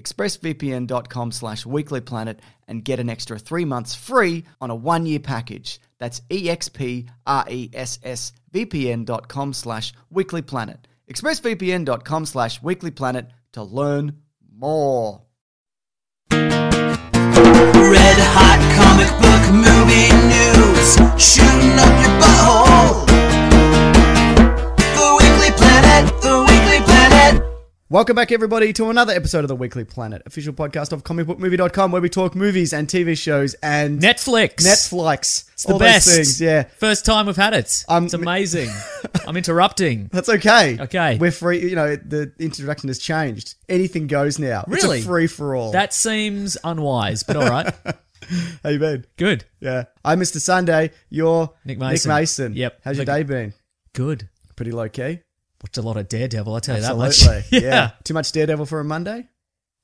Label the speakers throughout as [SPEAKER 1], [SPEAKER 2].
[SPEAKER 1] expressvpn.com slash weeklyplanet, and get an extra three months free on a one-year package. That's E expressvpn.com slash weeklyplanet. expressvpn.com slash weeklyplanet to learn more.
[SPEAKER 2] Red hot comic book movie news, shooting up your butthole. The Weekly Planet, The Weekly Planet.
[SPEAKER 1] Welcome back, everybody, to another episode of the Weekly Planet, official podcast of comicbookmovie.com, where we talk movies and TV shows and
[SPEAKER 3] Netflix.
[SPEAKER 1] Netflix.
[SPEAKER 3] It's the
[SPEAKER 1] all
[SPEAKER 3] best.
[SPEAKER 1] those things, yeah.
[SPEAKER 3] First time we've had it.
[SPEAKER 1] Um,
[SPEAKER 3] it's amazing. I'm interrupting.
[SPEAKER 1] That's okay.
[SPEAKER 3] Okay.
[SPEAKER 1] We're free. You know, the introduction has changed. Anything goes now.
[SPEAKER 3] Really?
[SPEAKER 1] It's a free for all.
[SPEAKER 3] That seems unwise, but all right.
[SPEAKER 1] How you been?
[SPEAKER 3] Good.
[SPEAKER 1] Yeah. I'm Mr. Sunday. You're
[SPEAKER 3] Nick Mason.
[SPEAKER 1] Nick Mason.
[SPEAKER 3] Yep.
[SPEAKER 1] How's your
[SPEAKER 3] Look-
[SPEAKER 1] day been?
[SPEAKER 3] Good.
[SPEAKER 1] Pretty low key.
[SPEAKER 3] Watched a lot of Daredevil, I'll tell you that
[SPEAKER 1] Absolutely.
[SPEAKER 3] much. yeah.
[SPEAKER 1] Too much Daredevil for a Monday?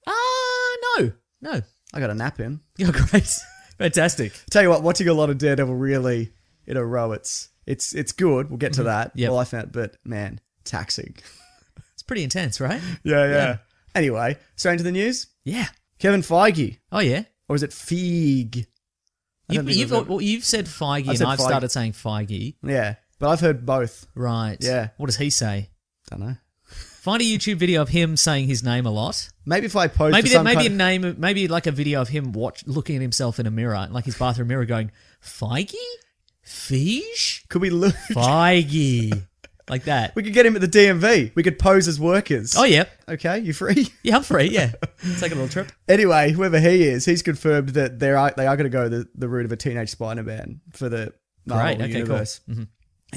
[SPEAKER 3] Ah, no. No.
[SPEAKER 1] I got a nap in.
[SPEAKER 3] You're great. Fantastic.
[SPEAKER 1] Tell you what, watching a lot of Daredevil really in a row, it's it's it's good. We'll get to that.
[SPEAKER 3] Mm-hmm. Yep.
[SPEAKER 1] Well, I found, but man, taxing.
[SPEAKER 3] It's pretty intense, right?
[SPEAKER 1] yeah, yeah, Anyway, straight into the news.
[SPEAKER 3] Yeah.
[SPEAKER 1] Kevin Feige,
[SPEAKER 3] Oh, yeah.
[SPEAKER 1] or is it Feig? I don't
[SPEAKER 3] You've,
[SPEAKER 1] think
[SPEAKER 3] you've,
[SPEAKER 1] we've ever-
[SPEAKER 3] well, you've said Feige,
[SPEAKER 1] I've
[SPEAKER 3] and
[SPEAKER 1] said
[SPEAKER 3] I've
[SPEAKER 1] Feige.
[SPEAKER 3] started saying Feige.
[SPEAKER 1] Yeah, but I've heard both.
[SPEAKER 3] Right.
[SPEAKER 1] Yeah.
[SPEAKER 3] What does he say?
[SPEAKER 1] Don't know.
[SPEAKER 3] Find a YouTube video of him saying his name a lot.
[SPEAKER 1] Maybe if I pose
[SPEAKER 3] Maybe
[SPEAKER 1] for
[SPEAKER 3] there,
[SPEAKER 1] some
[SPEAKER 3] maybe a
[SPEAKER 1] kind of-
[SPEAKER 3] name, maybe like a video of him watch looking at himself in a mirror, like his bathroom mirror, going Feige, Feige,
[SPEAKER 1] could we look?
[SPEAKER 3] Feige, like that.
[SPEAKER 1] We could get him at the DMV. We could pose as workers.
[SPEAKER 3] Oh yeah,
[SPEAKER 1] Okay, you free?
[SPEAKER 3] yeah, I'm free. Yeah, take a little trip.
[SPEAKER 1] anyway, whoever he is, he's confirmed that they are they are going to go the, the route of a teenage Spider-Man for the Marvel
[SPEAKER 3] Great. Okay, Mm-hmm.
[SPEAKER 1] universe, and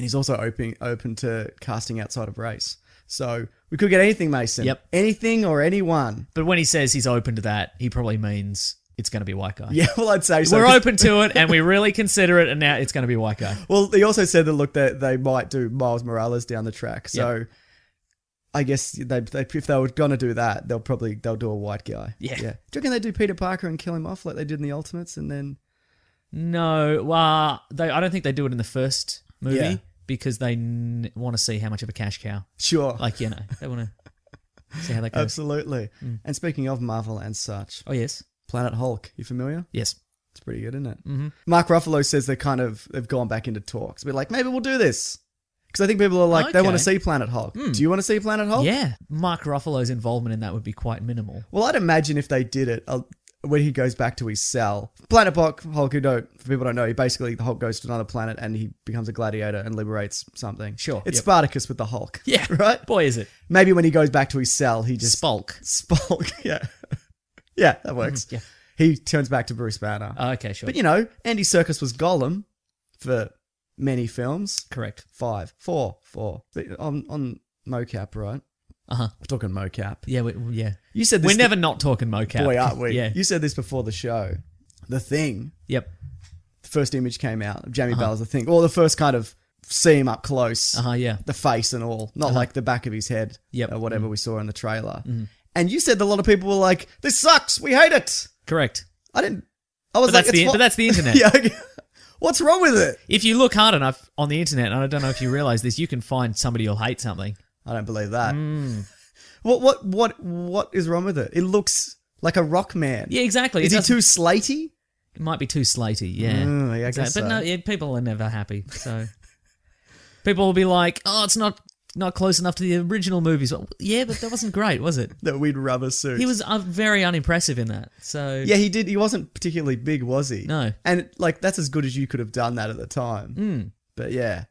[SPEAKER 1] he's also open open to casting outside of race. So we cool. could get anything, Mason.
[SPEAKER 3] Yep.
[SPEAKER 1] Anything or anyone.
[SPEAKER 3] But when he says he's open to that, he probably means it's going to be a white guy.
[SPEAKER 1] Yeah, well, I'd say so.
[SPEAKER 3] We're
[SPEAKER 1] 'cause-
[SPEAKER 3] open to it, and we really consider it, and now it's going to be a white guy.
[SPEAKER 1] Well, they also said that look that they might do Miles Morales down the track. So I guess they, they if they were gonna do that, they'll probably they'll do a white guy.
[SPEAKER 3] Yeah.
[SPEAKER 1] Do you reckon they do Peter Parker and kill him off like they did in the Ultimates and then
[SPEAKER 3] No, well, they, I don't think they do it in the first movie
[SPEAKER 1] Yeah.
[SPEAKER 3] because they n- want to see how much of a cash cow.
[SPEAKER 1] Sure.
[SPEAKER 3] Like you know, they want to see how that goes.
[SPEAKER 1] Absolutely.
[SPEAKER 3] Mm.
[SPEAKER 1] And speaking of Marvel and such,
[SPEAKER 3] Oh yes,
[SPEAKER 1] Planet Hulk, you familiar?
[SPEAKER 3] yes.
[SPEAKER 1] It's pretty good, isn't it? Mm-hmm. Mark Ruffalo says they kind of they've gone back into talks. We're like, maybe we'll do this because I think people are like they want to
[SPEAKER 3] Okay.
[SPEAKER 1] see
[SPEAKER 3] Hmm.
[SPEAKER 1] Planet Hulk. Do you want to see Planet Hulk?
[SPEAKER 3] Yeah, Mark Ruffalo's involvement in that would be quite minimal.
[SPEAKER 1] Well, I'd imagine if they did it, uh, when he goes back to his cell, Planet Hulk, Hulk, who don't, for people who don't know, he basically the Hulk goes to another planet and he becomes a gladiator and liberates something.
[SPEAKER 3] Sure,
[SPEAKER 1] it's
[SPEAKER 3] yep.
[SPEAKER 1] Spartacus with the Hulk.
[SPEAKER 3] Yeah,
[SPEAKER 1] right.
[SPEAKER 3] Boy, is it
[SPEAKER 1] Maybe when he goes back to his cell, he just
[SPEAKER 3] Spulk? Mm-hmm,
[SPEAKER 1] Spulk. Yeah, yeah, that works.
[SPEAKER 3] yeah.
[SPEAKER 1] he turns back to Bruce Banner.
[SPEAKER 3] Oh, okay, sure.
[SPEAKER 1] but you know, Andy Circus was Gollum for many films.
[SPEAKER 3] Correct.
[SPEAKER 1] Five, four, four. But on on mocap, right?
[SPEAKER 3] Uh-huh.
[SPEAKER 1] We're talking mocap.
[SPEAKER 3] Yeah, we, yeah.
[SPEAKER 1] You said this
[SPEAKER 3] We're
[SPEAKER 1] thi-
[SPEAKER 3] never not talking mocap.
[SPEAKER 1] Boy, aren't we?
[SPEAKER 3] Yeah.
[SPEAKER 1] You said this before the show. The thing,
[SPEAKER 3] Yep.
[SPEAKER 1] the first image came out of
[SPEAKER 3] Uh-huh.
[SPEAKER 1] Jamie Bell's The Thing, or the first kind of see him up close,
[SPEAKER 3] Uh huh. Yeah.
[SPEAKER 1] the face and all, not like the back of his head
[SPEAKER 3] Uh-huh. Yep. Mm. Mm-hmm.
[SPEAKER 1] or whatever we saw in the trailer. And you said that a lot of people were like, "This sucks. We hate it."
[SPEAKER 3] Correct.
[SPEAKER 1] I didn't. I was
[SPEAKER 3] But
[SPEAKER 1] like,
[SPEAKER 3] that's the
[SPEAKER 1] "It's
[SPEAKER 3] but
[SPEAKER 1] fi-
[SPEAKER 3] that's the internet.
[SPEAKER 1] yeah. okay. What's wrong with it?
[SPEAKER 3] If you look hard enough on the internet, and I don't know if you realize this, you can find somebody who'll hate something.
[SPEAKER 1] I don't believe that.
[SPEAKER 3] Mm.
[SPEAKER 1] What what what what is wrong with it? It looks like a rock man.
[SPEAKER 3] Yeah, exactly.
[SPEAKER 1] Is
[SPEAKER 3] it
[SPEAKER 1] he
[SPEAKER 3] doesn't-
[SPEAKER 1] too slaty?
[SPEAKER 3] It might be too slaty. Yeah.
[SPEAKER 1] Mm, yeah, I
[SPEAKER 3] So-
[SPEAKER 1] guess
[SPEAKER 3] but
[SPEAKER 1] so.
[SPEAKER 3] no, yeah, people are never happy. So people will be like, "Oh, it's not not close enough to the original movies." Well, yeah, but that wasn't great, was it?
[SPEAKER 1] That we'd rubber suit.
[SPEAKER 3] He was uh, very unimpressive in that. So
[SPEAKER 1] Yeah, he did. He wasn't particularly big, was he?
[SPEAKER 3] No.
[SPEAKER 1] And like that's as good as you could have done that at the time.
[SPEAKER 3] Mm.
[SPEAKER 1] But yeah,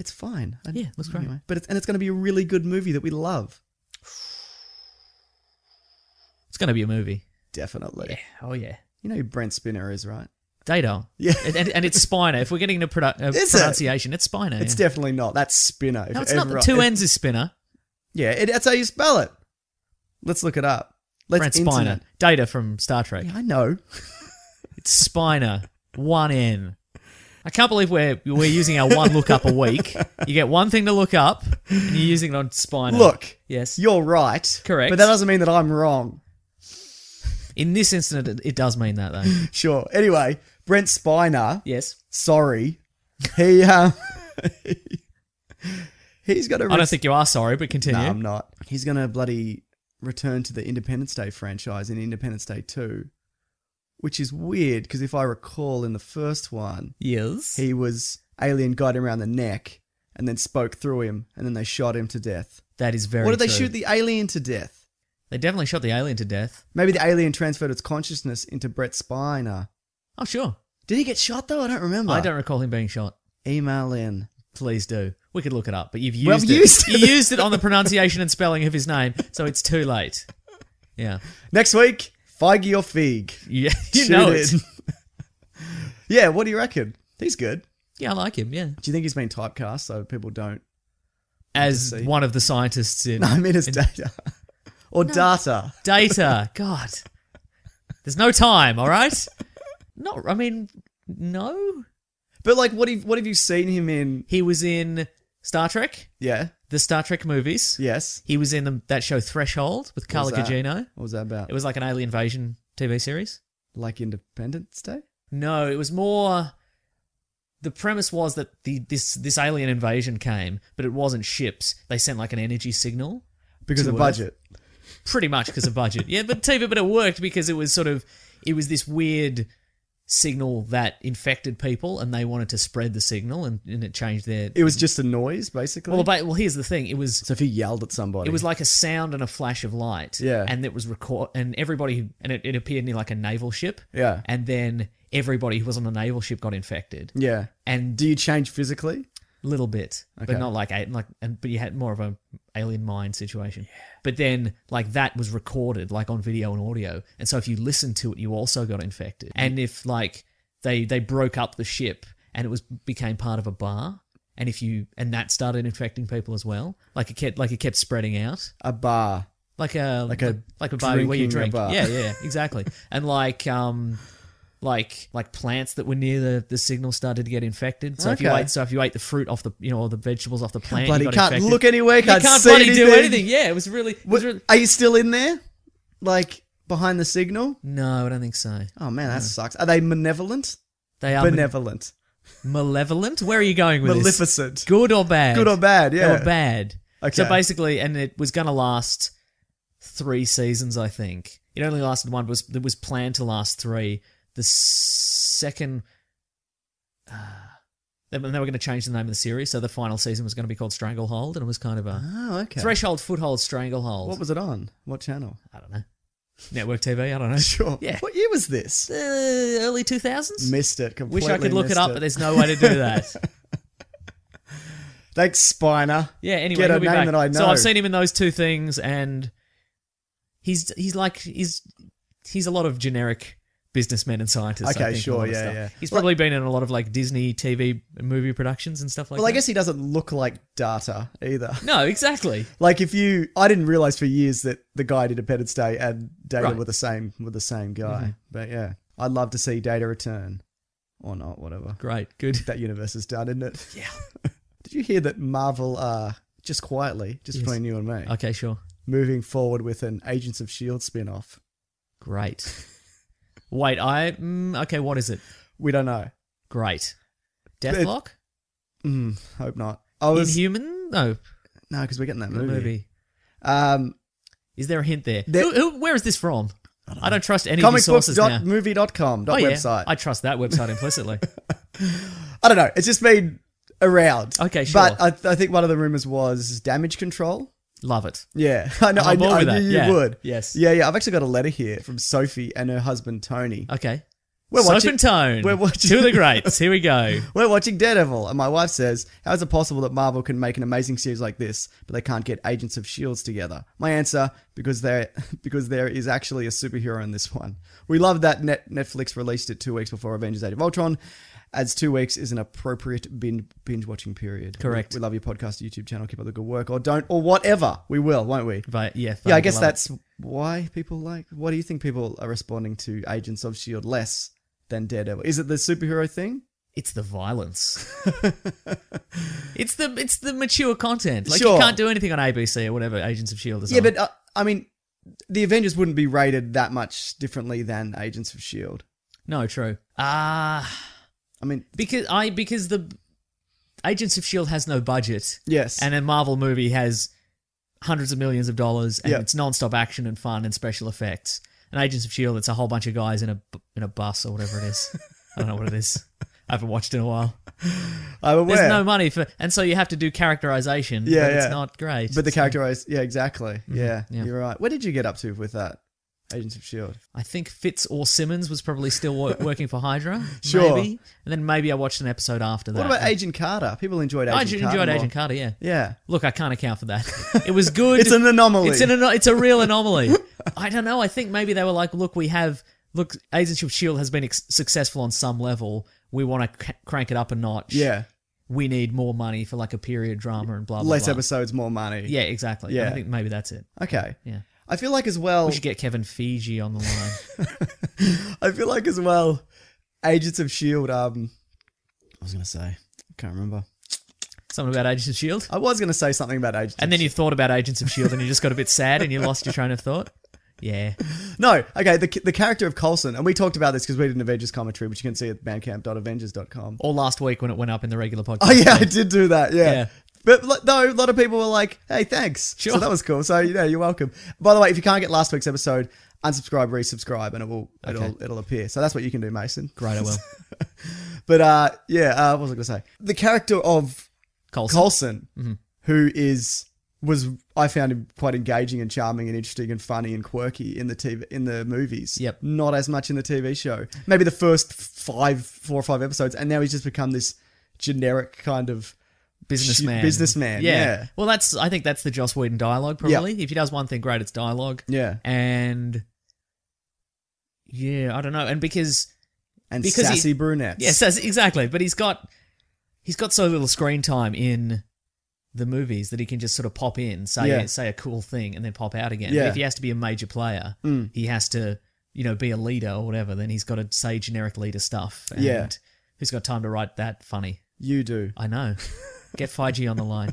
[SPEAKER 1] it's fine. I-
[SPEAKER 3] Yeah, looks great.
[SPEAKER 1] But it's, and it's going to be a really good movie that we love.
[SPEAKER 3] it's going to be a movie.
[SPEAKER 1] Definitely.
[SPEAKER 3] Yeah. Oh yeah.
[SPEAKER 1] You know who Brent Spinner is, right?
[SPEAKER 3] Dado.
[SPEAKER 1] Yeah.
[SPEAKER 3] And, and, and it's Spiner. If we're getting into produ- uh,
[SPEAKER 1] Is it?
[SPEAKER 3] pronunciation, it's Spiner.
[SPEAKER 1] It's
[SPEAKER 3] yeah.
[SPEAKER 1] definitely not. That's Spinner. if
[SPEAKER 3] No, it's not. The
[SPEAKER 1] ever-
[SPEAKER 3] two
[SPEAKER 1] it-
[SPEAKER 3] ends is Spinner.
[SPEAKER 1] Yeah, it, that's how you spell it. Let's look it up. Let's
[SPEAKER 3] Brent
[SPEAKER 1] internet-
[SPEAKER 3] Spiner. Data from Star Trek.
[SPEAKER 1] Yeah, I know.
[SPEAKER 3] It's Spiner. One N. I can't believe we're we're using our one lookup a week. You get one thing to look up, and you're using it on Spiner.
[SPEAKER 1] Look,
[SPEAKER 3] Yes.
[SPEAKER 1] you're right.
[SPEAKER 3] Correct.
[SPEAKER 1] But that doesn't mean that I'm wrong.
[SPEAKER 3] In this incident, it, it does mean that though.
[SPEAKER 1] Sure. Anyway, Brent Spiner.
[SPEAKER 3] Yes.
[SPEAKER 1] Sorry. He um. he's got a.
[SPEAKER 3] I don't think you are sorry, but continue.
[SPEAKER 1] No, I'm not. He's going to bloody return to the Independence Day franchise in Independence Day 2, which is weird because if I recall in the first one,
[SPEAKER 3] yes.
[SPEAKER 1] he was alien got him around the neck and then spoke through him and then they shot him to death.
[SPEAKER 3] that is very.
[SPEAKER 1] what did they
[SPEAKER 3] true.
[SPEAKER 1] shoot the alien to death?
[SPEAKER 3] They definitely shot the alien to death.
[SPEAKER 1] Maybe the alien transferred its consciousness into Brett Spiner.
[SPEAKER 3] Oh sure.
[SPEAKER 1] Did he get shot though? I don't remember.
[SPEAKER 3] I don't recall him being shot.
[SPEAKER 1] Email in.
[SPEAKER 3] Please do. We could look it up, but you've used
[SPEAKER 1] Well,
[SPEAKER 3] it.
[SPEAKER 1] I've used
[SPEAKER 3] you
[SPEAKER 1] it.
[SPEAKER 3] used it on the pronunciation and spelling of his name, so it's too late. Yeah.
[SPEAKER 1] Next week, Feige or Feig?
[SPEAKER 3] Yeah. You know it.
[SPEAKER 1] Shoot yeah, what do you reckon? He's good.
[SPEAKER 3] Yeah, I like him. Yeah.
[SPEAKER 1] Do you think he's been typecast so people don't
[SPEAKER 3] As
[SPEAKER 1] see.
[SPEAKER 3] one of the scientists in
[SPEAKER 1] No, I mean it's data. or data.
[SPEAKER 3] data. God. There's no time. All right. Not. I mean, no.
[SPEAKER 1] But like what have what have you seen him in?
[SPEAKER 3] He was in Star Trek,
[SPEAKER 1] Yeah.
[SPEAKER 3] the Star Trek movies.
[SPEAKER 1] Yes.
[SPEAKER 3] He was in the, that show Threshold with Carla
[SPEAKER 1] was that?
[SPEAKER 3] Gugino.
[SPEAKER 1] What was that about?
[SPEAKER 3] It was like an alien invasion TV series.
[SPEAKER 1] like Independence Day?
[SPEAKER 3] No, it was more. The premise was that the this this alien invasion came, but it wasn't ships. They sent like an energy signal,
[SPEAKER 1] Because
[SPEAKER 3] To
[SPEAKER 1] of
[SPEAKER 3] Earth.
[SPEAKER 1] budget.
[SPEAKER 3] pretty much because of budget. yeah, but TV, but it worked because it was sort of it was this weird signal that infected people, and they wanted to spread the signal, and, and it changed their.
[SPEAKER 1] It was just a noise, basically.
[SPEAKER 3] well, but, well, here's the thing: it was
[SPEAKER 1] so if he yelled at somebody.
[SPEAKER 3] It was like a sound and a flash of light.
[SPEAKER 1] Yeah.
[SPEAKER 3] And it was record and everybody and it, it appeared near like a naval ship.
[SPEAKER 1] Yeah.
[SPEAKER 3] And then everybody who was on the naval ship got infected.
[SPEAKER 1] Yeah.
[SPEAKER 3] And
[SPEAKER 1] Do you change physically?
[SPEAKER 3] little bit,
[SPEAKER 1] Okay.
[SPEAKER 3] but not like a- like and but you had more of a alien mind situation. But then like that was recorded like on video and audio. And so if you listened to it you also got infected. And if like they they broke up the ship and it was became part of a bar and if you and that started infecting people as well. Like it kept like it kept spreading out
[SPEAKER 1] A bar.
[SPEAKER 3] like a
[SPEAKER 1] Like a
[SPEAKER 3] like a bar where you
[SPEAKER 1] drinking
[SPEAKER 3] drink.
[SPEAKER 1] bar.
[SPEAKER 3] Yeah, yeah, exactly. and like um, like like plants that were near the the signal started to get infected. So if you
[SPEAKER 1] Okay.
[SPEAKER 3] ate so if you ate the fruit off the you know or the vegetables off the plant,
[SPEAKER 1] Bloody
[SPEAKER 3] you got
[SPEAKER 1] can't
[SPEAKER 3] infected.
[SPEAKER 1] look anywhere,
[SPEAKER 3] You
[SPEAKER 1] can't,
[SPEAKER 3] can't
[SPEAKER 1] see
[SPEAKER 3] bloody
[SPEAKER 1] anything.
[SPEAKER 3] do anything. Yeah, it was really. It
[SPEAKER 1] What-
[SPEAKER 3] was really
[SPEAKER 1] are you still in there? Like behind the signal?
[SPEAKER 3] no, I don't think so.
[SPEAKER 1] Oh man, that sucks. Are they malevolent?
[SPEAKER 3] They are male-
[SPEAKER 1] Benevolent.
[SPEAKER 3] malevolent. Where are you going with this?
[SPEAKER 1] Maleficent.
[SPEAKER 3] Good or bad?
[SPEAKER 1] Good or bad,
[SPEAKER 3] They
[SPEAKER 1] yeah.
[SPEAKER 3] were bad. So
[SPEAKER 1] Okay.
[SPEAKER 3] basically, and it was going to last three seasons, I think. It only lasted one, but was, it was planned to last three. The second. Uh, and they were going to change the name of the series, so the final season was going to be called Stranglehold, and it was kind of a
[SPEAKER 1] Oh, okay.
[SPEAKER 3] Threshold, Foothold, Stranglehold.
[SPEAKER 1] What was it on? What channel?
[SPEAKER 3] I don't know. Network TV, I don't know.
[SPEAKER 1] Sure.
[SPEAKER 3] Yeah.
[SPEAKER 1] What year was this?
[SPEAKER 3] Uh, early 2000s?
[SPEAKER 1] Missed it
[SPEAKER 3] Wish
[SPEAKER 1] completely.
[SPEAKER 3] I could look it up, but there's no way to do that.
[SPEAKER 1] Thanks, Spiner.
[SPEAKER 3] Yeah. Anyway,
[SPEAKER 1] Get a
[SPEAKER 3] he'll be
[SPEAKER 1] name
[SPEAKER 3] back.
[SPEAKER 1] that I know.
[SPEAKER 3] So I've seen him in those two things, and he's he's like he's he's a lot of generic businessmen and scientists. I
[SPEAKER 1] Okay,
[SPEAKER 3] think, and
[SPEAKER 1] sure,
[SPEAKER 3] all that
[SPEAKER 1] yeah,
[SPEAKER 3] stuff.
[SPEAKER 1] yeah.
[SPEAKER 3] He's
[SPEAKER 1] Well,
[SPEAKER 3] probably been in a lot of like Disney TV and movie productions and stuff like
[SPEAKER 1] Well, I
[SPEAKER 3] that.
[SPEAKER 1] guess he doesn't look like data either.
[SPEAKER 3] no, exactly.
[SPEAKER 1] Like if you, I didn't realize for years that the guy did Independence Day and Data
[SPEAKER 3] Right. Mm-hmm.
[SPEAKER 1] were the same were the same guy. But yeah, I'd love to see Data return or not, whatever.
[SPEAKER 3] Great, good.
[SPEAKER 1] That universe is done, isn't it? Yeah. did you hear that Marvel are just quietly, just
[SPEAKER 3] Yes.
[SPEAKER 1] between you and me,
[SPEAKER 3] Okay, sure.
[SPEAKER 1] moving forward with an Agents of Shield E spin-off?
[SPEAKER 3] Great. Wait, I mm, okay. What is it?
[SPEAKER 1] We don't know.
[SPEAKER 3] Great. Deathlock.
[SPEAKER 1] Mm, hope not. I was
[SPEAKER 3] Inhuman. No,
[SPEAKER 1] no, because we're getting that
[SPEAKER 3] the
[SPEAKER 1] movie.
[SPEAKER 3] movie.
[SPEAKER 1] Um,
[SPEAKER 3] Is there a hint there?
[SPEAKER 1] There-
[SPEAKER 3] who, who, where is this from? I don't, trust any of these sources now. Oh,
[SPEAKER 1] comicbook.movie.com dot
[SPEAKER 3] yeah,
[SPEAKER 1] website.
[SPEAKER 3] I trust that website implicitly.
[SPEAKER 1] I don't know. It's just been around.
[SPEAKER 3] Okay, sure.
[SPEAKER 1] But I, th- I think one of the rumors was damage control.
[SPEAKER 3] Love it.
[SPEAKER 1] Yeah, I know.
[SPEAKER 3] I'm
[SPEAKER 1] I,
[SPEAKER 3] on board
[SPEAKER 1] I
[SPEAKER 3] with that.
[SPEAKER 1] knew you
[SPEAKER 3] Yeah.
[SPEAKER 1] would.
[SPEAKER 3] Yes.
[SPEAKER 1] Yeah, yeah. I've actually got a letter here from Sophie and her husband Tony.
[SPEAKER 3] Okay.
[SPEAKER 1] We're
[SPEAKER 3] Soap
[SPEAKER 1] watching-
[SPEAKER 3] Uh, and tone.
[SPEAKER 1] we're watching-
[SPEAKER 3] Two of the greats. Here we go.
[SPEAKER 1] We're watching Daredevil, and my wife says, "How is it possible that Marvel can make an amazing series like this, but they can't get Agents of Shields E together?" My answer: because there, because there is actually a superhero in this one. We love that Net- Netflix released it two weeks before Avengers: Age of Ultron, as two weeks is an appropriate binge binge watching period.
[SPEAKER 3] Correct.
[SPEAKER 1] We, we love your podcast, YouTube channel. Keep up the good work, or don't, or whatever. We will, won't we?
[SPEAKER 3] But yeah,
[SPEAKER 1] yeah, I
[SPEAKER 3] fucking
[SPEAKER 1] guess
[SPEAKER 3] love it.
[SPEAKER 1] that's why people like. Why do you think people are responding to Agents of Shield E less than Daredevil? Is it the superhero thing?
[SPEAKER 3] it's the violence. it's the it's the mature content. Like
[SPEAKER 1] Sure.
[SPEAKER 3] you can't do anything on ABC or whatever Agents of Shield E is.
[SPEAKER 1] Yeah,
[SPEAKER 3] on.
[SPEAKER 1] but uh, I mean, the Avengers wouldn't be rated that much differently than Agents of Shield.
[SPEAKER 3] no, true. Ah,
[SPEAKER 1] E I mean,
[SPEAKER 3] because I because the Agents of Shield E has no budget,
[SPEAKER 1] yes,
[SPEAKER 3] and a Marvel movie has hundreds of millions of dollars, and
[SPEAKER 1] Yeah.
[SPEAKER 3] it's nonstop action and fun and special effects. And Agents of Shield, E it's a whole bunch of guys in a bu- in a bus or whatever it is. I don't know what it is. I haven't watched in a while.
[SPEAKER 1] I'm aware.
[SPEAKER 3] There's no money for, and so you have to do characterization.
[SPEAKER 1] Yeah,
[SPEAKER 3] but it's
[SPEAKER 1] yeah.
[SPEAKER 3] not great.
[SPEAKER 1] but the
[SPEAKER 3] So- Mm-hmm,
[SPEAKER 1] character is yeah, exactly. Yeah,
[SPEAKER 3] yeah.
[SPEAKER 1] you're right. Where did you get up to with that Agents of Shield?
[SPEAKER 3] I think Fitz or Simmons was probably still wo- working for Hydra.
[SPEAKER 1] Sure.
[SPEAKER 3] Maybe. And then maybe I watched an episode after that.
[SPEAKER 1] What about Agent Carter? People enjoyed Agent
[SPEAKER 3] I ju-
[SPEAKER 1] Carter.
[SPEAKER 3] enjoyed
[SPEAKER 1] more.
[SPEAKER 3] Agent Carter, yeah.
[SPEAKER 1] Yeah,
[SPEAKER 3] Look, I can't account for that. It was good.
[SPEAKER 1] it's an anomaly.
[SPEAKER 3] It's, an ano- it's a real anomaly. I don't know. I think maybe they were like, look, we have, look, Agents of S.H.I.E.L.D. E has been ex- successful on some level. We want to c- crank it up a notch.
[SPEAKER 1] yeah,
[SPEAKER 3] We need more money for like a period drama and blah, blah,
[SPEAKER 1] less
[SPEAKER 3] blah.
[SPEAKER 1] episodes, more money.
[SPEAKER 3] Yeah, exactly.
[SPEAKER 1] Yeah.
[SPEAKER 3] I think maybe that's it.
[SPEAKER 1] Okay.
[SPEAKER 3] Yeah.
[SPEAKER 1] I feel like as well.
[SPEAKER 3] We should get Kevin Fiji on the line.
[SPEAKER 1] I feel like as well, Agents of Shield. Um, I was gonna say, I can't remember.
[SPEAKER 3] Something about Agents of S.H.I.E.L.D.
[SPEAKER 1] I was gonna say something about Agents.
[SPEAKER 3] E And
[SPEAKER 1] of
[SPEAKER 3] then you thought about Agents of Shield, E and you just got a bit sad, and you lost your train of thought. Yeah,
[SPEAKER 1] No, okay, the, the character of Coulson, and we talked about this because we did an Avengers commentary, which you can see at bandcamp.avengers.com.
[SPEAKER 3] or last week when it went up in the regular podcast.
[SPEAKER 1] Oh, yeah, I did do that, yeah.
[SPEAKER 3] Yeah.
[SPEAKER 1] But like, no, a lot of people were like, hey, thanks. So
[SPEAKER 3] Sure.
[SPEAKER 1] that was cool. So, yeah, you're welcome. By the way, if you can't get last week's episode, unsubscribe, resubscribe, and it will, it'll, it'll appear. So that's what you can do, Mason.
[SPEAKER 3] Great, I will.
[SPEAKER 1] But, uh, yeah, uh, what was I going to say? The character of
[SPEAKER 3] Colson.
[SPEAKER 1] Coulson,
[SPEAKER 3] Mm-hmm.
[SPEAKER 1] who is was I found him quite engaging and charming and interesting and funny and quirky in the TV in the movies.
[SPEAKER 3] Yep.
[SPEAKER 1] Not as much in the TV show. Maybe the first five, four or five episodes, and now he's just become this generic kind of
[SPEAKER 3] businessman.
[SPEAKER 1] sh- businessman, yeah.
[SPEAKER 3] Well, that's. I think that's the Joss Whedon dialogue. Probably, if he does one thing great, it's dialogue.
[SPEAKER 1] yeah
[SPEAKER 3] And yeah, I don't know. And because
[SPEAKER 1] and
[SPEAKER 3] Because he-
[SPEAKER 1] sassy brunettes.
[SPEAKER 3] yes, that's- exactly. But he's got he's got so little screen time in the movies that he can just sort of pop in, say
[SPEAKER 1] Yeah.
[SPEAKER 3] say a cool thing, and then pop out again.
[SPEAKER 1] Yeah. Mm.
[SPEAKER 3] But if he has to be a major player, he has to you know be a leader or whatever. Then he's got to say generic leader stuff. And
[SPEAKER 1] Yeah.
[SPEAKER 3] Who's got time to write that funny?
[SPEAKER 1] you do.
[SPEAKER 3] I know. Get Fiji on the line.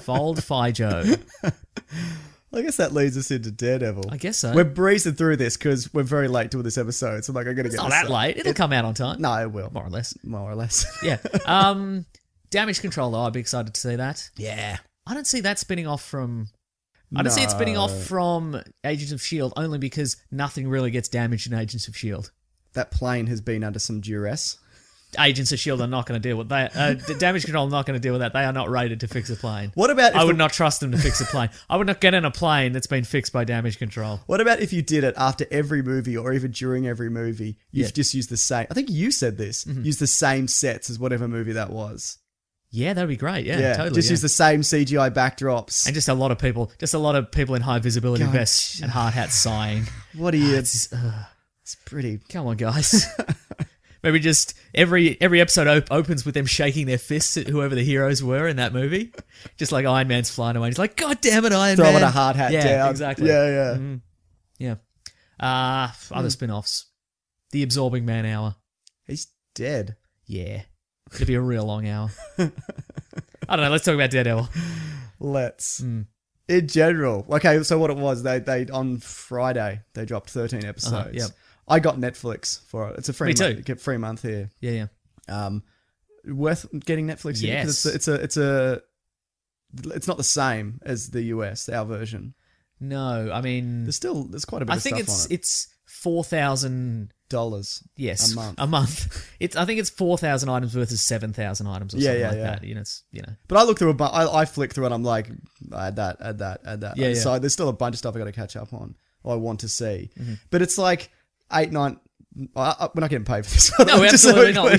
[SPEAKER 3] Fold Fijo.
[SPEAKER 1] I guess that leads us into Daredevil.
[SPEAKER 3] I guess so.
[SPEAKER 1] We're breezing through this because we're very late to this episode. So I'm like, I gotta
[SPEAKER 3] It's
[SPEAKER 1] get
[SPEAKER 3] not
[SPEAKER 1] this
[SPEAKER 3] that
[SPEAKER 1] up.
[SPEAKER 3] late. It'll come out on time.
[SPEAKER 1] No, it will
[SPEAKER 3] More or less.
[SPEAKER 1] more or less.
[SPEAKER 3] Yeah. Um, damage control, though. I'd be excited to see that.
[SPEAKER 1] yeah.
[SPEAKER 3] I don't see that spinning off from. I don't see it spinning off from Agents of S.H.I.E.L.D. E only because nothing really gets damaged in Agents of S.H.I.E.L.D.
[SPEAKER 1] That plane has been under some duress.
[SPEAKER 3] Agents of S.H.I.E.L.D. E are not going to deal with that. Uh, d- damage control are not going to deal with that. They are not rated to fix a plane.
[SPEAKER 1] What about if
[SPEAKER 3] I would
[SPEAKER 1] the-
[SPEAKER 3] not trust them to fix a plane. I would not get in a plane that's been fixed by damage control.
[SPEAKER 1] What about if you did it after every movie or even during every movie? You've
[SPEAKER 3] Yeah. Mm-hmm.
[SPEAKER 1] just used the same. I think you said this. Use the same sets as whatever movie that was.
[SPEAKER 3] Yeah, that'd be great. Yeah, totally.
[SPEAKER 1] just
[SPEAKER 3] yeah.
[SPEAKER 1] use the same CGI backdrops.
[SPEAKER 3] and just a lot of people, just a lot of people in high visibility vests and hard hats sighing.
[SPEAKER 1] what are you?
[SPEAKER 3] It's, uh,
[SPEAKER 1] It's pretty.
[SPEAKER 3] Come on, guys. Maybe just every every episode op- opens with them shaking their fists at whoever the heroes were in that movie. Just like Iron Man's flying away. He's like, God damn it, Iron Man.
[SPEAKER 1] Throwing a hard hat
[SPEAKER 3] yeah,
[SPEAKER 1] down.
[SPEAKER 3] exactly.
[SPEAKER 1] Yeah,
[SPEAKER 3] Mm-hmm.
[SPEAKER 1] yeah. Hmm.
[SPEAKER 3] Yeah. Uh, other spin offs. The Absorbing Man Hour.
[SPEAKER 1] He's dead.
[SPEAKER 3] Yeah. It'll be a real long hour. I don't know. Let's talk about Daredevil.
[SPEAKER 1] Let's.
[SPEAKER 3] Mm.
[SPEAKER 1] In general, okay. So what it was, they they on Friday they dropped thirteen episodes.
[SPEAKER 3] Uh-huh, yep.
[SPEAKER 1] I got Netflix for it. It's a free
[SPEAKER 3] Me too.
[SPEAKER 1] month, get free month here.
[SPEAKER 3] Yeah, yeah.
[SPEAKER 1] Um, worth getting Netflix. here, 'cause it's
[SPEAKER 3] Yes.
[SPEAKER 1] a, it's a it's a it's not the same as the US our version.
[SPEAKER 3] No, I mean,
[SPEAKER 1] There's still there's quite a bit.
[SPEAKER 3] I
[SPEAKER 1] of
[SPEAKER 3] think
[SPEAKER 1] stuff
[SPEAKER 3] it's
[SPEAKER 1] on it.
[SPEAKER 3] it's four thousand.
[SPEAKER 1] dollars.
[SPEAKER 3] Yes,
[SPEAKER 1] a month.
[SPEAKER 3] A month. It's I think it's four thousand items versus seven thousand items or
[SPEAKER 1] Yeah,
[SPEAKER 3] something
[SPEAKER 1] yeah,
[SPEAKER 3] like
[SPEAKER 1] yeah.
[SPEAKER 3] that. You know, it's you know.
[SPEAKER 1] But I look through a bu- I, I flick through it. I'm like, add that, add that, add that.
[SPEAKER 3] Yeah, yeah.
[SPEAKER 1] So there's still a bunch of stuff I got to catch up on. Or I want to see,
[SPEAKER 3] Mm-hmm.
[SPEAKER 1] but it's like eight, nine. I, I, we're not getting paid for this. one.
[SPEAKER 3] No,
[SPEAKER 1] Just so
[SPEAKER 3] absolutely
[SPEAKER 1] we're
[SPEAKER 3] not.
[SPEAKER 1] clear.
[SPEAKER 3] We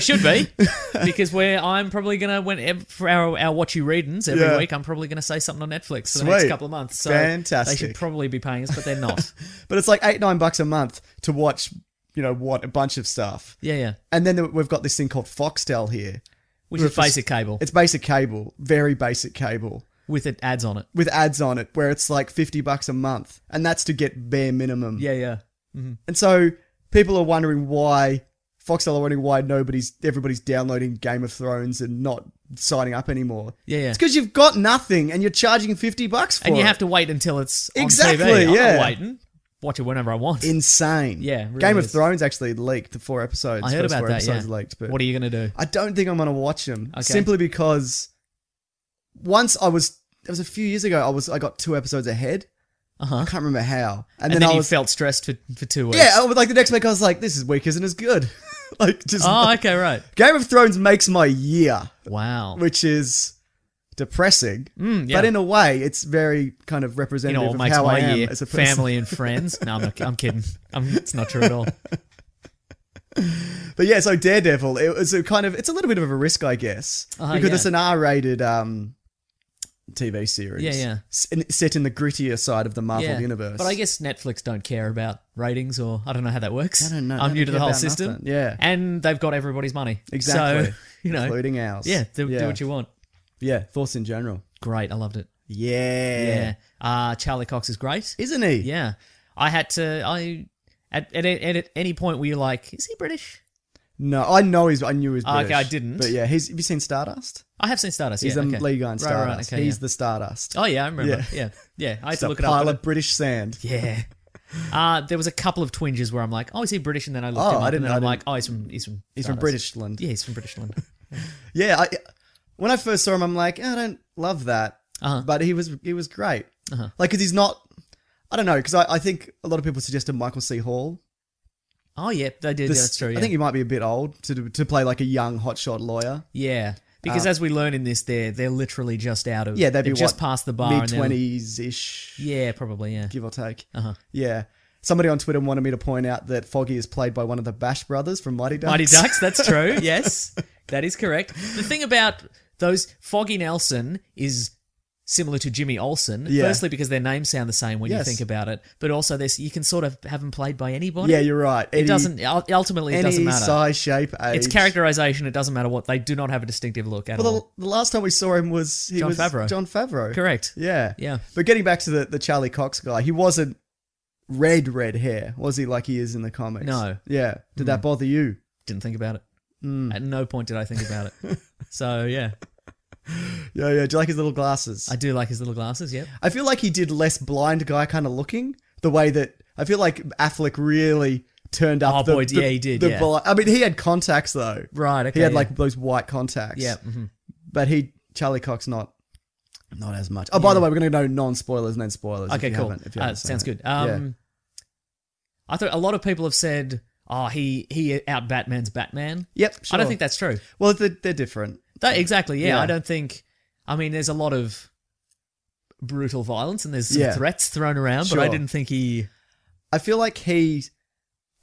[SPEAKER 3] should be because we're. I'm probably gonna when ev- for our, our what you readings every
[SPEAKER 1] Yeah.
[SPEAKER 3] week. I'm probably gonna say something on Netflix for the next
[SPEAKER 1] Sweet.
[SPEAKER 3] couple of months. So
[SPEAKER 1] Fantastic.
[SPEAKER 3] They should probably be paying us, but they're not.
[SPEAKER 1] But it's like eight, nine bucks a month to watch. You know what? A bunch of stuff,
[SPEAKER 3] yeah, yeah.
[SPEAKER 1] and then we've got this thing called Foxtel here.
[SPEAKER 3] Which
[SPEAKER 1] We're
[SPEAKER 3] is basic cable
[SPEAKER 1] It's basic cable, very basic cable
[SPEAKER 3] with it ads on it.
[SPEAKER 1] with ads on it, where it's like fifty bucks a month, and that's to get bare minimum.
[SPEAKER 3] Yeah, yeah.
[SPEAKER 1] And so people are wondering why Foxtel are wondering why nobody's everybody's downloading Game of Thrones and not signing up anymore.
[SPEAKER 3] Yeah, yeah.
[SPEAKER 1] It's because you've got nothing and you're charging fifty bucks for
[SPEAKER 3] And you
[SPEAKER 1] it.
[SPEAKER 3] have to wait until it's on
[SPEAKER 1] Exactly,
[SPEAKER 3] TV. I'm
[SPEAKER 1] yeah.
[SPEAKER 3] not waiting. Watch it whenever I want.
[SPEAKER 1] insane.
[SPEAKER 3] Yeah, it really
[SPEAKER 1] Game of
[SPEAKER 3] is.
[SPEAKER 1] Thrones actually leaked the four episodes.
[SPEAKER 3] I heard
[SPEAKER 1] first
[SPEAKER 3] about
[SPEAKER 1] four
[SPEAKER 3] that. Yeah.
[SPEAKER 1] Episodes leaked, but
[SPEAKER 3] what are you gonna do?
[SPEAKER 1] I don't think I'm gonna watch them
[SPEAKER 3] Okay.
[SPEAKER 1] simply because once I was it was a few years ago I was I got two episodes ahead.
[SPEAKER 3] Uh-huh.
[SPEAKER 1] I can't remember how, and,
[SPEAKER 3] And,
[SPEAKER 1] then,
[SPEAKER 3] then,
[SPEAKER 1] I
[SPEAKER 3] you
[SPEAKER 1] was
[SPEAKER 3] felt stressed for, for two weeks.
[SPEAKER 1] yeah I was like the next week I was like this is week isn't as good. like just
[SPEAKER 3] Oh, okay, right.
[SPEAKER 1] Game of Thrones makes my year,
[SPEAKER 3] Wow.
[SPEAKER 1] which is depressing.
[SPEAKER 3] Mm, yeah.
[SPEAKER 1] But in a way, it's very kind of
[SPEAKER 3] you
[SPEAKER 1] representative
[SPEAKER 3] know what
[SPEAKER 1] of
[SPEAKER 3] makes
[SPEAKER 1] how I
[SPEAKER 3] my
[SPEAKER 1] am
[SPEAKER 3] year?
[SPEAKER 1] as a person.
[SPEAKER 3] Family and friends. No, I'm, not, I'm kidding. I'm, it's not true at all.
[SPEAKER 1] But yeah, so Daredevil, it was a kind of it's a little bit of a risk, I guess,
[SPEAKER 3] Uh-huh,
[SPEAKER 1] because
[SPEAKER 3] yeah.
[SPEAKER 1] it's an R-rated um, TV series.
[SPEAKER 3] Yeah, yeah.
[SPEAKER 1] S- and it's set in the grittier side of the Marvel
[SPEAKER 3] Yeah.
[SPEAKER 1] universe.
[SPEAKER 3] But I guess Netflix don't care about ratings, or I don't know how that works.
[SPEAKER 1] I don't know.
[SPEAKER 3] I'm
[SPEAKER 1] They
[SPEAKER 3] new
[SPEAKER 1] don't care
[SPEAKER 3] to the whole
[SPEAKER 1] about
[SPEAKER 3] system.
[SPEAKER 1] nothing. Yeah.
[SPEAKER 3] And they've got everybody's money.
[SPEAKER 1] exactly,
[SPEAKER 3] So, you know.
[SPEAKER 1] including ours.
[SPEAKER 3] yeah, do,
[SPEAKER 1] yeah,
[SPEAKER 3] do what you want.
[SPEAKER 1] Yeah, thoughts in general.
[SPEAKER 3] Great. I loved it.
[SPEAKER 1] Yeah,
[SPEAKER 3] Yeah. Uh, Charlie Cox is great.
[SPEAKER 1] isn't he?
[SPEAKER 3] Yeah. I had to. I at, at, at, at any point were you like, is he British?
[SPEAKER 1] No, I know he's. I knew he was.
[SPEAKER 3] Oh, okay,
[SPEAKER 1] British,
[SPEAKER 3] I didn't.
[SPEAKER 1] But yeah, he's. Have you seen Stardust?
[SPEAKER 3] I have seen Stardust.
[SPEAKER 1] He's
[SPEAKER 3] yeah,
[SPEAKER 1] the
[SPEAKER 3] okay.
[SPEAKER 1] lead guy in
[SPEAKER 3] Right,
[SPEAKER 1] Stardust.
[SPEAKER 3] Right, okay,
[SPEAKER 1] he's
[SPEAKER 3] yeah.
[SPEAKER 1] the Stardust.
[SPEAKER 3] Oh yeah, I remember.
[SPEAKER 1] Yeah.
[SPEAKER 3] Yeah, yeah. I had
[SPEAKER 1] It's a
[SPEAKER 3] to look it
[SPEAKER 1] pile
[SPEAKER 3] up.
[SPEAKER 1] of British sand.
[SPEAKER 3] yeah. Uh, there was a couple of twinges where I'm like, oh, is he British? And then I looked
[SPEAKER 1] Oh,
[SPEAKER 3] him
[SPEAKER 1] I
[SPEAKER 3] up,
[SPEAKER 1] didn't-
[SPEAKER 3] and then
[SPEAKER 1] I
[SPEAKER 3] I'm
[SPEAKER 1] didn't-
[SPEAKER 3] like, oh, he's from he's from
[SPEAKER 1] He's from
[SPEAKER 3] Stardust.
[SPEAKER 1] Britishland.
[SPEAKER 3] Yeah, he's from Britishland.
[SPEAKER 1] Yeah, I, when I first saw him, I'm like, "Eh, I don't love that,
[SPEAKER 3] Uh-huh.
[SPEAKER 1] but he was he was great. Like, cause he's not. I don't know, because I, I think a lot of people suggested Michael C. Hall.
[SPEAKER 3] oh yeah, they did. yeah,
[SPEAKER 1] This-
[SPEAKER 3] that's true. Yeah,
[SPEAKER 1] I think he might be a bit old to to play like a young hotshot lawyer.
[SPEAKER 3] yeah. Because as we learn in this, they're they're literally just out of
[SPEAKER 1] uh, Yeah, they'd be
[SPEAKER 3] they've just
[SPEAKER 1] what,
[SPEAKER 3] past the bar.
[SPEAKER 1] Mid
[SPEAKER 3] and they're-
[SPEAKER 1] twenties ish,
[SPEAKER 3] Yeah, probably. Yeah.
[SPEAKER 1] give or take.
[SPEAKER 3] Uh-huh.
[SPEAKER 1] Yeah. Somebody on Twitter wanted me to point out that Foggy is played by one of the Bash brothers from Mighty Ducks.
[SPEAKER 3] Mighty Ducks. That's true. Yes, that is correct. The thing about those Foggy Nelson is similar to Jimmy Olsen.
[SPEAKER 1] Yeah.
[SPEAKER 3] Firstly, because their names sound the same when
[SPEAKER 1] Yes.
[SPEAKER 3] you think about it, but also this you can sort of have them played by anybody.
[SPEAKER 1] Yeah, you're right.
[SPEAKER 3] It doesn't. ul- Ultimately, it
[SPEAKER 1] Any
[SPEAKER 3] doesn't matter.
[SPEAKER 1] size, shape, age.
[SPEAKER 3] It's characterization. It doesn't matter what they do. Not have a distinctive look at all.
[SPEAKER 1] Well, the, the last time we saw him was he
[SPEAKER 3] Jon
[SPEAKER 1] was
[SPEAKER 3] Favreau.
[SPEAKER 1] John Favreau.
[SPEAKER 3] Correct.
[SPEAKER 1] Yeah.
[SPEAKER 3] Yeah.
[SPEAKER 1] But getting back to the, the Charlie Cox guy, he wasn't red red hair, was he? Like he is in the comics.
[SPEAKER 3] No. Mm.
[SPEAKER 1] Yeah. Did that bother you?
[SPEAKER 3] Didn't think about it.
[SPEAKER 1] Hmm.
[SPEAKER 3] At no point did I think about it. so yeah,
[SPEAKER 1] Yeah, yeah. Do you like his little glasses?
[SPEAKER 3] I do like his little glasses. Yep.
[SPEAKER 1] I feel like he did less blind guy kind of looking. The way that I feel like Affleck really turned up.
[SPEAKER 3] Oh,
[SPEAKER 1] the,
[SPEAKER 3] boy,
[SPEAKER 1] the-
[SPEAKER 3] yeah, he did,
[SPEAKER 1] The
[SPEAKER 3] yeah.
[SPEAKER 1] bli- I mean, he had contacts though.
[SPEAKER 3] Right. Okay.
[SPEAKER 1] he had
[SPEAKER 3] yeah.
[SPEAKER 1] like those white contacts.
[SPEAKER 3] yeah. mhm.
[SPEAKER 1] but he Charlie Cox not not as much. Oh, by the way, we're gonna go non spoilers and then spoilers.
[SPEAKER 3] Okay,
[SPEAKER 1] if you
[SPEAKER 3] cool.
[SPEAKER 1] haven't- if you
[SPEAKER 3] Uh,
[SPEAKER 1] haven't seen
[SPEAKER 3] sounds
[SPEAKER 1] it.
[SPEAKER 3] good.
[SPEAKER 1] Yeah.
[SPEAKER 3] Um, I thought a lot of people have said, "Oh, he he out Batman's Batman."
[SPEAKER 1] Yep.
[SPEAKER 3] I don't
[SPEAKER 1] sure.
[SPEAKER 3] think that's true.
[SPEAKER 1] Well, they're, they're different.
[SPEAKER 3] That exactly. Yeah,
[SPEAKER 1] Yeah.
[SPEAKER 3] I don't think. I mean, there's a lot of brutal violence and there's some
[SPEAKER 1] Yeah.
[SPEAKER 3] threats thrown around, but I
[SPEAKER 1] Sure.
[SPEAKER 3] didn't think he.
[SPEAKER 1] I feel like he.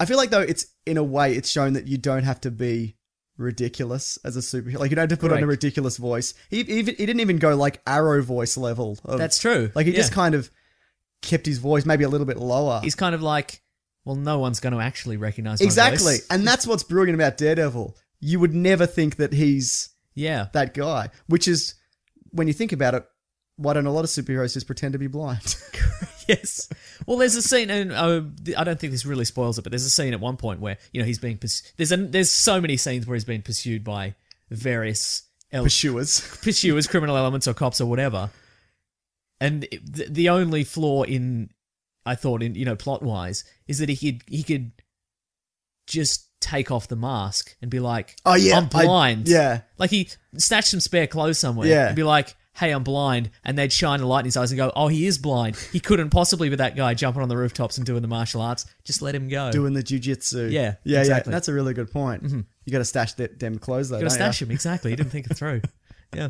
[SPEAKER 1] I feel like though it's in a way it's shown that you don't have to be ridiculous as a superhero. Like you don't have to put on a
[SPEAKER 3] Correct.
[SPEAKER 1] ridiculous voice. He, he, even- he didn't even go like Arrow voice level. Of,
[SPEAKER 3] That's true.
[SPEAKER 1] Like he
[SPEAKER 3] Yeah.
[SPEAKER 1] just kind of kept his voice maybe a little bit lower.
[SPEAKER 3] He's kind of like well, no one's going to actually recognize my
[SPEAKER 1] Exactly.
[SPEAKER 3] voice.
[SPEAKER 1] And that's what's brilliant about Daredevil. You would never think that he's
[SPEAKER 3] Yeah,
[SPEAKER 1] that guy, which is, when you think about it, why don't a lot of superheroes just pretend to be blind?
[SPEAKER 3] yes. Well, there's a scene, and uh, th- I don't think this really spoils it, but there's a scene at one point where you know he's being pursued. There's a, there's so many scenes where he's being pursued by various el-
[SPEAKER 1] Pursuers.
[SPEAKER 3] pursuers, criminal elements, or cops, or whatever. And it- th- the only flaw in, I thought, in you know, plot wise, is that he could he could just take off the mask and be like,
[SPEAKER 1] Oh, yeah,
[SPEAKER 3] I'm
[SPEAKER 1] I-
[SPEAKER 3] blind."
[SPEAKER 1] yeah.
[SPEAKER 3] like he snatched some spare clothes somewhere.
[SPEAKER 1] Yeah.
[SPEAKER 3] and be like. Hey, I'm blind, and they'd shine a light in his eyes and go, "Oh, he is blind. He couldn't possibly be that guy jumping on the rooftops and doing the martial arts. Just let him go.
[SPEAKER 1] Doing the jujitsu.
[SPEAKER 3] Yeah,
[SPEAKER 1] Yeah,
[SPEAKER 3] exactly.
[SPEAKER 1] yeah. That's a really good point. You got to stash that damn clothes, though.
[SPEAKER 3] Got to
[SPEAKER 1] don't ya?
[SPEAKER 3] stash him. Exactly. He didn't think it through. Yeah.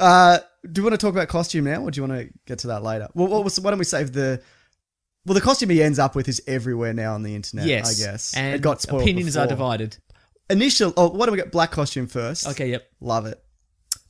[SPEAKER 1] Uh, do you want to talk about costume now, or do you want to get to that later? Well, what was, why don't we save the? Well, the costume he ends up with is everywhere now on the internet.
[SPEAKER 3] Yes.
[SPEAKER 1] I guess
[SPEAKER 3] And
[SPEAKER 1] it got spoiled.
[SPEAKER 3] opinions are
[SPEAKER 1] before.
[SPEAKER 3] divided.
[SPEAKER 1] Initial. Oh, why don't we get black costume first?
[SPEAKER 3] Okay. Yep.
[SPEAKER 1] love it.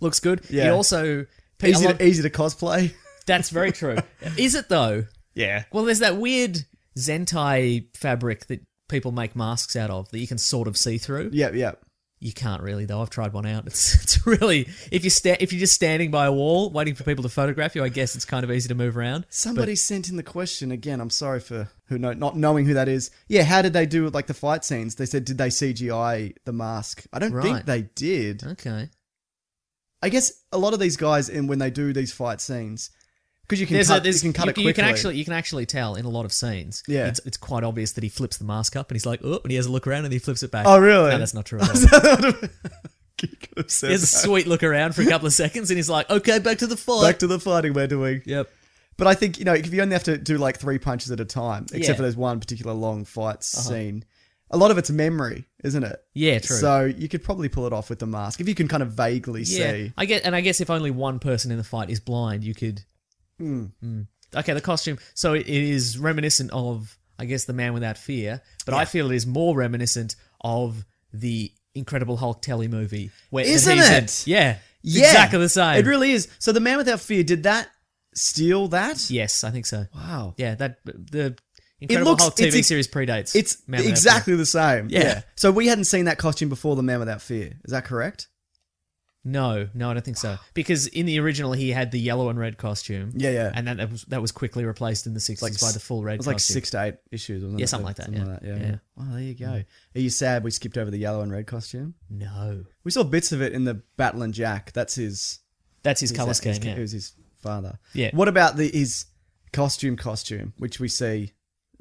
[SPEAKER 3] looks good. He
[SPEAKER 1] Yeah.
[SPEAKER 3] also Pe- I
[SPEAKER 1] Easy,
[SPEAKER 3] love-
[SPEAKER 1] to, easy to cosplay.
[SPEAKER 3] that's very true. Is it though?
[SPEAKER 1] Yeah.
[SPEAKER 3] Well, there's that weird zentai fabric that people make masks out of that you can sort of see through.
[SPEAKER 1] Yep. Yep.
[SPEAKER 3] You can't really though. I've tried one out. It's it's really if you sta- if you're just standing by a wall waiting for people to photograph you, I guess it's kind of easy to move around.
[SPEAKER 1] Somebody sent in the question again. I'm sorry for who know, not knowing who that is. Yeah, how did they do with, like the fight scenes? They said did they CGI the mask? I don't
[SPEAKER 3] Right.
[SPEAKER 1] think they did.
[SPEAKER 3] Okay.
[SPEAKER 1] I guess a lot of these guys, and when they do these fight scenes, because you can
[SPEAKER 3] There's
[SPEAKER 1] cut,
[SPEAKER 3] a, there's,
[SPEAKER 1] you can cut
[SPEAKER 3] you,
[SPEAKER 1] it quickly.
[SPEAKER 3] you can actually you can actually tell in a lot of scenes.
[SPEAKER 1] Yeah.
[SPEAKER 3] It's, it's quite obvious that he flips the mask up and he's like, oh, and he has a look around and he flips it back.
[SPEAKER 1] Oh, really?
[SPEAKER 3] No, that's not true. At all.
[SPEAKER 1] You could have said
[SPEAKER 3] He has a
[SPEAKER 1] that.
[SPEAKER 3] sweet look around for a couple of seconds and he's like, okay, back to the fight.
[SPEAKER 1] Back to the fighting we're doing.
[SPEAKER 3] yep.
[SPEAKER 1] But I think, you know, if you only have to do like three punches at a time, except
[SPEAKER 3] Yeah.
[SPEAKER 1] for there's one particular long fight scene, a lot of it's memory, isn't it?
[SPEAKER 3] Yeah, true.
[SPEAKER 1] So you could probably pull it off with the mask if you can kind of vaguely
[SPEAKER 3] yeah,
[SPEAKER 1] see.
[SPEAKER 3] I get, and I guess if only one person in the fight is blind, you could.
[SPEAKER 1] Hmm.
[SPEAKER 3] Mm. Okay, the costume. So it is reminiscent of, I guess, the Man Without Fear, but I feel it is more reminiscent of the Incredible Hulk telly movie. Where that
[SPEAKER 1] Isn't
[SPEAKER 3] he's in.
[SPEAKER 1] it?
[SPEAKER 3] Yeah, it's
[SPEAKER 1] Yeah.
[SPEAKER 3] exactly the same.
[SPEAKER 1] It really is. So the man without fear did that steal that?
[SPEAKER 3] Yes, I think so.
[SPEAKER 1] Wow.
[SPEAKER 3] Yeah, that the Incredible
[SPEAKER 1] looks-
[SPEAKER 3] Hulk TV
[SPEAKER 1] it's ex-
[SPEAKER 3] series predates.
[SPEAKER 1] It's
[SPEAKER 3] Man Without
[SPEAKER 1] exactly the same.
[SPEAKER 3] Yeah.
[SPEAKER 1] So we hadn't seen that costume before the man without fear. Is that correct?
[SPEAKER 3] Fear. No, no, I don't think so. Because in the original, he had the yellow and red costume.
[SPEAKER 1] Yeah, yeah.
[SPEAKER 3] And that, that was that was quickly replaced in the sixties by the full red.
[SPEAKER 1] It was like
[SPEAKER 3] costume.
[SPEAKER 1] six to eight issues, wasn't
[SPEAKER 3] Yeah,
[SPEAKER 1] it?
[SPEAKER 3] something like that, yeah.
[SPEAKER 1] yeah.
[SPEAKER 3] Yeah. Mm.
[SPEAKER 1] Wow, there you go. Are you sad we skipped over the yellow and red costume?
[SPEAKER 3] No,
[SPEAKER 1] We saw bits of it in the Battle and Jack. That's his
[SPEAKER 3] that's his color
[SPEAKER 1] his-
[SPEAKER 3] scheme.
[SPEAKER 1] his-
[SPEAKER 3] yeah.
[SPEAKER 1] It was his father.
[SPEAKER 3] Yeah.
[SPEAKER 1] What about the his costume costume, which we see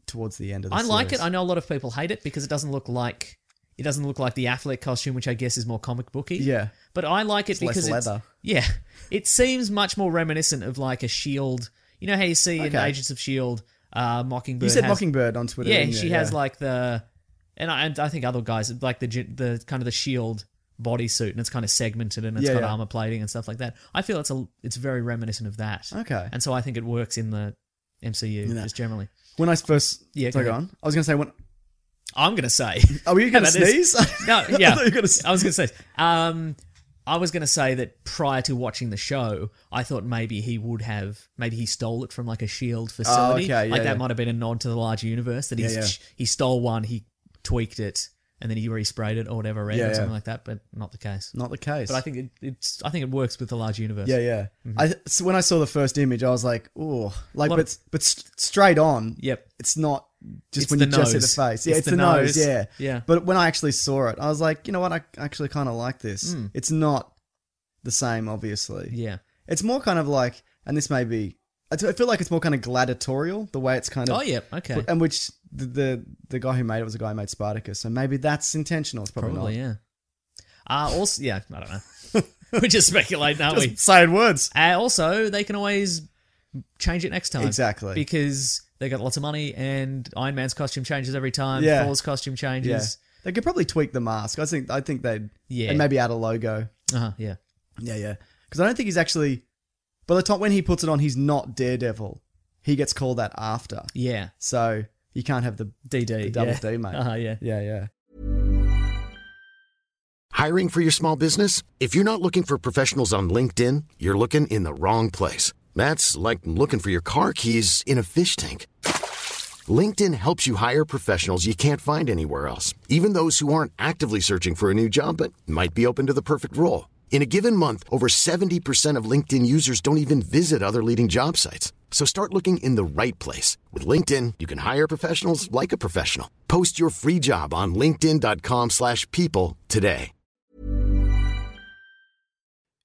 [SPEAKER 1] towards the end of the
[SPEAKER 3] I like it.
[SPEAKER 1] series?
[SPEAKER 3] I know a lot of people hate it because it doesn't look like it doesn't look like the Affleck costume, which I guess is more comic booky.
[SPEAKER 1] Yeah.
[SPEAKER 3] but I like it
[SPEAKER 1] less
[SPEAKER 3] because it's-
[SPEAKER 1] leather.
[SPEAKER 3] yeah, it seems much more reminiscent of like a Shield. You know how you see in
[SPEAKER 1] Okay.
[SPEAKER 3] Agents of Shield, uh, Mockingbird.
[SPEAKER 1] You said
[SPEAKER 3] has-
[SPEAKER 1] Mockingbird on Twitter.
[SPEAKER 3] Yeah,
[SPEAKER 1] didn't you?
[SPEAKER 3] she has like the, and I, and I think other guys like the gen- the kind of the Shield bodysuit and it's kind of segmented and it's
[SPEAKER 1] Yeah,
[SPEAKER 3] got
[SPEAKER 1] yeah.
[SPEAKER 3] armor plating and stuff like that. I feel it's a it's very reminiscent of that.
[SPEAKER 1] Okay.
[SPEAKER 3] and so I think it works in the MCU
[SPEAKER 1] In that-
[SPEAKER 3] just generally.
[SPEAKER 1] when I first
[SPEAKER 3] Yeah,
[SPEAKER 1] yeah,
[SPEAKER 3] go
[SPEAKER 1] took
[SPEAKER 3] ahead.
[SPEAKER 1] on, I was gonna say when.
[SPEAKER 3] I'm gonna say.
[SPEAKER 1] Are we gonna
[SPEAKER 3] How about this?
[SPEAKER 1] sneeze?
[SPEAKER 3] No, yeah.
[SPEAKER 1] I thought you were gonna s-
[SPEAKER 3] I was gonna say. Um, I was gonna say that prior to watching the show, I thought maybe he would have, maybe he stole it from like a Shield E facility.
[SPEAKER 1] Oh, okay, yeah,
[SPEAKER 3] like that
[SPEAKER 1] yeah.
[SPEAKER 3] might have been a nod to the larger universe that he's,
[SPEAKER 1] Yeah, yeah.
[SPEAKER 3] he stole one, he tweaked it, and then he resprayed it or whatever, red
[SPEAKER 1] Yeah,
[SPEAKER 3] or
[SPEAKER 1] yeah.
[SPEAKER 3] something like that. But not the case.
[SPEAKER 1] Not the case.
[SPEAKER 3] But I think it, it's, I think it works with the large universe.
[SPEAKER 1] Yeah, yeah.
[SPEAKER 3] mm-hmm.
[SPEAKER 1] I so when I saw the first image, I was like, "Oh, like,
[SPEAKER 3] Lot
[SPEAKER 1] but but st- straight on,
[SPEAKER 3] Yep.
[SPEAKER 1] it's not just
[SPEAKER 3] It's
[SPEAKER 1] when
[SPEAKER 3] the
[SPEAKER 1] you just see the
[SPEAKER 3] nose.
[SPEAKER 1] face. Yeah,
[SPEAKER 3] It's
[SPEAKER 1] it's,
[SPEAKER 3] the
[SPEAKER 1] the, nose.
[SPEAKER 3] nose.
[SPEAKER 1] Yeah,
[SPEAKER 3] Yeah.
[SPEAKER 1] But when I actually saw it, I was like, you know what? I actually kind of like this. It's not the same, obviously.
[SPEAKER 3] Hmm. Yeah.
[SPEAKER 1] It's more kind of like, and this may be, I t- I feel like it's more kind of gladiatorial the way it's kind of.
[SPEAKER 3] Oh, yeah. Okay.
[SPEAKER 1] And which the, the the guy who made it was a guy who made Spartacus, so maybe that's intentional. It's probably,
[SPEAKER 3] Probably.
[SPEAKER 1] not.
[SPEAKER 3] Yeah. Uh, also, yeah. I don't know. We're just speculating, aren't we?
[SPEAKER 1] Just saying words.
[SPEAKER 3] Uh, also, they can always change it next time.
[SPEAKER 1] Exactly.
[SPEAKER 3] Because they got lots of money and Iron Man's costume changes every time,
[SPEAKER 1] Yeah.
[SPEAKER 3] Thor's costume
[SPEAKER 1] Yeah.
[SPEAKER 3] changes.
[SPEAKER 1] They could probably tweak the mask. I think. I think they'd.
[SPEAKER 3] Yeah.
[SPEAKER 1] And maybe add a logo.
[SPEAKER 3] Yeah. Uh-huh, yeah.
[SPEAKER 1] Yeah, yeah. Because I don't think he's actually. By the time when he puts it on, he's not Daredevil. He gets called that after.
[SPEAKER 3] Yeah.
[SPEAKER 1] So you can't have the
[SPEAKER 3] DD.
[SPEAKER 1] the double
[SPEAKER 3] yeah.
[SPEAKER 1] D, mate.
[SPEAKER 3] Uh-huh, yeah.
[SPEAKER 1] Yeah, yeah.
[SPEAKER 4] Hiring for your small business? If you're not looking for professionals on LinkedIn, you're looking in the wrong place. That's like looking for your car keys in a fish tank. LinkedIn helps you hire professionals you can't find anywhere else, even those who aren't actively searching for a new job but might be open to the perfect role. In a given month, over 70% of LinkedIn users don't even visit other leading job sites. So start looking in the right place. With LinkedIn, you can hire professionals like a professional. Post your free job on linkedin.com/people slash people today.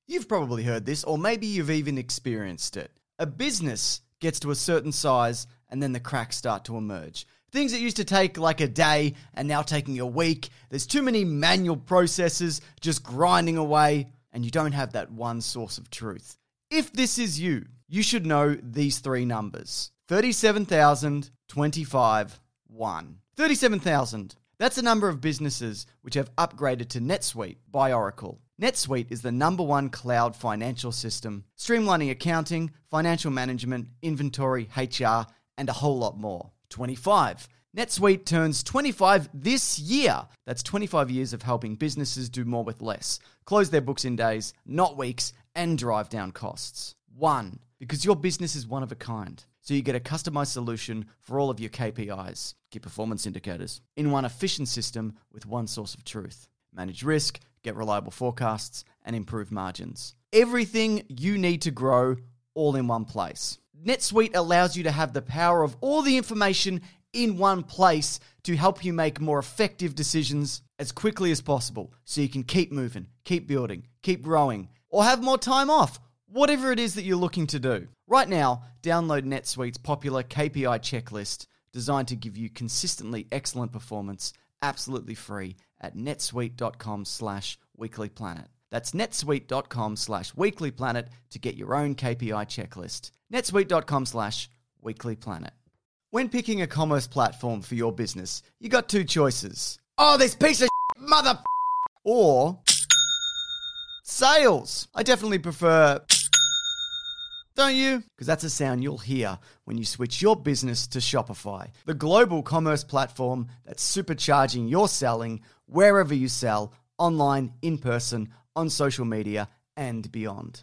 [SPEAKER 1] You've probably heard this, or maybe you've even experienced it. A business gets to a certain size, and then the cracks start to emerge. Things that used to take like a day and now taking a week. There's too many manual processes just grinding away, and you don't have that one source of truth. If this is you, you should know these three numbers 37,025, 1. 37,000. That's the number of businesses which have upgraded to NetSuite by Oracle. NetSuite is the number one cloud financial system, streamlining accounting, financial management, inventory, HR, and a whole lot more. 25. NetSuite turns 25 this year. That's 25 years of helping businesses do more with less, close their books in days, not weeks, and drive down costs. One, because your business is one of a kind. So you get a customized solution for all of your KPIs, key performance indicators, in one efficient system with one source of truth. Manage risk, get reliable forecasts, and improve margins. Everything you need to grow all in one place. NetSuite allows you to have the power of all the information in one place to help you make more effective decisions as quickly as possible so you can keep moving, keep building, keep growing, or have more time off, whatever it is that you're looking to do. Right now, download NetSuite's popular KPI checklist designed to give you consistently excellent performance absolutely free at netsuite.com slash weeklyplanet. That's netsuite.com slash weeklyplanet to get your own KPI checklist. netsuite.com slash weeklyplanet. When picking a commerce platform for your business, you got two choices. Oh, this piece of mother f- or sales. I definitely prefer don't you? Because that's a sound you'll hear when you switch your business to Shopify, the global commerce platform that's supercharging your selling wherever you sell, online, in person, on social media, and beyond.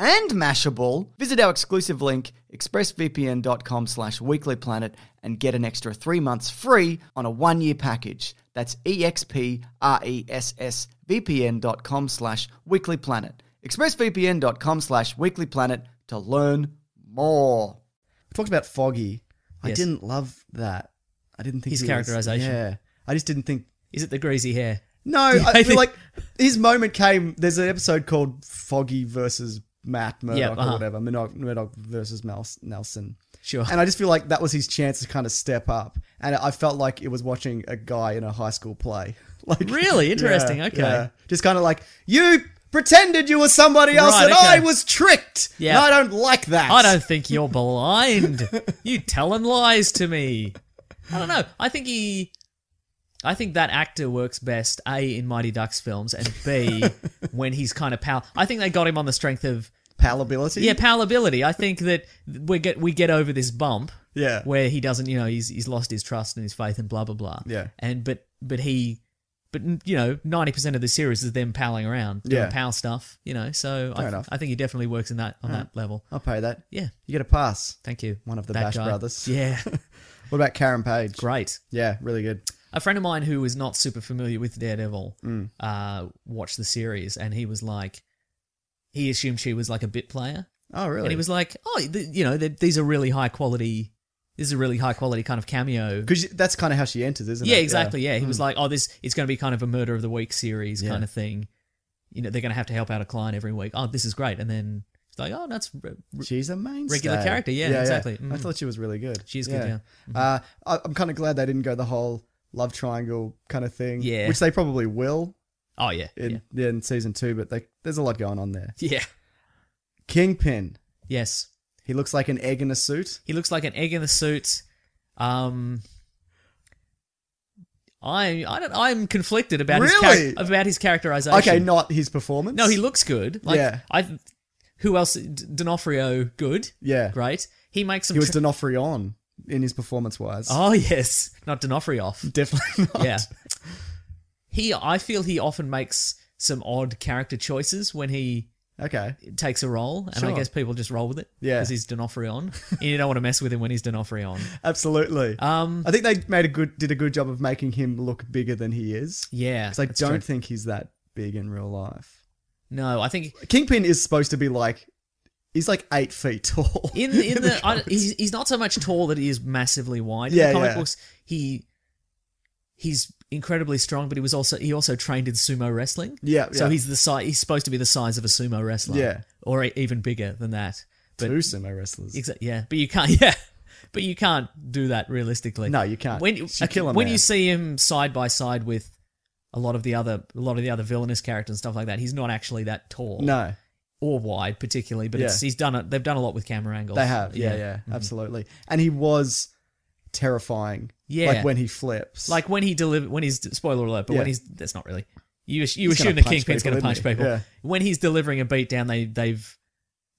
[SPEAKER 1] and Mashable, visit our exclusive link, expressvpn.com slash weeklyplanet, and get an extra three months free on a one-year package. That's E expressvpn.com slash weeklyplanet. expressvpn.com slash weeklyplanet to learn more.
[SPEAKER 5] We talked about Foggy. I
[SPEAKER 3] Yes.
[SPEAKER 5] didn't love that. I didn't think
[SPEAKER 3] His
[SPEAKER 5] he was-
[SPEAKER 3] characterization.
[SPEAKER 5] yeah, I just didn't think.
[SPEAKER 3] Is it the greasy hair?
[SPEAKER 5] No,
[SPEAKER 3] Yeah,
[SPEAKER 5] I,
[SPEAKER 3] I
[SPEAKER 5] feel
[SPEAKER 3] think-
[SPEAKER 5] like his moment came. There's an episode called Foggy versus Matt Murdock
[SPEAKER 3] uh-huh.
[SPEAKER 5] or whatever. Murdoch, Murdoch versus Mel- Nelson.
[SPEAKER 3] Sure.
[SPEAKER 5] And I just feel like that was his chance to kind of step up. And I felt like it was watching a guy in a high school play. Like
[SPEAKER 3] Really? Interesting.
[SPEAKER 5] yeah,
[SPEAKER 3] Okay.
[SPEAKER 5] yeah. Just kind of like you pretended you were somebody else
[SPEAKER 3] Right,
[SPEAKER 5] and
[SPEAKER 3] okay.
[SPEAKER 5] I was tricked.
[SPEAKER 3] Yeah.
[SPEAKER 5] And I don't like that.
[SPEAKER 3] I don't think you're blind. you telling lies to me. I don't know. I think he. I think that actor works best a in Mighty Ducks films and b when he's kind of power. I think they got him on the strength of
[SPEAKER 5] palatability.
[SPEAKER 3] yeah palatability. I think that we get we get over this bump
[SPEAKER 5] Yeah.
[SPEAKER 3] where he doesn't you know he's he's lost his trust and his faith and blah blah blah
[SPEAKER 5] Yeah.
[SPEAKER 3] and but but he but you know ninety percent of the series is them palling around doing
[SPEAKER 5] Yeah.
[SPEAKER 3] pal stuff you know so I,
[SPEAKER 5] enough.
[SPEAKER 3] I think he definitely works in that on that level
[SPEAKER 5] I'll pay that.
[SPEAKER 3] yeah
[SPEAKER 5] You get a pass.
[SPEAKER 3] Thank you.
[SPEAKER 5] One of the
[SPEAKER 3] That
[SPEAKER 5] Bash
[SPEAKER 3] guy.
[SPEAKER 5] brothers.
[SPEAKER 3] Yeah,
[SPEAKER 5] What about Karen Page?
[SPEAKER 3] great.
[SPEAKER 5] Yeah, really good.
[SPEAKER 3] A friend of mine who is not super familiar with Daredevil
[SPEAKER 5] Mm.
[SPEAKER 3] uh, watched the series, and he was like, he assumed she was like a bit player,
[SPEAKER 5] Oh, really?
[SPEAKER 3] and he was like, oh, th- you know, th- these are really high quality. This is a really high quality kind of cameo.
[SPEAKER 5] because that's kind of how she enters, isn't
[SPEAKER 3] yeah,
[SPEAKER 5] it? Hmm.
[SPEAKER 3] exactly. Yeah, he was like, oh, this is going to be kind of a murder of the week series kind of thing. You know, they're going to have to help out a client every week. Oh, this is great, and then it's like, oh, that's r- r-
[SPEAKER 5] She's a mainstay.
[SPEAKER 3] Regular character, yeah, exactly.
[SPEAKER 5] I
[SPEAKER 3] Mm.
[SPEAKER 5] thought she was really good.
[SPEAKER 3] She is good, Mm-hmm.
[SPEAKER 5] Uh, I, I'm kind of glad they didn't go the whole love triangle kind of thing.
[SPEAKER 3] Yeah.
[SPEAKER 5] Which they probably will
[SPEAKER 3] oh yeah, yeah,
[SPEAKER 5] in, in season two, but they, there's a lot going on there.
[SPEAKER 3] yeah,
[SPEAKER 5] Kingpin.
[SPEAKER 3] yes.
[SPEAKER 5] He looks like an egg in a suit.
[SPEAKER 3] He looks like an egg in the suit. Um, I I don't I'm conflicted about
[SPEAKER 5] Really?
[SPEAKER 3] his charac- about his characterization.
[SPEAKER 5] Okay, not his performance.
[SPEAKER 3] no, he looks good. Like,
[SPEAKER 5] Yeah.
[SPEAKER 3] I who else? D- D'Onofrio, good,
[SPEAKER 5] Yeah.
[SPEAKER 3] great. He makes some.
[SPEAKER 5] He was
[SPEAKER 3] tr-
[SPEAKER 5] D'Onofrion in his performance wise.
[SPEAKER 3] oh yes, not D'Onofrio. off.
[SPEAKER 5] Definitely not.
[SPEAKER 3] yeah. He I feel he often makes some odd character choices when he
[SPEAKER 5] Okay.
[SPEAKER 3] takes a role, and I
[SPEAKER 5] Sure.
[SPEAKER 3] guess people just roll with it.
[SPEAKER 5] Yeah.
[SPEAKER 3] because he's D'Onofrio, and you don't want to mess with him when he's D'Onofrio.
[SPEAKER 5] Absolutely.
[SPEAKER 3] Um,
[SPEAKER 5] I think they made a good did a good job of making him look bigger than he is.
[SPEAKER 3] yeah,
[SPEAKER 5] Because I
[SPEAKER 3] that's
[SPEAKER 5] don't
[SPEAKER 3] true.
[SPEAKER 5] think he's that big in real life.
[SPEAKER 3] No, I think
[SPEAKER 5] Kingpin is supposed to be like he's like eight feet tall.
[SPEAKER 3] in the, in the I, he's, he's not so much tall that he is massively wide. in
[SPEAKER 5] Yeah,
[SPEAKER 3] the comic
[SPEAKER 5] yeah.
[SPEAKER 3] books, he he's incredibly strong, but he was also he also trained in sumo wrestling.
[SPEAKER 5] Yeah,
[SPEAKER 3] so
[SPEAKER 5] Uh, yeah.
[SPEAKER 3] he's the size he's supposed to be the size of a sumo wrestler.
[SPEAKER 5] Yeah.
[SPEAKER 3] or e- even bigger than that. But
[SPEAKER 5] two sumo wrestlers.
[SPEAKER 3] exa- yeah, but you can't. Yeah, but you can't do that realistically.
[SPEAKER 5] No, you can't.
[SPEAKER 3] When
[SPEAKER 5] You kill a
[SPEAKER 3] when
[SPEAKER 5] man.
[SPEAKER 3] you see him side by side with a lot of the other a lot of the other villainous characters and stuff like that, he's not actually that tall.
[SPEAKER 5] no,
[SPEAKER 3] or wide particularly, but it's,
[SPEAKER 5] Yeah.
[SPEAKER 3] he's done it. They've done a lot with camera angles. Mm-hmm.
[SPEAKER 5] they have. Yeah, yeah, absolutely. And he was terrifying.
[SPEAKER 3] Yeah.
[SPEAKER 5] like when he flips.
[SPEAKER 3] Like when he deliver when he's spoiler alert, but when
[SPEAKER 5] Yeah.
[SPEAKER 3] he's that's not really you. ass- You
[SPEAKER 5] He's gonna
[SPEAKER 3] assume the
[SPEAKER 5] punch
[SPEAKER 3] kingpin's
[SPEAKER 5] people,
[SPEAKER 3] going to punch
[SPEAKER 5] isn't he?
[SPEAKER 3] people
[SPEAKER 5] Yeah.
[SPEAKER 3] when he's delivering a beatdown. They they've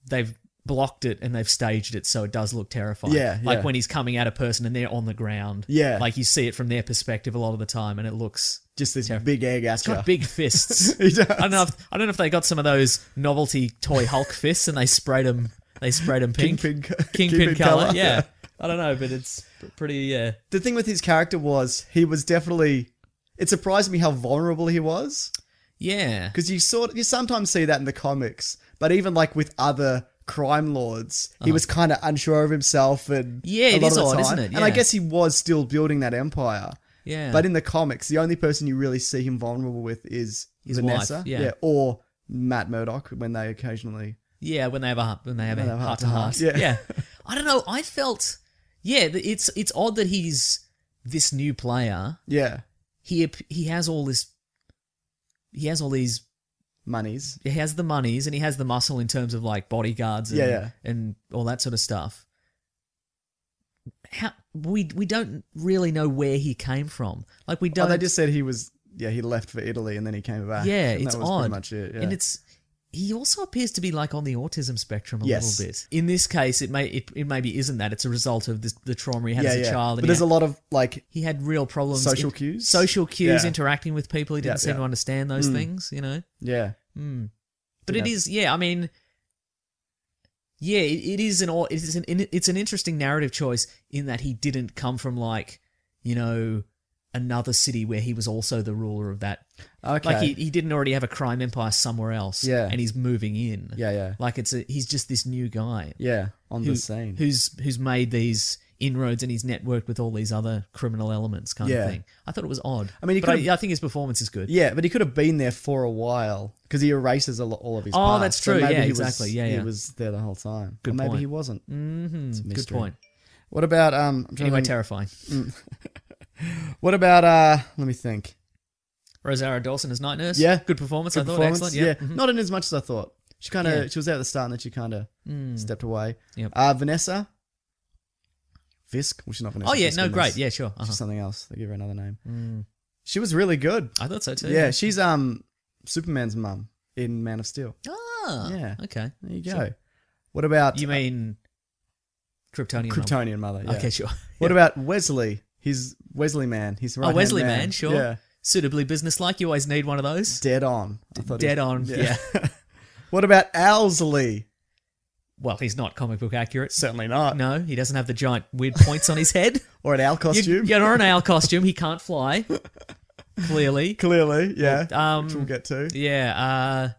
[SPEAKER 3] they've blocked it and they've staged it so it does look terrifying.
[SPEAKER 5] Yeah,
[SPEAKER 3] like
[SPEAKER 5] yeah.
[SPEAKER 3] when he's coming at a person and they're on the ground.
[SPEAKER 5] Yeah.
[SPEAKER 3] like you see it from their perspective a lot of the time, and it looks
[SPEAKER 5] just this
[SPEAKER 3] terrifying.
[SPEAKER 5] big egg
[SPEAKER 3] It's
[SPEAKER 5] actor.
[SPEAKER 3] got big fists.
[SPEAKER 5] He does.
[SPEAKER 3] I don't know. If, I don't know if they got some of those novelty toy Hulk fists and they sprayed them. They sprayed them pink.
[SPEAKER 5] Kingpin co-
[SPEAKER 3] Kingpin,
[SPEAKER 5] kingpin
[SPEAKER 3] color.
[SPEAKER 5] colour,
[SPEAKER 3] Yeah.
[SPEAKER 5] yeah.
[SPEAKER 3] I don't know, but it's p- pretty. Yeah.
[SPEAKER 5] the thing with his character was he was definitely. It surprised me how vulnerable he was.
[SPEAKER 3] Yeah.
[SPEAKER 5] because you sort you sometimes see that in the comics, but even like with other crime lords, he was kind of unsure of himself and
[SPEAKER 3] Uh-huh. Yeah,
[SPEAKER 5] a
[SPEAKER 3] it
[SPEAKER 5] lot
[SPEAKER 3] is
[SPEAKER 5] of the
[SPEAKER 3] odd,
[SPEAKER 5] time.
[SPEAKER 3] isn't it?
[SPEAKER 5] And I
[SPEAKER 3] Yeah.
[SPEAKER 5] guess he was still building that empire.
[SPEAKER 3] Yeah.
[SPEAKER 5] But in the comics, the only person you really see him vulnerable with is
[SPEAKER 3] His
[SPEAKER 5] Vanessa,
[SPEAKER 3] wife, yeah.
[SPEAKER 5] or Matt Murdock when they occasionally.
[SPEAKER 3] yeah, when they have a heart- when they have
[SPEAKER 5] When
[SPEAKER 3] a
[SPEAKER 5] they have
[SPEAKER 3] heart to heart.
[SPEAKER 5] heart-to-heart, yeah.
[SPEAKER 3] I don't know. I felt. Yeah, th- it's it's odd that he's this new player.
[SPEAKER 5] Yeah,
[SPEAKER 3] He ap- he has all this. He has all these.
[SPEAKER 5] monies.
[SPEAKER 3] He has the monies and he has the muscle in terms of like bodyguards and,
[SPEAKER 5] Yeah, yeah.
[SPEAKER 3] and all that sort of stuff. how we we don't really know where he came from. Like we
[SPEAKER 5] Oh,
[SPEAKER 3] don't.
[SPEAKER 5] they just said he was. Yeah, he left for Italy and then he came back.
[SPEAKER 3] yeah,
[SPEAKER 5] and
[SPEAKER 3] it's
[SPEAKER 5] that was
[SPEAKER 3] odd.
[SPEAKER 5] Pretty much it. Yeah.
[SPEAKER 3] And it's he also appears to be like on the autism spectrum a
[SPEAKER 5] Yes.
[SPEAKER 3] little bit. In this case, it may it, it maybe isn't that. It's a result of this, the trauma he had
[SPEAKER 5] yeah,
[SPEAKER 3] as a
[SPEAKER 5] yeah.
[SPEAKER 3] child. and he
[SPEAKER 5] But there's
[SPEAKER 3] had-
[SPEAKER 5] a lot of like
[SPEAKER 3] he had real problems.
[SPEAKER 5] Social cues?
[SPEAKER 3] social cues,
[SPEAKER 5] Yeah.
[SPEAKER 3] interacting with people. He didn't
[SPEAKER 5] Yeah,
[SPEAKER 3] seem
[SPEAKER 5] yeah. Hmm.
[SPEAKER 3] to understand those things, you know. Hmm.
[SPEAKER 5] yeah.
[SPEAKER 3] But it
[SPEAKER 5] Yeah.
[SPEAKER 3] is, yeah. I mean, yeah, it, it is an au- it is an it's an interesting narrative choice in that he didn't come from like you know another city where he was also the ruler of that.
[SPEAKER 5] Okay.
[SPEAKER 3] Like he, he didn't already have a crime empire somewhere else.
[SPEAKER 5] Yeah.
[SPEAKER 3] and he's moving in.
[SPEAKER 5] yeah, yeah,
[SPEAKER 3] like it's a, he's just this new guy.
[SPEAKER 5] yeah. On
[SPEAKER 3] who-
[SPEAKER 5] the scene.
[SPEAKER 3] Who's who's made these inroads and he's networked with all these other criminal elements kind
[SPEAKER 5] Yeah.
[SPEAKER 3] of thing. I thought it was odd.
[SPEAKER 5] I mean, he
[SPEAKER 3] but
[SPEAKER 5] could've-
[SPEAKER 3] I, I think his performance is good.
[SPEAKER 5] Yeah, but he could have been there for a while because he erases a lo- all of his.
[SPEAKER 3] Oh,
[SPEAKER 5] past.
[SPEAKER 3] that's
[SPEAKER 5] So
[SPEAKER 3] true.
[SPEAKER 5] maybe
[SPEAKER 3] Yeah,
[SPEAKER 5] he was-
[SPEAKER 3] exactly. Yeah,
[SPEAKER 5] he
[SPEAKER 3] yeah.
[SPEAKER 5] was there the whole time.
[SPEAKER 3] Good
[SPEAKER 5] or maybe
[SPEAKER 3] point.
[SPEAKER 5] he wasn't.
[SPEAKER 3] Mhm.
[SPEAKER 5] a
[SPEAKER 3] Good
[SPEAKER 5] mystery.
[SPEAKER 3] point.
[SPEAKER 5] What about um? I'm trying to
[SPEAKER 3] Anyway,
[SPEAKER 5] think-
[SPEAKER 3] terrifying.
[SPEAKER 5] What about uh? Let me think.
[SPEAKER 3] Rosara Dawson as night nurse.
[SPEAKER 5] Yeah,
[SPEAKER 3] good performance. I
[SPEAKER 5] Good
[SPEAKER 3] thought
[SPEAKER 5] performance,
[SPEAKER 3] excellent. Yeah, Mhm.
[SPEAKER 5] not in as much as I thought. She kind of
[SPEAKER 3] Yeah. Mm.
[SPEAKER 5] she was there at the start and then she kind of stepped away.
[SPEAKER 3] Yep.
[SPEAKER 5] Uh, Vanessa. Fisk, well, she's not Vanessa.
[SPEAKER 3] Oh yeah,
[SPEAKER 5] Fisk
[SPEAKER 3] no,
[SPEAKER 5] in
[SPEAKER 3] great.
[SPEAKER 5] this.
[SPEAKER 3] Yeah, sure. Uh-huh.
[SPEAKER 5] she's something else. They give her another name. She was really good.
[SPEAKER 3] I thought so too.
[SPEAKER 5] Yeah, she's um Superman's mum in Man of Steel.
[SPEAKER 3] Ah,
[SPEAKER 5] Yeah.
[SPEAKER 3] Okay.
[SPEAKER 5] There you go.
[SPEAKER 3] Sure.
[SPEAKER 5] What about
[SPEAKER 3] You mean Kryptonian? Mum.
[SPEAKER 5] Kryptonian mother? yeah.
[SPEAKER 3] Okay, sure.
[SPEAKER 5] What about Wesley? He's Wesley man. He's right.
[SPEAKER 3] Oh, Wesley man, sure.
[SPEAKER 5] Yeah,
[SPEAKER 3] Suitably businesslike. You always need one of those.
[SPEAKER 5] dead on. I thought he-
[SPEAKER 3] Dead on. Yeah.
[SPEAKER 5] What about Owlsley?
[SPEAKER 3] well, he's not comic book accurate.
[SPEAKER 5] Certainly not.
[SPEAKER 3] No, he doesn't have the giant weird points on his head.
[SPEAKER 5] Or an owl costume.
[SPEAKER 3] You, you're an owl costume. He can't fly. Clearly.
[SPEAKER 5] Clearly, yeah.
[SPEAKER 3] Um,
[SPEAKER 5] which we'll get to.
[SPEAKER 3] Yeah. Uh,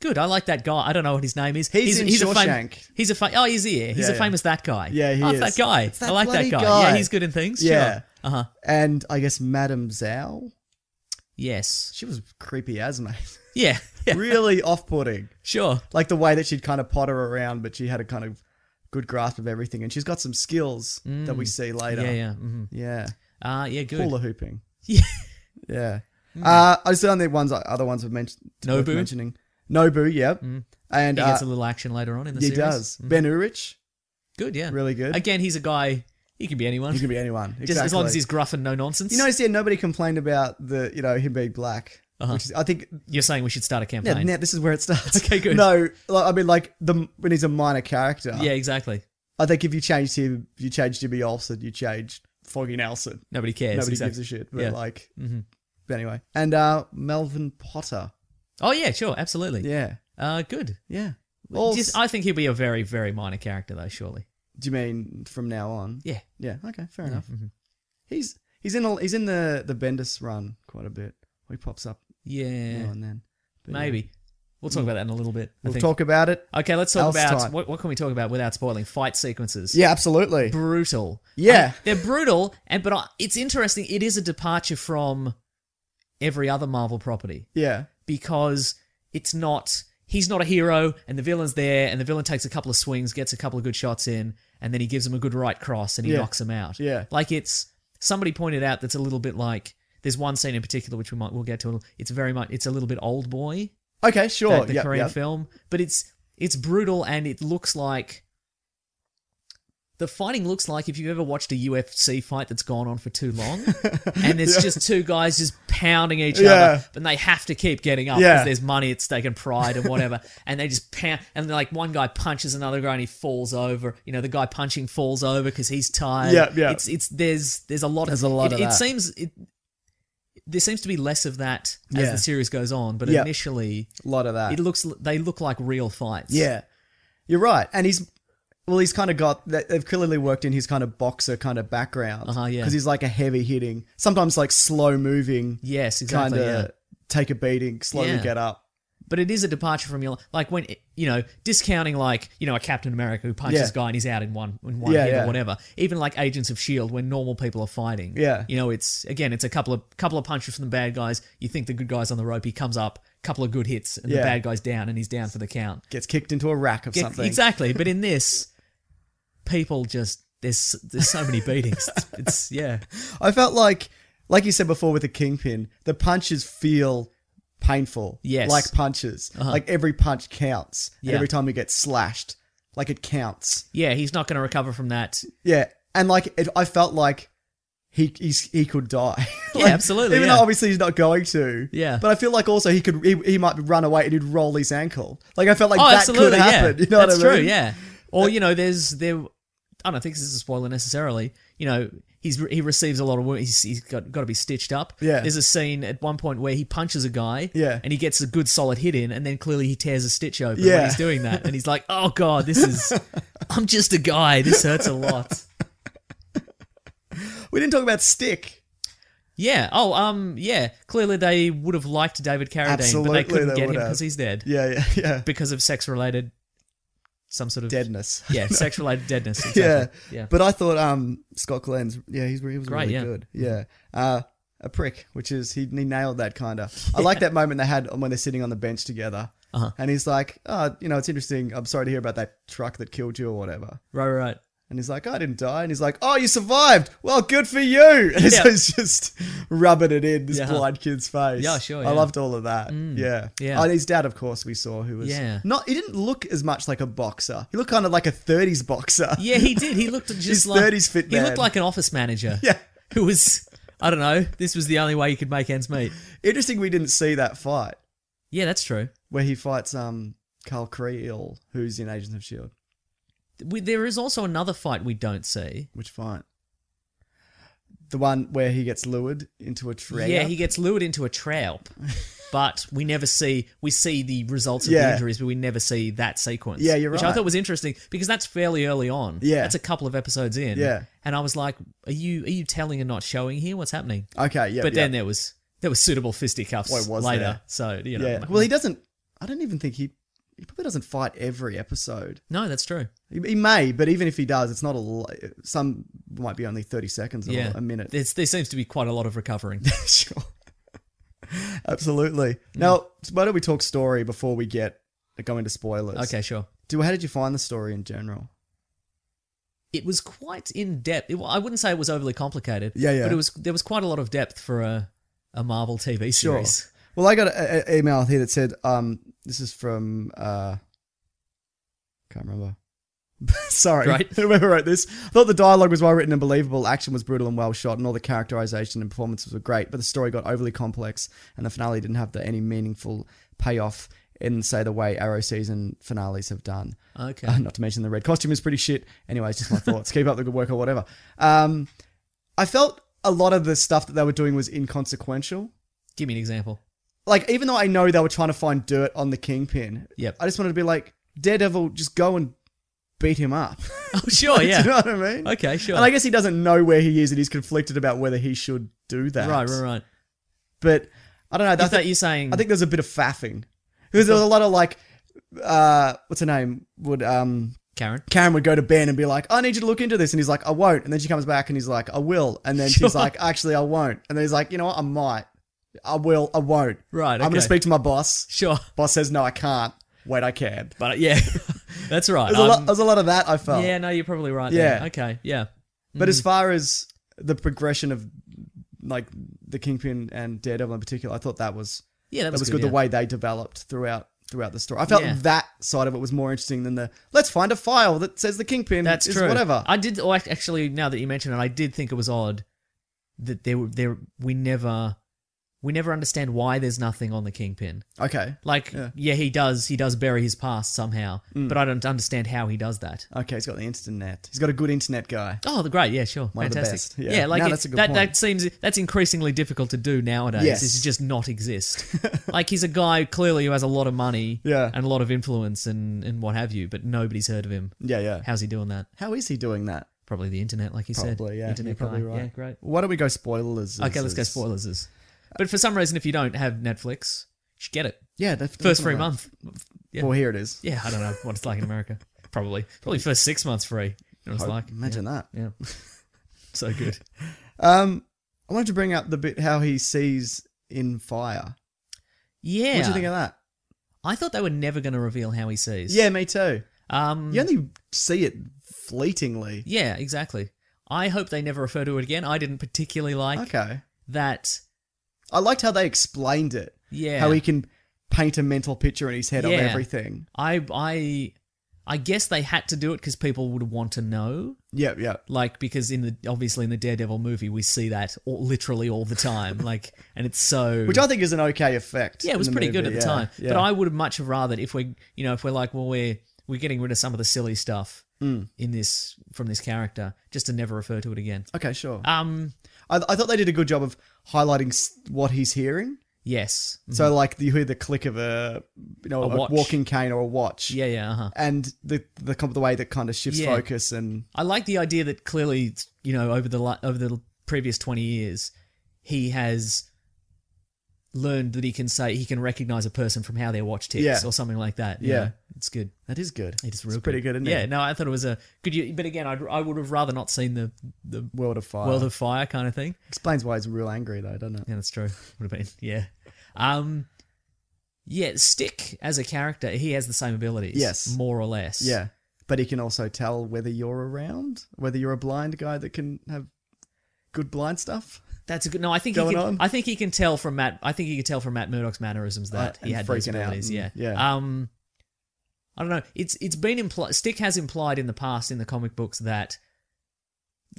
[SPEAKER 3] good. I like that guy. I don't know what his name is.
[SPEAKER 5] He's in
[SPEAKER 3] a fam-
[SPEAKER 5] Shawshank.
[SPEAKER 3] he's a fa- oh, he's here. He's a
[SPEAKER 5] Yeah, yeah.
[SPEAKER 3] famous that guy.
[SPEAKER 5] Yeah, he
[SPEAKER 3] oh,
[SPEAKER 5] is.
[SPEAKER 3] that guy.
[SPEAKER 5] It's that
[SPEAKER 3] I like
[SPEAKER 5] bloody
[SPEAKER 3] that guy.
[SPEAKER 5] guy.
[SPEAKER 3] Yeah, he's good in things.
[SPEAKER 5] Yeah.
[SPEAKER 3] Sure. Uh huh.
[SPEAKER 5] And I guess Madame Zhao.
[SPEAKER 3] Yes.
[SPEAKER 5] She was creepy as mate.
[SPEAKER 3] Yeah. yeah.
[SPEAKER 5] really off-putting.
[SPEAKER 3] Sure.
[SPEAKER 5] Like the way that she'd kind of potter around, but she had a kind of good grasp of everything, and she's got some skills that we see later.
[SPEAKER 3] Mm. Yeah. Yeah. Mm-hmm.
[SPEAKER 5] yeah.
[SPEAKER 3] Uh, yeah. Good.
[SPEAKER 5] Hula hooping.
[SPEAKER 3] Yeah. Hmm.
[SPEAKER 5] Yeah. Uh, I just found the ones other ones we've mentioned. worth
[SPEAKER 3] Nobu? Hmm.
[SPEAKER 5] mentioning. Nobu, yep. And
[SPEAKER 3] He
[SPEAKER 5] uh,
[SPEAKER 3] gets a little action later on in the
[SPEAKER 5] he
[SPEAKER 3] series. Hmm.
[SPEAKER 5] does. Ben Urich.
[SPEAKER 3] Good. Yeah.
[SPEAKER 5] Really good.
[SPEAKER 3] Again, he's a guy. He can be anyone.
[SPEAKER 5] He can be anyone.
[SPEAKER 3] Just as long as
[SPEAKER 5] exactly.
[SPEAKER 3] he's gruff and no nonsense.
[SPEAKER 5] You notice here nobody complained about the you know him being black,
[SPEAKER 3] Uh-huh.
[SPEAKER 5] which is I think
[SPEAKER 3] You're saying we should start a
[SPEAKER 5] yeah,
[SPEAKER 3] campaign.
[SPEAKER 5] now this is where it starts.
[SPEAKER 3] Okay, good.
[SPEAKER 5] No, like, I mean like the when he's a minor character.
[SPEAKER 3] yeah, exactly.
[SPEAKER 5] I think if you changed him, you changed Jimmy Olsen, you changed Foggy Nelson.
[SPEAKER 3] Nobody cares.
[SPEAKER 5] nobody
[SPEAKER 3] exactly.
[SPEAKER 5] gives a shit. But
[SPEAKER 3] Yeah. Mm-hmm.
[SPEAKER 5] like, but anyway, and uh Melvin Potter.
[SPEAKER 3] Oh yeah, sure, absolutely.
[SPEAKER 5] Yeah,
[SPEAKER 3] Uh, good.
[SPEAKER 5] yeah. All
[SPEAKER 3] Just,
[SPEAKER 5] s-
[SPEAKER 3] I think he'll be a very, very minor character though. Surely.
[SPEAKER 5] Do you mean from now on?
[SPEAKER 3] Yeah. mm-hmm.
[SPEAKER 5] Yeah. Okay. Fair enough. He's he's in all, he's in the the Bendis run quite a bit. He pops up
[SPEAKER 3] Yeah.
[SPEAKER 5] now and then. But yeah. Mm.
[SPEAKER 3] Maybe. We'll talk about that in a little bit. I
[SPEAKER 5] We'll
[SPEAKER 3] think.
[SPEAKER 5] talk about it.
[SPEAKER 3] Okay, let's talk
[SPEAKER 5] else
[SPEAKER 3] about
[SPEAKER 5] time.
[SPEAKER 3] what, what can we talk about without spoiling fight sequences.
[SPEAKER 5] Yeah, absolutely.
[SPEAKER 3] Brutal.
[SPEAKER 5] Yeah.
[SPEAKER 3] I- they're brutal, and but I, it's interesting. It is a departure from every other Marvel property.
[SPEAKER 5] Yeah.
[SPEAKER 3] because it's not he's not a hero and the villain's there and the villain takes a couple of swings gets a couple of good shots in and then he gives him a good right cross and he
[SPEAKER 5] Yeah.
[SPEAKER 3] knocks him out
[SPEAKER 5] Yeah.
[SPEAKER 3] like it's somebody pointed out that's a little bit like there's one scene in particular which we might we'll get to it's very much it's a little bit old boy
[SPEAKER 5] Okay, sure.
[SPEAKER 3] the, the
[SPEAKER 5] Yep,
[SPEAKER 3] korean
[SPEAKER 5] yep.
[SPEAKER 3] film but it's it's brutal and it looks like the fighting looks like if you've ever watched a UFC fight that's gone on for too long, and there's just two guys just pounding each
[SPEAKER 5] Yeah.
[SPEAKER 3] other, and they have to keep getting up because
[SPEAKER 5] Yeah.
[SPEAKER 3] there's money at stake and pride and whatever, and they just pound, and like one guy punches another guy and he falls over. You know, the guy punching falls over because he's tired.
[SPEAKER 5] Yeah, yeah.
[SPEAKER 3] It's it's there's there's a lot.
[SPEAKER 5] There's a
[SPEAKER 3] of,
[SPEAKER 5] lot
[SPEAKER 3] It,
[SPEAKER 5] of
[SPEAKER 3] it
[SPEAKER 5] that.
[SPEAKER 3] seems it, there seems to be less of that as
[SPEAKER 5] Yeah.
[SPEAKER 3] the series goes on, but
[SPEAKER 5] Yeah.
[SPEAKER 3] initially
[SPEAKER 5] A lot of that.
[SPEAKER 3] it looks they look like real fights.
[SPEAKER 5] Ah. yeah, you're right. And he's well, he's kind of got that- they've clearly worked in his kind of boxer kind of background.
[SPEAKER 3] Uh-huh, yeah.
[SPEAKER 5] Because he's like a heavy hitting, sometimes like slow moving,
[SPEAKER 3] Yes,
[SPEAKER 5] kind
[SPEAKER 3] exactly.
[SPEAKER 5] of
[SPEAKER 3] yeah.
[SPEAKER 5] take a beating, slowly
[SPEAKER 3] Yeah.
[SPEAKER 5] get up.
[SPEAKER 3] But it is a departure from your like when you know discounting like you know a Captain America who punches
[SPEAKER 5] Yeah.
[SPEAKER 3] a guy and he's out in one in one
[SPEAKER 5] Yeah,
[SPEAKER 3] hit
[SPEAKER 5] yeah.
[SPEAKER 3] or whatever. Even like Agents of Shield E when normal people are fighting.
[SPEAKER 5] Yeah.
[SPEAKER 3] you know it's again it's a couple of couple of punches from the bad guys. You think the good guy's on the rope, he comes up, couple of good hits, and
[SPEAKER 5] Yeah.
[SPEAKER 3] the bad guy's down and he's down for the count.
[SPEAKER 5] Gets kicked into a rack of
[SPEAKER 3] Get-
[SPEAKER 5] something.
[SPEAKER 3] Exactly. But in this, people just there's there's so many beatings. It's, it's yeah.
[SPEAKER 5] I felt like, like you said before with the kingpin, the punches feel painful.
[SPEAKER 3] Yes. Uh-huh.
[SPEAKER 5] Like punches. Like every punch counts. And
[SPEAKER 3] Yeah.
[SPEAKER 5] every time he gets slashed, like it counts.
[SPEAKER 3] Yeah, he's not going to recover from that.
[SPEAKER 5] Yeah. and like it, I felt like he he's, he could die.
[SPEAKER 3] Yeah,
[SPEAKER 5] Like,
[SPEAKER 3] absolutely,
[SPEAKER 5] Even
[SPEAKER 3] yeah.
[SPEAKER 5] though obviously he's not going to.
[SPEAKER 3] Yeah.
[SPEAKER 5] but I feel like also he could he, he might run away and he'd roll his ankle. Like I felt like
[SPEAKER 3] oh,
[SPEAKER 5] that could
[SPEAKER 3] absolutely,
[SPEAKER 5] happen.
[SPEAKER 3] yeah.
[SPEAKER 5] You know
[SPEAKER 3] That's
[SPEAKER 5] what I mean?
[SPEAKER 3] true, yeah. Or you know, there's there. I don't think this is a spoiler necessarily. You know, he's he receives a lot of wounds. He's, he's got got to be stitched up.
[SPEAKER 5] Yeah.
[SPEAKER 3] There's a scene at one point where he punches a guy.
[SPEAKER 5] Yeah.
[SPEAKER 3] And he gets a good solid hit in, and then clearly he tears a stitch open
[SPEAKER 5] Yeah.
[SPEAKER 3] when he's doing that, and he's like, "Oh God, this is. I'm just a guy. This hurts a lot."
[SPEAKER 5] We didn't talk about stick.
[SPEAKER 3] Yeah. Oh, um, yeah. Clearly, they would have liked David Carradine, but
[SPEAKER 5] Absolutely,
[SPEAKER 3] they couldn't
[SPEAKER 5] they
[SPEAKER 3] get him
[SPEAKER 5] would have.
[SPEAKER 3] because he's dead
[SPEAKER 5] Yeah, yeah, yeah.
[SPEAKER 3] because of sex-related, some sort of
[SPEAKER 5] Deadness.
[SPEAKER 3] Yeah, sex-related deadness.
[SPEAKER 5] yeah,
[SPEAKER 3] Exactly. Yeah.
[SPEAKER 5] But I thought um Scott Glenn's yeah he's he was
[SPEAKER 3] Great,
[SPEAKER 5] really
[SPEAKER 3] yeah. Mm-hmm.
[SPEAKER 5] good yeah uh a prick which is he, he nailed that kind of I like that moment they had when they're sitting on the bench together
[SPEAKER 3] Uh-huh.
[SPEAKER 5] and he's like oh you know it's interesting I'm sorry to hear about that truck that killed you or whatever
[SPEAKER 3] Right, right, right.
[SPEAKER 5] and he's like I didn't die and he's like oh you survived well good for you and so
[SPEAKER 3] Yeah.
[SPEAKER 5] he's just rubbing it in this
[SPEAKER 3] Yeah.
[SPEAKER 5] blind kid's face
[SPEAKER 3] Yeah, sure,
[SPEAKER 5] I
[SPEAKER 3] yeah. Mm.
[SPEAKER 5] loved all of that yeah
[SPEAKER 3] yeah.
[SPEAKER 5] and his dad of course we saw who was
[SPEAKER 3] Yeah.
[SPEAKER 5] not he didn't look as much like a boxer he looked kind of like a 30s boxer
[SPEAKER 3] Yeah, he did. He looked just
[SPEAKER 5] He's
[SPEAKER 3] like
[SPEAKER 5] 30s fit
[SPEAKER 3] He
[SPEAKER 5] man.
[SPEAKER 3] looked like an office manager.
[SPEAKER 5] Yeah.
[SPEAKER 3] Who was I don't know. This was the only way you could make ends meet.
[SPEAKER 5] Interesting we didn't see that fight
[SPEAKER 3] Yeah, that's true.
[SPEAKER 5] where he fights um Carl Creel, who's in Agents of Shield.
[SPEAKER 3] We, there is also another fight we don't see.
[SPEAKER 5] Which fight? The one where he gets lured into a tree.
[SPEAKER 3] Yeah, he gets lured into a trap, but we never see. We see the results of
[SPEAKER 5] Yeah.
[SPEAKER 3] the injuries, but we never see that sequence.
[SPEAKER 5] Yeah, you're
[SPEAKER 3] which
[SPEAKER 5] right.
[SPEAKER 3] I thought was interesting because that's fairly early on.
[SPEAKER 5] Yeah.
[SPEAKER 3] that's a couple of episodes in.
[SPEAKER 5] Yeah.
[SPEAKER 3] and I was like, "Are you are you telling and not showing here? What's happening?"
[SPEAKER 5] Okay, yeah.
[SPEAKER 3] but
[SPEAKER 5] yeah.
[SPEAKER 3] then there was there was suitable fisticuffs
[SPEAKER 5] Well, it was
[SPEAKER 3] later.
[SPEAKER 5] there.
[SPEAKER 3] So you know,
[SPEAKER 5] yeah. Well, he doesn't. I don't even think he. He probably doesn't fight every episode.
[SPEAKER 3] no, that's true.
[SPEAKER 5] He, he may, but even if he does, it's not a. l- Some might be only thirty seconds or
[SPEAKER 3] yeah,
[SPEAKER 5] a minute.
[SPEAKER 3] There's, there seems to be quite a lot of recovering.
[SPEAKER 5] sure.
[SPEAKER 3] Mm.
[SPEAKER 5] Absolutely. Now, why don't we talk story before we get go into spoilers?
[SPEAKER 3] okay, sure.
[SPEAKER 5] Do how did you find the story in general?
[SPEAKER 3] It was quite in depth. It, well, I wouldn't say it was overly complicated.
[SPEAKER 5] Yeah, yeah.
[SPEAKER 3] But it was there was quite a lot of depth for a a Marvel TV series.
[SPEAKER 5] Well, I got an email here that said, um, this is from, uh, can't remember. Sorry,
[SPEAKER 3] Right.
[SPEAKER 5] whoever wrote this. I thought the dialogue was well written and believable, action was brutal and well shot, and all the characterization and performances were great, but the story got overly complex, and the finale didn't have the, any meaningful payoff in, say, the way Arrow season finales have done.
[SPEAKER 3] Okay.
[SPEAKER 5] Uh, not to mention the red costume is pretty shit. Anyway, it's just my thoughts. Keep up the good work or whatever. Um, I felt a lot of the stuff that they were doing was inconsequential
[SPEAKER 3] Give me an example.
[SPEAKER 5] like even though I know they were trying to find dirt on the kingpin,
[SPEAKER 3] Yep.
[SPEAKER 5] I just wanted to be like Daredevil, just go and beat him up.
[SPEAKER 3] Oh, sure. Yeah.
[SPEAKER 5] Do you know what I mean?
[SPEAKER 3] Okay, sure.
[SPEAKER 5] And I guess he doesn't know where he is, and he's conflicted about whether he should do that.
[SPEAKER 3] Right, right, right.
[SPEAKER 5] But I don't know. I
[SPEAKER 3] I thought
[SPEAKER 5] think-
[SPEAKER 3] you're saying.
[SPEAKER 5] I think there's a bit of faffing because there was a lot of like, uh, what's her name? Would um.
[SPEAKER 3] Karen.
[SPEAKER 5] Karen would go to Ben and be like, I need you to look into this. And he's like, I won't. And then she comes back and he's like, I will. And then she's like, actually, I won't. And then he's like, you know what? I might. I will. I won't.
[SPEAKER 3] Right,
[SPEAKER 5] I'm going to
[SPEAKER 3] okay.
[SPEAKER 5] speak to my boss.
[SPEAKER 3] Sure.
[SPEAKER 5] Boss says, no, I can't. Wait, I can.
[SPEAKER 3] But yeah, that's right.
[SPEAKER 5] There's a, lot,
[SPEAKER 3] Um,
[SPEAKER 5] there's a lot of that I felt.
[SPEAKER 3] yeah, Mm. no, you're probably right.
[SPEAKER 5] Yeah.
[SPEAKER 3] There. Okay. Yeah.
[SPEAKER 5] But as far as the progression of like the Kingpin and Daredevil in particular, I thought that was
[SPEAKER 3] Yeah, that
[SPEAKER 5] that
[SPEAKER 3] was,
[SPEAKER 5] was good.
[SPEAKER 3] yeah.
[SPEAKER 5] The way they developed throughout throughout the story, I felt
[SPEAKER 3] Yeah.
[SPEAKER 5] that side of it was more interesting than the let's find a file that says the Kingpin.
[SPEAKER 3] That's
[SPEAKER 5] is
[SPEAKER 3] true.
[SPEAKER 5] Whatever.
[SPEAKER 3] I did. Or ac- actually, now that you mention it, I did think it was odd that there were there we never we never understand why there's nothing on the kingpin.
[SPEAKER 5] okay.
[SPEAKER 3] Like,
[SPEAKER 5] Yeah. Mm.
[SPEAKER 3] yeah, he does he does bury his past somehow, but I don't understand how he does that.
[SPEAKER 5] Okay, he's got the internet. He's got a good internet guy.
[SPEAKER 3] Oh, the great, yeah, sure,
[SPEAKER 5] One of the
[SPEAKER 3] fantastic.
[SPEAKER 5] best, yeah.
[SPEAKER 3] Yeah. like
[SPEAKER 5] No,
[SPEAKER 3] it-
[SPEAKER 5] that's a good
[SPEAKER 3] that
[SPEAKER 5] point.
[SPEAKER 3] that seems that's increasingly difficult to do nowadays.
[SPEAKER 5] Yes.
[SPEAKER 3] is to just not exist. like he's a guy clearly who has a lot of money,
[SPEAKER 5] Yeah.
[SPEAKER 3] and a lot of influence and and what have you, but nobody's heard of him.
[SPEAKER 5] Yeah, yeah.
[SPEAKER 3] How's he doing that?
[SPEAKER 5] How is he doing that?
[SPEAKER 3] Probably the internet, like you said.
[SPEAKER 5] Probably, yeah.
[SPEAKER 3] Internet
[SPEAKER 5] You're probably
[SPEAKER 3] guy.
[SPEAKER 5] right.
[SPEAKER 3] Yeah, great.
[SPEAKER 5] Why don't we go spoilers?
[SPEAKER 3] Okay, let's go spoilers. is. But for some reason, if you don't have Netflix, you should get it.
[SPEAKER 5] Yeah, def-
[SPEAKER 3] First free
[SPEAKER 5] definitely.
[SPEAKER 3] month. Yeah.
[SPEAKER 5] Well, here it is.
[SPEAKER 3] Yeah, I don't know what it's like in America. Probably. Probably first six months free. You know what it's like.
[SPEAKER 5] Imagine that.
[SPEAKER 3] Yeah. So good.
[SPEAKER 5] Um, I wanted to bring up the bit how he sees in fire.
[SPEAKER 3] Yeah.
[SPEAKER 5] What do you think of that?
[SPEAKER 3] I thought they were never going to reveal how he sees.
[SPEAKER 5] Yeah, me too.
[SPEAKER 3] Um,
[SPEAKER 5] You only see it fleetingly.
[SPEAKER 3] yeah, exactly. I hope they never refer to it again. I didn't particularly like
[SPEAKER 5] Okay.
[SPEAKER 3] that.
[SPEAKER 5] I liked how they explained it.
[SPEAKER 3] Yeah.
[SPEAKER 5] How he can paint a mental picture in his head of
[SPEAKER 3] Yeah.
[SPEAKER 5] everything.
[SPEAKER 3] I I I guess they had to do it because people would want to know.
[SPEAKER 5] Yeah, yeah.
[SPEAKER 3] like because in the obviously in the Daredevil movie we see that all, literally all the time, like, and it's so
[SPEAKER 5] Which I think is an okay effect.
[SPEAKER 3] yeah, it
[SPEAKER 5] in
[SPEAKER 3] was
[SPEAKER 5] the
[SPEAKER 3] pretty
[SPEAKER 5] movie,
[SPEAKER 3] good at the
[SPEAKER 5] yeah,
[SPEAKER 3] time.
[SPEAKER 5] yeah.
[SPEAKER 3] But I would have much have rather if we, you know, if we're like, well, we're we're getting rid of some of the silly stuff
[SPEAKER 5] Hmm.
[SPEAKER 3] in this from this character, just to never refer to it again.
[SPEAKER 5] okay, sure.
[SPEAKER 3] Um,
[SPEAKER 5] I, I thought they did a good job of highlighting s- what he's hearing.
[SPEAKER 3] yes,
[SPEAKER 5] So like you hear the click of a you know
[SPEAKER 3] Mm-hmm. A
[SPEAKER 5] a,
[SPEAKER 3] watch.
[SPEAKER 5] walking cane or a watch.
[SPEAKER 3] yeah, yeah, uh-huh.
[SPEAKER 5] And the the kind of the way that kind of shifts
[SPEAKER 3] Yeah.
[SPEAKER 5] focus and
[SPEAKER 3] I like the idea that clearly, you know, over the li- over the previous twenty years, he has learned that he can say he can recognize a person from how their watch ticks
[SPEAKER 5] Yeah.
[SPEAKER 3] or something like that. you
[SPEAKER 5] Yeah.
[SPEAKER 3] know. it's good.
[SPEAKER 5] that is good.
[SPEAKER 3] It's real
[SPEAKER 5] pretty good, isn't
[SPEAKER 3] yeah,
[SPEAKER 5] it?
[SPEAKER 3] no, I thought it was a good. u- But again, I'd, I would have rather not seen the the
[SPEAKER 5] World of Fire.
[SPEAKER 3] World of Fire kind of thing.
[SPEAKER 5] Explains why he's real angry though, doesn't it?
[SPEAKER 3] Yeah, that's true. Would have been yeah. Um, yeah, Stick as a character, he has the same abilities.
[SPEAKER 5] Yes.
[SPEAKER 3] more or less.
[SPEAKER 5] Yeah. But he can also tell whether you're around, whether you're a blind guy that can have good blind stuff.
[SPEAKER 3] that's a good. No, I think he
[SPEAKER 5] Going
[SPEAKER 3] can,
[SPEAKER 5] on.
[SPEAKER 3] I think he can tell from Matt. I think he can tell from Matt Murdock's mannerisms that
[SPEAKER 5] Uh,
[SPEAKER 3] he
[SPEAKER 5] and
[SPEAKER 3] had those
[SPEAKER 5] freaking out
[SPEAKER 3] abilities.
[SPEAKER 5] and-
[SPEAKER 3] yeah,
[SPEAKER 5] yeah.
[SPEAKER 3] Um, I don't know. It's it's been implied. Stick has implied in the past in the comic books that.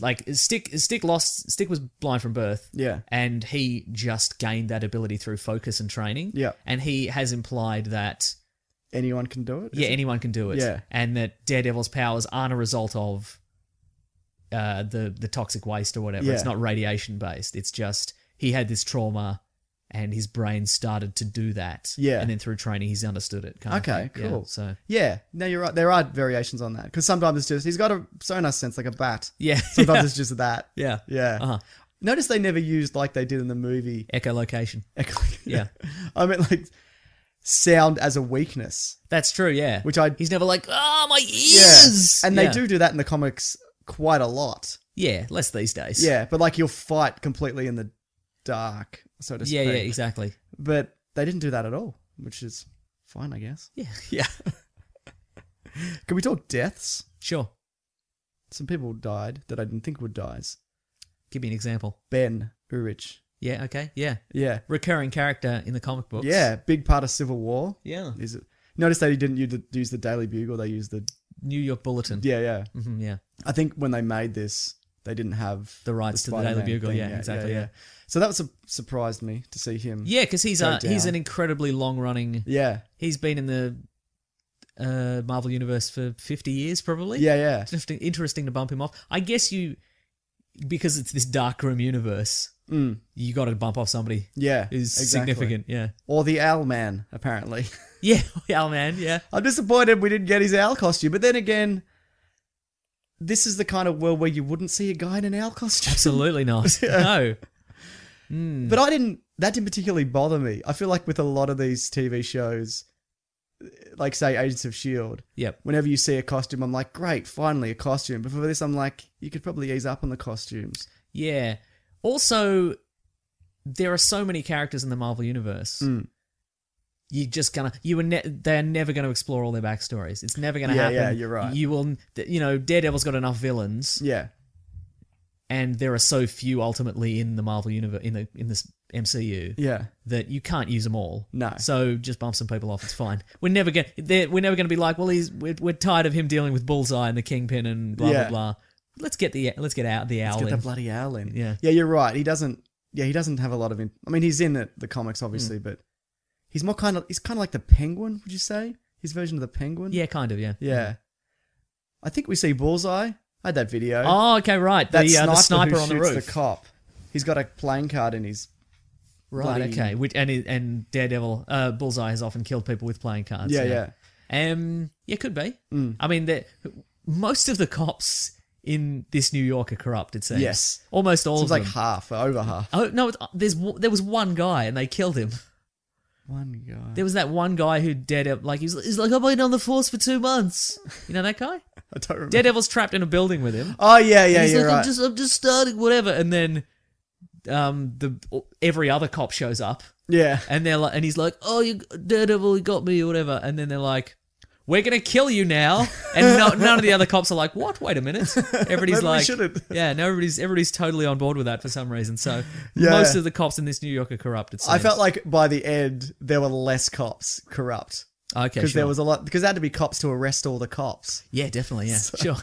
[SPEAKER 3] Like stick, stick lost. Stick was blind from birth.
[SPEAKER 5] Yeah.
[SPEAKER 3] and he just gained that ability through focus and training.
[SPEAKER 5] Yeah.
[SPEAKER 3] And he has implied that
[SPEAKER 5] Anyone can do it.
[SPEAKER 3] yeah, anyone can do it.
[SPEAKER 5] Yeah.
[SPEAKER 3] And that Daredevil's powers aren't a result of uh, the the toxic waste or whatever. It's
[SPEAKER 5] Yeah.
[SPEAKER 3] not radiation based. It's just he had this trauma and his brain started to do that.
[SPEAKER 5] Yeah.
[SPEAKER 3] And then through training he's understood it. Kind
[SPEAKER 5] Okay,
[SPEAKER 3] of thing. Yeah,
[SPEAKER 5] cool.
[SPEAKER 3] so
[SPEAKER 5] Yeah, no, you're right. There are variations on that because sometimes it's just he's got a sonar sense like a bat.
[SPEAKER 3] Yeah.
[SPEAKER 5] Sometimes it's just that.
[SPEAKER 3] Yeah.
[SPEAKER 5] Yeah.
[SPEAKER 3] Uh-huh.
[SPEAKER 5] Notice they never used like they did in the movie.
[SPEAKER 3] Echolocation. Yeah.
[SPEAKER 5] I mean, like sound as a weakness,
[SPEAKER 3] That's true, yeah.
[SPEAKER 5] which I
[SPEAKER 3] he's never like, Oh my ears.
[SPEAKER 5] and they
[SPEAKER 3] Yeah.
[SPEAKER 5] do do that in the comics quite a lot.
[SPEAKER 3] Yeah, less these days.
[SPEAKER 5] Yeah, but like you'll fight completely in the dark, so to
[SPEAKER 3] Yeah,
[SPEAKER 5] speak.
[SPEAKER 3] yeah, exactly.
[SPEAKER 5] But they didn't do that at all, which is fine, I guess.
[SPEAKER 3] Yeah. Yeah.
[SPEAKER 5] Can we talk deaths?
[SPEAKER 3] Sure.
[SPEAKER 5] Some people died that I didn't think would dies.
[SPEAKER 3] Give me an example.
[SPEAKER 5] Ben Urich.
[SPEAKER 3] Yeah, okay. Yeah.
[SPEAKER 5] Yeah.
[SPEAKER 3] Recurring character in the comic books.
[SPEAKER 5] Yeah, big part of Civil War.
[SPEAKER 3] Yeah.
[SPEAKER 5] Is it, notice they didn't use the, use the Daily Bugle. They used the
[SPEAKER 3] New York Bulletin.
[SPEAKER 5] yeah yeah.
[SPEAKER 3] hmm yeah.
[SPEAKER 5] I think when they made this, they didn't have
[SPEAKER 3] The rights to the Daily
[SPEAKER 5] Spider-Man
[SPEAKER 3] Bugle, yeah, exactly, yeah.
[SPEAKER 5] So that was su- surprised me to see him.
[SPEAKER 3] Yeah, because he's
[SPEAKER 5] Go
[SPEAKER 3] a, he's
[SPEAKER 5] down.
[SPEAKER 3] an incredibly long running.
[SPEAKER 5] yeah,
[SPEAKER 3] He's been in the uh, Marvel universe for fifty years, probably.
[SPEAKER 5] yeah, yeah.
[SPEAKER 3] It's interesting, interesting to bump him off. I guess you because it's this dark room universe. You got to bump off somebody
[SPEAKER 5] Yeah,
[SPEAKER 3] who's
[SPEAKER 5] Mm. exactly.
[SPEAKER 3] significant. Yeah,
[SPEAKER 5] Or the Owl Man, apparently.
[SPEAKER 3] yeah, yeah, man. Yeah,
[SPEAKER 5] I'm disappointed we didn't get his owl costume, but then again, this is the kind of world where you wouldn't see a guy in an owl costume.
[SPEAKER 3] absolutely not. No,
[SPEAKER 5] But I didn't. That didn't particularly bother me. I feel like with a lot of these TV shows, like say Agents of Shield,
[SPEAKER 3] yep.
[SPEAKER 5] E whenever you see a costume, I'm like, great, finally a costume. But for this, I'm like, you could probably ease up on the costumes.
[SPEAKER 3] Yeah. Also, there are so many characters in the Marvel universe.
[SPEAKER 5] Hmm.
[SPEAKER 3] You're just gonna you were ne- they're never gonna explore all their backstories. It's never gonna
[SPEAKER 5] Yeah,
[SPEAKER 3] happen.
[SPEAKER 5] yeah, you're right.
[SPEAKER 3] You will, you know, Daredevil's got enough villains,
[SPEAKER 5] Yeah,
[SPEAKER 3] and there are so few ultimately in the Marvel universe in the in this MCU
[SPEAKER 5] yeah,
[SPEAKER 3] that you can't use them all.
[SPEAKER 5] No.
[SPEAKER 3] So just bump some people off. It's fine. We're never gonna they're- we're never gonna be like, well, he's we're, we're tired of him dealing with Bullseye and the Kingpin and blah
[SPEAKER 5] Yeah.
[SPEAKER 3] blah blah. Let's get the let's get out the owl.
[SPEAKER 5] Let's get
[SPEAKER 3] in.
[SPEAKER 5] that bloody owl in.
[SPEAKER 3] Yeah.
[SPEAKER 5] yeah, you're right. He doesn't. Yeah, he doesn't have a lot of. In- I mean, he's in the, the comics, obviously,
[SPEAKER 3] Hmm.
[SPEAKER 5] but he's more kind of. He's kind of like the Penguin. Would you say his version of the Penguin?
[SPEAKER 3] yeah, kind of. Yeah.
[SPEAKER 5] yeah. I think we see Bullseye. I had that video.
[SPEAKER 3] Oh, okay, right.
[SPEAKER 5] that
[SPEAKER 3] the, uh,
[SPEAKER 5] sniper,
[SPEAKER 3] the
[SPEAKER 5] who
[SPEAKER 3] sniper on the
[SPEAKER 5] shoots
[SPEAKER 3] roof.
[SPEAKER 5] the cop. He's got a playing card in his.
[SPEAKER 3] right,
[SPEAKER 5] bloody-
[SPEAKER 3] okay. Which and and Daredevil, uh, Bullseye has often killed people with playing cards.
[SPEAKER 5] Yeah, yeah.
[SPEAKER 3] Um, yeah, could be. I mean, the, most of the cops in this New York are corrupt. It seems.
[SPEAKER 5] Yes.
[SPEAKER 3] almost all
[SPEAKER 5] Seems
[SPEAKER 3] of
[SPEAKER 5] like
[SPEAKER 3] them.
[SPEAKER 5] half, over half.
[SPEAKER 3] Oh no! It's, there's w- there was one guy and they killed him.
[SPEAKER 5] One guy.
[SPEAKER 3] There was that one guy who Daredevil like he's, he's like I've been on the force for two months. You know that guy?
[SPEAKER 5] I don't remember.
[SPEAKER 3] Daredevil's trapped in a building with him.
[SPEAKER 5] Oh yeah, yeah,
[SPEAKER 3] And he's
[SPEAKER 5] you're
[SPEAKER 3] like,
[SPEAKER 5] right.
[SPEAKER 3] I'm just, I'm just starting, whatever. And then, um, the every other cop shows up,
[SPEAKER 5] yeah,
[SPEAKER 3] and they're like, and he's like, "Oh, you Daredevil, you got me, or whatever." And then they're like, "We're gonna kill you now," and no, none of the other cops are like, "What? Wait a minute!" Everybody's
[SPEAKER 5] Maybe we
[SPEAKER 3] like,
[SPEAKER 5] shouldn't.
[SPEAKER 3] "Yeah, no, everybody's everybody's totally on board with that for some reason." So
[SPEAKER 5] Yeah.
[SPEAKER 3] most of the cops in this New York are corrupt. It seems.
[SPEAKER 5] I felt like by the end there were less cops corrupt
[SPEAKER 3] like okay,
[SPEAKER 5] because there
[SPEAKER 3] sure.
[SPEAKER 5] was a lot because there had to be cops to arrest all the cops.
[SPEAKER 3] yeah, definitely, yeah, sure.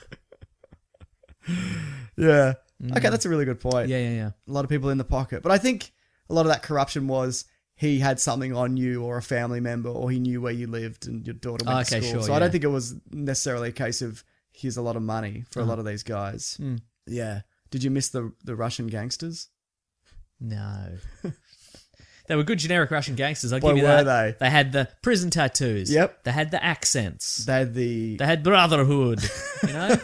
[SPEAKER 5] yeah. Mm. Okay, that's a really good point.
[SPEAKER 3] Yeah, yeah, yeah.
[SPEAKER 5] A lot of people in the pocket. But I think a lot of that corruption was he had something on you or a family member or he knew where you lived and your daughter went to
[SPEAKER 3] Okay,
[SPEAKER 5] school.
[SPEAKER 3] sure,
[SPEAKER 5] so I
[SPEAKER 3] yeah.
[SPEAKER 5] don't think it was necessarily a case of here's a lot of money for
[SPEAKER 3] Mm.
[SPEAKER 5] a lot of these guys. Yeah. Did you miss the the Russian gangsters?
[SPEAKER 3] No. they were good generic Russian gangsters. I'll
[SPEAKER 5] Boy,
[SPEAKER 3] give you
[SPEAKER 5] were
[SPEAKER 3] that.
[SPEAKER 5] they.
[SPEAKER 3] They had the prison tattoos.
[SPEAKER 5] Yep.
[SPEAKER 3] They had the accents. They,
[SPEAKER 5] They had the
[SPEAKER 3] had brotherhood. You know?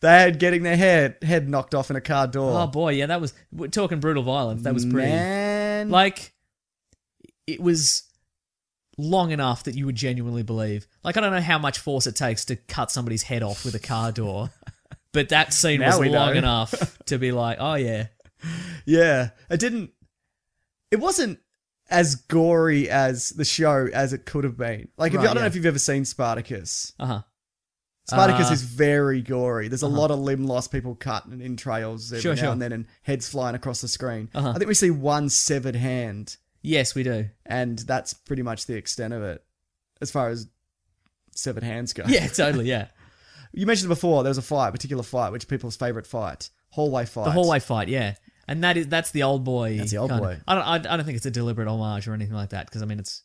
[SPEAKER 5] they had getting their head head knocked off in a car door.
[SPEAKER 3] oh boy, yeah, that was we're talking brutal violence. That was pretty.
[SPEAKER 5] Man.
[SPEAKER 3] Like, it was long enough that you would genuinely believe. Like, I don't know how much force it takes to cut somebody's head off with a car door, but that scene
[SPEAKER 5] Now
[SPEAKER 3] was
[SPEAKER 5] we
[SPEAKER 3] long
[SPEAKER 5] know.
[SPEAKER 3] enough to be like, oh yeah,
[SPEAKER 5] Yeah, it didn't. It wasn't as gory as the show as it could have been. Like, if you, I
[SPEAKER 3] Right,
[SPEAKER 5] don't know
[SPEAKER 3] yeah.
[SPEAKER 5] if you've ever seen Spartacus.
[SPEAKER 3] uh huh.
[SPEAKER 5] Spartacus
[SPEAKER 3] Uh,
[SPEAKER 5] is very gory. There's a lot of limb loss, people cut and in trails every
[SPEAKER 3] Uh-huh. Sure,
[SPEAKER 5] now
[SPEAKER 3] sure.
[SPEAKER 5] and then, and heads flying across the screen.
[SPEAKER 3] Uh-huh.
[SPEAKER 5] I think we see one severed hand,
[SPEAKER 3] Yes, we do.
[SPEAKER 5] and that's pretty much the extent of it, as far as severed hands go.
[SPEAKER 3] Yeah, totally. Yeah,
[SPEAKER 5] you mentioned before there was a fight, a particular fight, which people's favorite fight, hallway fight.
[SPEAKER 3] the hallway fight. Yeah, and that is that's the old boy.
[SPEAKER 5] That's the old
[SPEAKER 3] kind of-
[SPEAKER 5] boy.
[SPEAKER 3] I don't. I, I don't think it's a deliberate homage or anything like that because I mean it's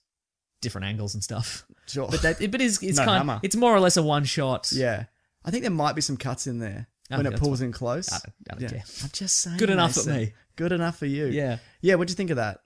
[SPEAKER 3] different angles and stuff.
[SPEAKER 5] Sure.
[SPEAKER 3] But that. It, but it's it's
[SPEAKER 5] No
[SPEAKER 3] kind.
[SPEAKER 5] hammer.
[SPEAKER 3] It's more or less a one shot.
[SPEAKER 5] Yeah. I think there might be some cuts in there
[SPEAKER 3] Okay,
[SPEAKER 5] when it
[SPEAKER 3] Ah, that's
[SPEAKER 5] pulls in close.
[SPEAKER 3] I don't- I don't care.
[SPEAKER 5] I'm just saying.
[SPEAKER 3] Good enough for
[SPEAKER 5] Mason.
[SPEAKER 3] me.
[SPEAKER 5] Good enough for you.
[SPEAKER 3] Yeah.
[SPEAKER 5] Yeah, what'd you think of that?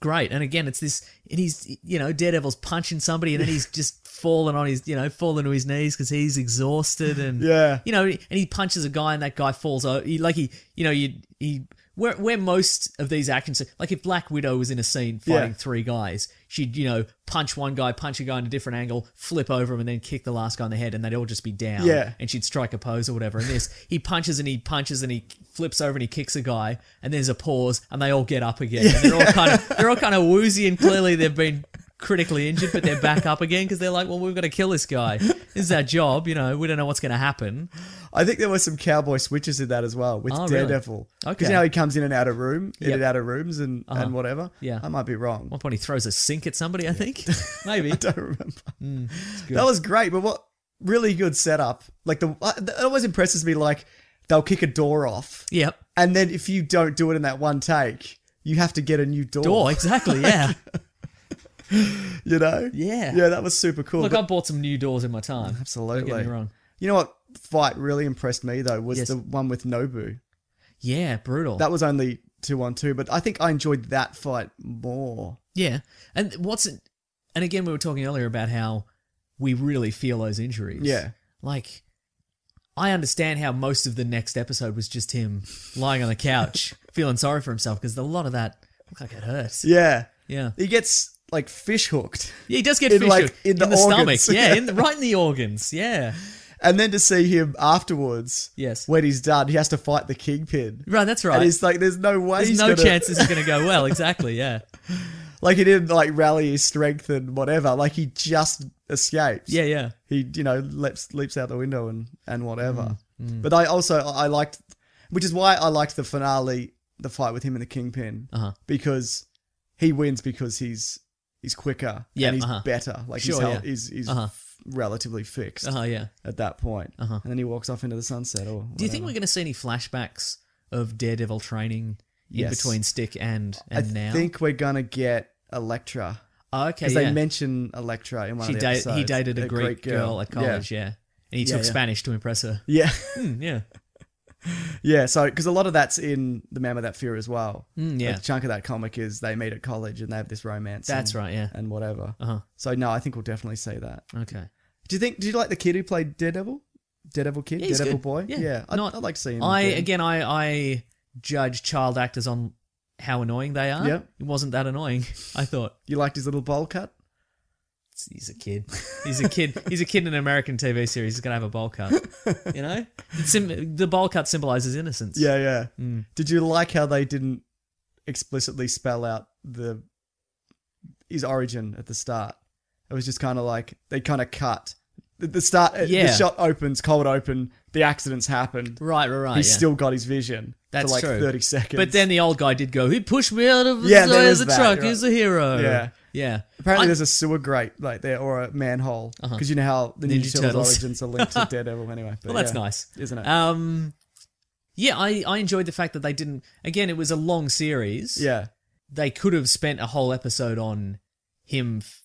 [SPEAKER 3] great. And again, it's this, and he's, you know, Daredevil's punching somebody and then he's just falling on his, you know, falling to his knees because he's exhausted and,
[SPEAKER 5] Yeah.
[SPEAKER 3] you know, and he punches a guy and that guy falls over. He, like he, you know, you, he, where, where most of these actions, like if Black Widow was in a scene fighting
[SPEAKER 5] Yeah.
[SPEAKER 3] three guys, she'd, you know, punch one guy, punch a guy in a different angle, flip over him, and then kick the last guy in the head, and they'd all just be down.
[SPEAKER 5] Yeah.
[SPEAKER 3] um, And she'd strike a pose or whatever. And this, he punches and he punches and he flips over and he kicks a guy, and there's a pause, and they all get up again. And they're all kind of they're all kind of woozy, and clearly they've been critically injured, but they're back up again because they're like, well, we've got to kill this guy. This is our job, you know. We don't know what's going to happen.
[SPEAKER 5] I think there were some cowboy switches in that as well with
[SPEAKER 3] Oh, really?
[SPEAKER 5] Daredevil. Because
[SPEAKER 3] Okay.
[SPEAKER 5] you know he comes in and out of room,
[SPEAKER 3] Yep.
[SPEAKER 5] in
[SPEAKER 3] Uh-huh.
[SPEAKER 5] and out of rooms and, and whatever.
[SPEAKER 3] Yeah.
[SPEAKER 5] I might be wrong.
[SPEAKER 3] One point, he throws a sink at somebody. I think maybe.
[SPEAKER 5] I don't remember.
[SPEAKER 3] Mm,
[SPEAKER 5] that was great, but what really good setup. Like the uh, it always impresses me like they'll kick a door off.
[SPEAKER 3] Yep.
[SPEAKER 5] And then if you don't do it in that one take, you have to get a new door.
[SPEAKER 3] Door. Exactly. Yeah.
[SPEAKER 5] you know?
[SPEAKER 3] Yeah.
[SPEAKER 5] Yeah, that was super cool.
[SPEAKER 3] Look,
[SPEAKER 5] But-
[SPEAKER 3] I've bought some new doors in my time.
[SPEAKER 5] Absolutely.
[SPEAKER 3] Don't get me wrong.
[SPEAKER 5] You know what fight really impressed me though was
[SPEAKER 3] Yes. Oh.
[SPEAKER 5] the one with Nobu.
[SPEAKER 3] Yeah, brutal.
[SPEAKER 5] That was only two on two, but I think I enjoyed that fight more.
[SPEAKER 3] Yeah, and what's and again we were talking earlier about how we really feel those injuries.
[SPEAKER 5] Yeah.
[SPEAKER 3] like I understand how most of the next episode was just him lying on the couch feeling sorry for himself because a lot of that looked like it hurts.
[SPEAKER 5] Yeah.
[SPEAKER 3] yeah,
[SPEAKER 5] He gets like fish hooked.
[SPEAKER 3] Yeah, he does get
[SPEAKER 5] In,
[SPEAKER 3] fish
[SPEAKER 5] like,
[SPEAKER 3] hook-
[SPEAKER 5] in the
[SPEAKER 3] stomach.
[SPEAKER 5] organs.
[SPEAKER 3] Yeah, in the, right in the organs. Yeah,
[SPEAKER 5] And then to see him afterwards
[SPEAKER 3] yes.
[SPEAKER 5] when he's done, he has to fight the kingpin.
[SPEAKER 3] Right, that's
[SPEAKER 5] And
[SPEAKER 3] right.
[SPEAKER 5] it's like there's no way
[SPEAKER 3] There's
[SPEAKER 5] he's
[SPEAKER 3] no
[SPEAKER 5] gonna-
[SPEAKER 3] chance this is going to go well. Exactly. Yeah.
[SPEAKER 5] like he didn't like rally his strength and whatever. Like he just escapes.
[SPEAKER 3] Yeah. Yeah.
[SPEAKER 5] he you know leaps leaps out the window and and whatever.
[SPEAKER 3] Mm,
[SPEAKER 5] But I also I liked, which is why I liked the finale, the fight with him and the kingpin,
[SPEAKER 3] Uh-huh.
[SPEAKER 5] because he wins because he's he's quicker
[SPEAKER 3] Yeah,
[SPEAKER 5] and he's
[SPEAKER 3] uh-huh.
[SPEAKER 5] better. Like
[SPEAKER 3] Sure,
[SPEAKER 5] he's,
[SPEAKER 3] yeah.
[SPEAKER 5] hel- he's, he's
[SPEAKER 3] Uh-huh.
[SPEAKER 5] f- relatively fixed
[SPEAKER 3] Oh, yeah.
[SPEAKER 5] at that point,
[SPEAKER 3] Uh-huh.
[SPEAKER 5] and then he walks off into the sunset. Or
[SPEAKER 3] Do you think we're going to see any flashbacks of Daredevil training in
[SPEAKER 5] Yes.
[SPEAKER 3] between Stick and
[SPEAKER 5] I
[SPEAKER 3] and now?
[SPEAKER 5] think we're gonna get Electra
[SPEAKER 3] Oh, okay,
[SPEAKER 5] because
[SPEAKER 3] yeah.
[SPEAKER 5] they mention Electra in one
[SPEAKER 3] she
[SPEAKER 5] of the
[SPEAKER 3] da-
[SPEAKER 5] episodes.
[SPEAKER 3] he dated a, Greek, girl. at
[SPEAKER 5] Yeah.
[SPEAKER 3] college, yeah, and he
[SPEAKER 5] Yeah,
[SPEAKER 3] took
[SPEAKER 5] yeah.
[SPEAKER 3] Spanish to impress her.
[SPEAKER 5] Yeah,
[SPEAKER 3] Hmm, yeah,
[SPEAKER 5] Yeah, so because a lot of that's in the Man Without Fear as well.
[SPEAKER 3] Mm, yeah.
[SPEAKER 5] a chunk of that comic is they meet at college and they have this romance.
[SPEAKER 3] that's
[SPEAKER 5] and,
[SPEAKER 3] right. Yeah.
[SPEAKER 5] and whatever.
[SPEAKER 3] Uh huh.
[SPEAKER 5] So no, I think we'll definitely see that.
[SPEAKER 3] Okay.
[SPEAKER 5] Do you think? Do you like the kid who played Daredevil? Daredevil kid,
[SPEAKER 3] Yeah, he's
[SPEAKER 5] Daredevil
[SPEAKER 3] good.
[SPEAKER 5] boy.
[SPEAKER 3] Yeah.
[SPEAKER 5] I'd,
[SPEAKER 3] Not-
[SPEAKER 5] I'd like to see him.
[SPEAKER 3] I again, I I judge child actors on how annoying they are.
[SPEAKER 5] Yep.
[SPEAKER 3] It wasn't that annoying. I thought
[SPEAKER 5] You liked his little bowl cut?
[SPEAKER 3] he's a kid. He's a kid. he's a kid in an American TV series. He's gonna have a bowl cut. You know, It's sim- the bowl cut symbolizes innocence.
[SPEAKER 5] Yeah, yeah.
[SPEAKER 3] Mm.
[SPEAKER 5] Did you like how they didn't explicitly spell out the his origin at the start? It was just kind of like they kind of cut the, the start. uh, The
[SPEAKER 3] Yeah.
[SPEAKER 5] shot opens, cold open. The accidents happen.
[SPEAKER 3] Right. Right. Right.
[SPEAKER 5] he's
[SPEAKER 3] yeah.
[SPEAKER 5] still got his vision
[SPEAKER 3] That's
[SPEAKER 5] for like
[SPEAKER 3] true.
[SPEAKER 5] 30 seconds.
[SPEAKER 3] But then the old guy did go. He pushed me out of the yeah,
[SPEAKER 5] Yeah, there
[SPEAKER 3] side of
[SPEAKER 5] is
[SPEAKER 3] the
[SPEAKER 5] that,
[SPEAKER 3] truck.
[SPEAKER 5] right.
[SPEAKER 3] He's a hero.
[SPEAKER 5] yeah,
[SPEAKER 3] Yeah.
[SPEAKER 5] Apparently,
[SPEAKER 3] I-
[SPEAKER 5] there's a sewer grate like there or a manhole because you know how the Ninja,
[SPEAKER 3] Uh-huh. Ninja
[SPEAKER 5] Turtles,
[SPEAKER 3] Turtles.
[SPEAKER 5] origins are linked to Daredevil anyway. But
[SPEAKER 3] Well, that's
[SPEAKER 5] yeah,
[SPEAKER 3] nice,
[SPEAKER 5] isn't it?
[SPEAKER 3] Um, yeah, I, I enjoyed the fact that they didn't. Again, it was a long series.
[SPEAKER 5] yeah,
[SPEAKER 3] they could have spent a whole episode on him f-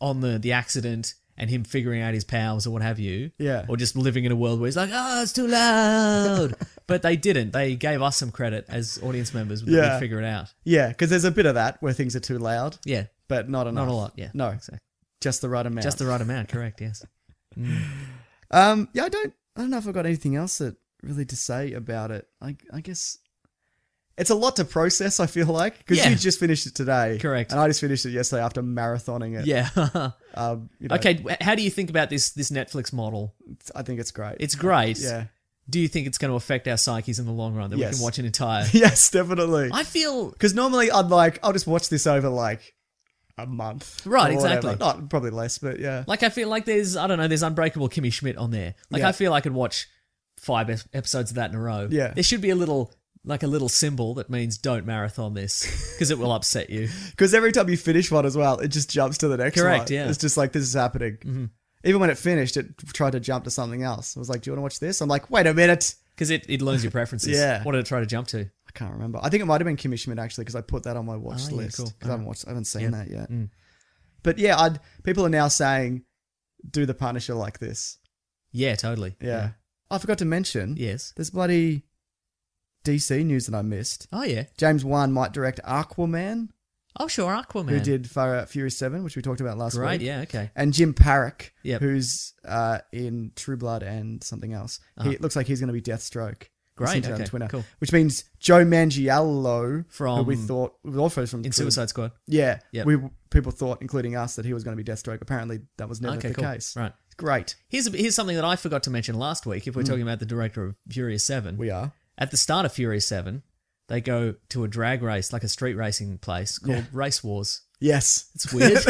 [SPEAKER 3] on the the accident and him figuring out his powers or what have you.
[SPEAKER 5] Yeah.
[SPEAKER 3] Or just living in a world where he's like, oh, it's too loud. but they didn't. They gave us some credit as audience members that
[SPEAKER 5] Yeah.
[SPEAKER 3] we figure it out.
[SPEAKER 5] yeah, because there's a bit of that where things are too loud,
[SPEAKER 3] Yeah.
[SPEAKER 5] but not enough.
[SPEAKER 3] Not a lot. Yeah.
[SPEAKER 5] No,
[SPEAKER 3] Exactly.
[SPEAKER 5] just the right amount.
[SPEAKER 3] Just the right amount. Correct. Yes.
[SPEAKER 5] Um, yeah, I don't, I don't know if I've got anything else that really to say about it. I, I guess it's a lot to process. I feel like because
[SPEAKER 3] Yeah.
[SPEAKER 5] you just finished it today,
[SPEAKER 3] Correct.
[SPEAKER 5] and I just finished it yesterday after marathoning it.
[SPEAKER 3] Yeah.
[SPEAKER 5] Um, you know,
[SPEAKER 3] okay. w- How do you think about this this Netflix model?
[SPEAKER 5] I think it's great.
[SPEAKER 3] It's great.
[SPEAKER 5] yeah.
[SPEAKER 3] Do you think it's going to affect our psyches in the long run that we
[SPEAKER 5] Yes.
[SPEAKER 3] can watch an entire?
[SPEAKER 5] yes, definitely.
[SPEAKER 3] I feel
[SPEAKER 5] Because normally I'd like, I'll just watch this over like a month.
[SPEAKER 3] Right,
[SPEAKER 5] or whatever.
[SPEAKER 3] exactly.
[SPEAKER 5] Not probably less, but yeah.
[SPEAKER 3] Like I feel like there's I don't know there's Unbreakable Kimmy Schmidt on there. Like
[SPEAKER 5] Yeah.
[SPEAKER 3] I feel I could watch five ep- episodes of that in a row.
[SPEAKER 5] Yeah.
[SPEAKER 3] there should be a little like a little symbol that means don't marathon this because it will upset you.
[SPEAKER 5] Because every time you finish one as well, it just jumps to the next
[SPEAKER 3] Correct,
[SPEAKER 5] one.
[SPEAKER 3] yeah. Mm-hmm.
[SPEAKER 5] It's just like, this is happening. Even when it finished, it tried to jump to something else. It was like, do you want to watch this? I'm like, wait a minute.
[SPEAKER 3] Because it, it learns your preferences.
[SPEAKER 5] Yeah.
[SPEAKER 3] What did it try to jump to?
[SPEAKER 5] I can't remember. I think it might have been Kimmy Schmidt actually, because I put that on my watch
[SPEAKER 3] Oh, yeah,
[SPEAKER 5] list.
[SPEAKER 3] cool.
[SPEAKER 5] 'cause I
[SPEAKER 3] Alright.
[SPEAKER 5] haven't watched, I haven't seen that yet.
[SPEAKER 3] Mm.
[SPEAKER 5] But yeah, I'd, people are now saying, do the Punisher like this.
[SPEAKER 3] Yeah, totally.
[SPEAKER 5] Yeah. I forgot to mention.
[SPEAKER 3] Yes.
[SPEAKER 5] There's bloody DC news that I missed.
[SPEAKER 3] Oh yeah.
[SPEAKER 5] James Wan might direct Aquaman,
[SPEAKER 3] Oh sure, Aquaman.
[SPEAKER 5] who did Far Out Furious 7, which we talked about last
[SPEAKER 3] Great.
[SPEAKER 5] week.
[SPEAKER 3] Yeah. Okay.
[SPEAKER 5] And Jim Parrick,
[SPEAKER 3] Yep.
[SPEAKER 5] who's uh, in True Blood and something else.
[SPEAKER 3] Uh-huh.
[SPEAKER 5] He it looks like he's going to be Deathstroke. I
[SPEAKER 3] Great,
[SPEAKER 5] sent it on
[SPEAKER 3] okay,
[SPEAKER 5] Twitter,
[SPEAKER 3] cool.
[SPEAKER 5] Which means Joe Mangiello, who
[SPEAKER 3] From-
[SPEAKER 5] we thought was also from
[SPEAKER 3] In
[SPEAKER 5] True-
[SPEAKER 3] Suicide Squad.
[SPEAKER 5] Yeah,
[SPEAKER 3] Yep.
[SPEAKER 5] we people thought, including us, that he was going to be Deathstroke. Apparently, that was never
[SPEAKER 3] Okay,
[SPEAKER 5] the
[SPEAKER 3] cool.
[SPEAKER 5] case.
[SPEAKER 3] Right. Hmm.
[SPEAKER 5] Great.
[SPEAKER 3] Here's a, here's something that I forgot to mention last week. If we're talking about the director of Furious Seven,
[SPEAKER 5] We are.
[SPEAKER 3] at the start of Furious Seven, they go to a drag race, like a street racing place called Race Wars.
[SPEAKER 5] Yes.
[SPEAKER 3] It's weird.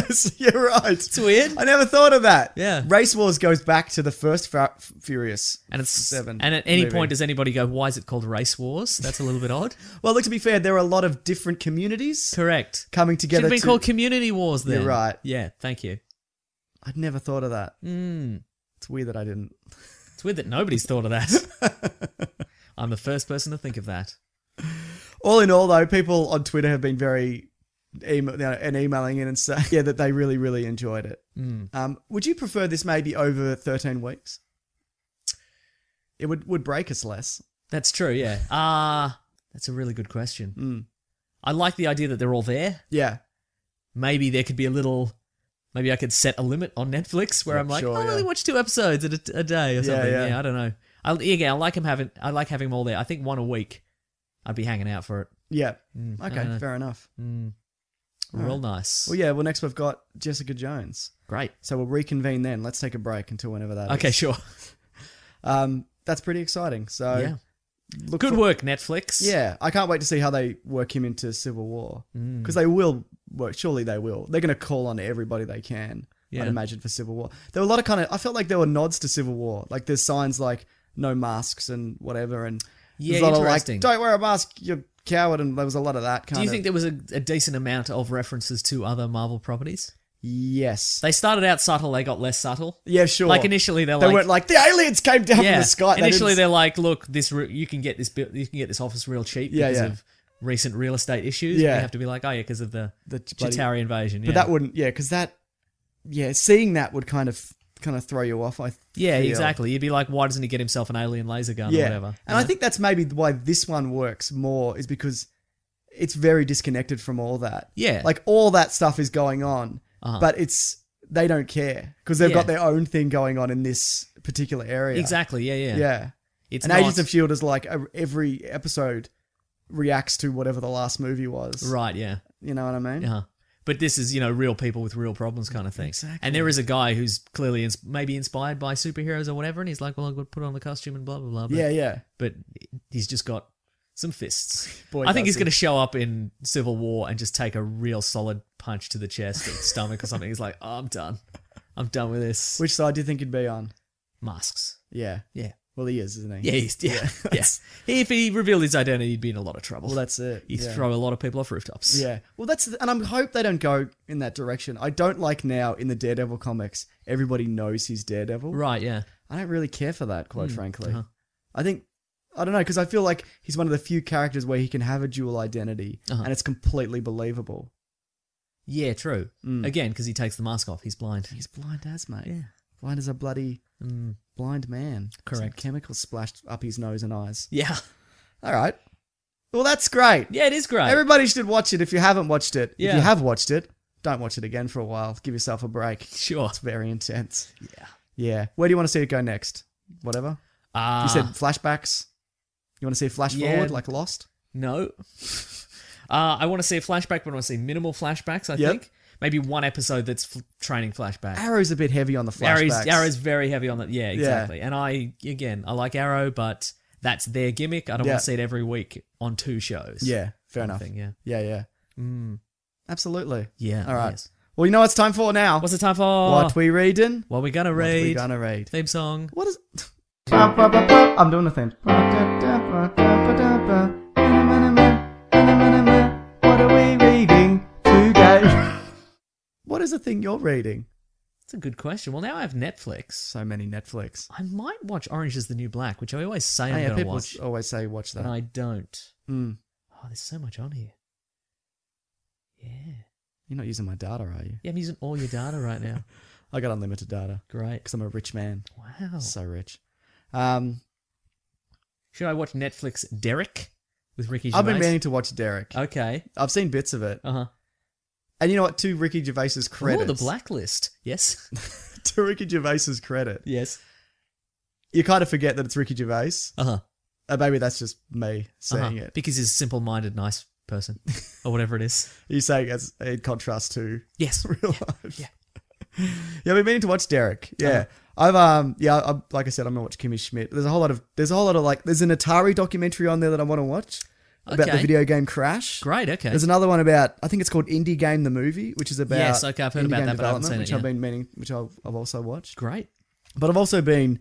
[SPEAKER 5] You're right. It's
[SPEAKER 3] weird.
[SPEAKER 5] I never thought of that.
[SPEAKER 3] Yeah.
[SPEAKER 5] Race Wars goes back to the first Fa- F- Furious.
[SPEAKER 3] And it's
[SPEAKER 5] seven.
[SPEAKER 3] And at any
[SPEAKER 5] movie.
[SPEAKER 3] point, does anybody go, "Why is it called Race Wars"? That's a little bit odd.
[SPEAKER 5] Well, look, to be fair, there are a lot of different communities
[SPEAKER 3] Correct.
[SPEAKER 5] coming
[SPEAKER 3] Should
[SPEAKER 5] together.
[SPEAKER 3] have been
[SPEAKER 5] to-
[SPEAKER 3] called Community Wars. Then
[SPEAKER 5] You're right.
[SPEAKER 3] Yeah. Thank you.
[SPEAKER 5] I'd never thought of that.
[SPEAKER 3] Mm.
[SPEAKER 5] It's weird that I didn't.
[SPEAKER 3] It's weird that nobody's thought of that. I'm the first person to think of that.
[SPEAKER 5] All in all, though, people on Twitter have been very email you know, and emailing in and saying yeah that they really really enjoyed it.
[SPEAKER 3] Hmm.
[SPEAKER 5] Um, would you prefer this maybe over 13 weeks? It would would break us less.
[SPEAKER 3] That's true. Yeah. Ah, that's a really good question.
[SPEAKER 5] Mm.
[SPEAKER 3] I like the idea that they're all there.
[SPEAKER 5] Yeah.
[SPEAKER 3] Maybe there could be a little. Maybe I could set a limit on Netflix where
[SPEAKER 5] Yeah,
[SPEAKER 3] I'm like,
[SPEAKER 5] sure,
[SPEAKER 3] I'll only
[SPEAKER 5] yeah.
[SPEAKER 3] watch two episodes at a, a day or
[SPEAKER 5] Yeah,
[SPEAKER 3] something.
[SPEAKER 5] yeah.
[SPEAKER 3] Yeah, I don't know. I, again, I like him having. I like having them all there. I think one a week. I'd be hanging out for it.
[SPEAKER 5] Yeah.
[SPEAKER 3] Mm, I don't
[SPEAKER 5] Okay.
[SPEAKER 3] know.
[SPEAKER 5] Fair enough.
[SPEAKER 3] Mm.
[SPEAKER 5] All
[SPEAKER 3] Real
[SPEAKER 5] right.
[SPEAKER 3] nice.
[SPEAKER 5] Well, yeah. Well, next we've got Jessica Jones.
[SPEAKER 3] Great.
[SPEAKER 5] So we'll reconvene then. Let's take a break until whenever that is.
[SPEAKER 3] Okay, sure.
[SPEAKER 5] Um, that's pretty exciting. So
[SPEAKER 3] yeah.
[SPEAKER 5] look
[SPEAKER 3] Good
[SPEAKER 5] for-
[SPEAKER 3] work, Netflix.
[SPEAKER 5] Yeah, I can't wait to see how they work him into Civil War
[SPEAKER 3] Mm.
[SPEAKER 5] because they will work. Surely they will. They're going to call on everybody they can.
[SPEAKER 3] Yeah.
[SPEAKER 5] I'd imagine for Civil War, there were a lot of kind of. I felt like there were nods to Civil War. Like there's signs like no masks and whatever, and
[SPEAKER 3] Yeah,
[SPEAKER 5] there's a lot
[SPEAKER 3] interesting.
[SPEAKER 5] of like don't wear a mask, you coward, and there was a lot of that kind.
[SPEAKER 3] Do you
[SPEAKER 5] of,
[SPEAKER 3] think there was a, a decent amount of references to other Marvel properties?
[SPEAKER 5] Yes.
[SPEAKER 3] They started out subtle, they got less subtle.
[SPEAKER 5] yeah, sure.
[SPEAKER 3] Like initially they're
[SPEAKER 5] they
[SPEAKER 3] like
[SPEAKER 5] weren't like the aliens came down
[SPEAKER 3] yeah.
[SPEAKER 5] from the sky. They
[SPEAKER 3] Initially
[SPEAKER 5] didn't-
[SPEAKER 3] they're like, look, this re- you can get this bu- you can get this office real cheap
[SPEAKER 5] Yeah,
[SPEAKER 3] because
[SPEAKER 5] yeah.
[SPEAKER 3] of recent real estate issues.
[SPEAKER 5] Yeah.
[SPEAKER 3] You have to be like, oh yeah, because of the
[SPEAKER 5] the bloody-
[SPEAKER 3] Chitauri invasion.
[SPEAKER 5] but
[SPEAKER 3] yeah.
[SPEAKER 5] that wouldn't. Yeah, because that. Yeah, seeing that would kind of kind of throw you off. I
[SPEAKER 3] yeah,
[SPEAKER 5] feel.
[SPEAKER 3] exactly. You'd be like, why doesn't he get himself an alien laser gun or whatever?
[SPEAKER 5] And I think that's maybe why this one works more is because it's very disconnected from all that.
[SPEAKER 3] Yeah.
[SPEAKER 5] Like all that stuff is going on,
[SPEAKER 3] Uh-huh.
[SPEAKER 5] but it's they don't care because they've got
[SPEAKER 3] Yeah.
[SPEAKER 5] their own thing going on in this particular area.
[SPEAKER 3] Exactly. Yeah, yeah.
[SPEAKER 5] Yeah.
[SPEAKER 3] It's
[SPEAKER 5] and
[SPEAKER 3] not,
[SPEAKER 5] Agents of Shield E is like a, every episode reacts to whatever the last movie was.
[SPEAKER 3] Right, yeah.
[SPEAKER 5] You know what I mean?
[SPEAKER 3] Yeah. But this is, you know, real people with real problems kind of thing. Exactly. And there is a guy who's clearly ins- maybe inspired by superheroes or whatever, and he's like, well, I'm going to put on the costume and blah, blah, blah. But,
[SPEAKER 5] Yeah, yeah.
[SPEAKER 3] But he's just got some fists.
[SPEAKER 5] Boy,
[SPEAKER 3] I think he's
[SPEAKER 5] does he.
[SPEAKER 3] going to show up in Civil War and just take a real solid punch to the chest or stomach or something. He's like, oh, I'm done. I'm done with this.
[SPEAKER 5] Which side do you think you'd be on?
[SPEAKER 3] Masks.
[SPEAKER 5] Yeah.
[SPEAKER 3] Yeah.
[SPEAKER 5] Well, he is, isn't he?
[SPEAKER 3] Yeah, he's, yeah, yeah. He, if he revealed his identity, he'd be in a lot of trouble.
[SPEAKER 5] Well, that's it.
[SPEAKER 3] He'd
[SPEAKER 5] yeah.
[SPEAKER 3] throw a lot of people off rooftops.
[SPEAKER 5] Yeah. Well, that's the, and I hope they don't go in that direction. I don't like now in the Daredevil comics, everybody knows he's Daredevil.
[SPEAKER 3] Right, yeah.
[SPEAKER 5] I don't really care for that,
[SPEAKER 3] Hmm.
[SPEAKER 5] quite frankly.
[SPEAKER 3] Uh-huh.
[SPEAKER 5] I think I don't know because I feel like he's one of the few characters where he can have a dual identity
[SPEAKER 3] Uh-huh.
[SPEAKER 5] and it's completely believable.
[SPEAKER 3] Yeah, true. Again, because he takes the mask off. He's blind.
[SPEAKER 5] Mm.
[SPEAKER 3] Mm.
[SPEAKER 5] He's blind as mate. Yeah. Blind as a bloody blind man. Some
[SPEAKER 3] Correct.
[SPEAKER 5] chemicals splashed up his nose and eyes.
[SPEAKER 3] Yeah.
[SPEAKER 5] All right. Well, that's great.
[SPEAKER 3] Yeah, it is great.
[SPEAKER 5] Everybody should watch it if you haven't watched it. If
[SPEAKER 3] Yeah.
[SPEAKER 5] you have watched it, don't watch it again for a while. Give yourself a break.
[SPEAKER 3] sure.
[SPEAKER 5] It's very intense.
[SPEAKER 3] Yeah.
[SPEAKER 5] Yeah. Where do you want to see it go next? Whatever.
[SPEAKER 3] Uh,
[SPEAKER 5] you said flashbacks. You want to see a flash
[SPEAKER 3] Yeah.
[SPEAKER 5] forward like Lost?
[SPEAKER 3] no. uh, I want to see a flashback, but I want to see minimal flashbacks, I
[SPEAKER 5] Yep.
[SPEAKER 3] think. Maybe one episode that's f- training flashback.
[SPEAKER 5] Arrow's a bit heavy on the flashbacks.
[SPEAKER 3] Arrow's, Arrow's very heavy on that. Yeah, exactly. And I, again, I like Arrow, but that's their gimmick. I don't
[SPEAKER 5] Yeah.
[SPEAKER 3] want to see it every week on two shows.
[SPEAKER 5] Yeah, fair
[SPEAKER 3] Kind of
[SPEAKER 5] enough.
[SPEAKER 3] thing, yeah.
[SPEAKER 5] yeah, yeah. Absolutely.
[SPEAKER 3] Yeah,
[SPEAKER 5] All right.
[SPEAKER 3] yes.
[SPEAKER 5] Well, you know what's time for now.
[SPEAKER 3] What's the time for?
[SPEAKER 5] what we reading?
[SPEAKER 3] What we gonna
[SPEAKER 5] What we
[SPEAKER 3] Oh. read?
[SPEAKER 5] gonna read?
[SPEAKER 3] Theme song.
[SPEAKER 5] What is? I'm doing the theme. What are we reading today? What is the thing you're reading?
[SPEAKER 3] That's a good question. Well, now I have Netflix.
[SPEAKER 5] So many Netflix.
[SPEAKER 3] I might watch Orange is the New Black, which I always say I'm
[SPEAKER 5] Hey,
[SPEAKER 3] gonna
[SPEAKER 5] Oh, people
[SPEAKER 3] watch,
[SPEAKER 5] always say watch that.
[SPEAKER 3] but I don't.
[SPEAKER 5] Mm.
[SPEAKER 3] Oh, there's so much on here. Yeah.
[SPEAKER 5] You're not using my data, are you?
[SPEAKER 3] Yeah, I'm using all your data right now.
[SPEAKER 5] I got unlimited data
[SPEAKER 3] Great. Oh.
[SPEAKER 5] because I'm a rich man.
[SPEAKER 3] Wow.
[SPEAKER 5] So rich. Um,
[SPEAKER 3] Should I watch Netflix Derek with Ricky Gervais?
[SPEAKER 5] I've been meaning to watch Derek.
[SPEAKER 3] Okay.
[SPEAKER 5] I've seen bits of it.
[SPEAKER 3] Uh huh.
[SPEAKER 5] And you know what? To Ricky Gervais's credit.
[SPEAKER 3] Oh, the blacklist. Yes.
[SPEAKER 5] to Ricky Gervais's credit.
[SPEAKER 3] yes.
[SPEAKER 5] You kind of forget that it's Ricky Gervais.
[SPEAKER 3] Uh huh.
[SPEAKER 5] Uh, maybe that's just me saying it.
[SPEAKER 3] Uh-huh. Because he's a simple-minded, nice person, or whatever it is.
[SPEAKER 5] He's saying as in contrast to
[SPEAKER 3] Yes.
[SPEAKER 5] real life.
[SPEAKER 3] yeah.
[SPEAKER 5] Yeah, we've been to watch Derek. Yeah.
[SPEAKER 3] Uh-huh.
[SPEAKER 5] I've um yeah, I, like I said, I'm gonna watch Kimmy Schmidt. There's a whole lot of there's a whole lot of like there's an Atari documentary on there that I want to watch about the
[SPEAKER 3] Okay.
[SPEAKER 5] video game Crash.
[SPEAKER 3] Great. Okay.
[SPEAKER 5] There's another one about I think it's called Indie Game the Movie, which is about
[SPEAKER 3] Yes, okay, I've heard
[SPEAKER 5] indie
[SPEAKER 3] about
[SPEAKER 5] game
[SPEAKER 3] that, but I haven't
[SPEAKER 5] development,
[SPEAKER 3] seen it
[SPEAKER 5] which
[SPEAKER 3] yet.
[SPEAKER 5] I've been meaning, which I've, I've also watched.
[SPEAKER 3] Great.
[SPEAKER 5] But I've also been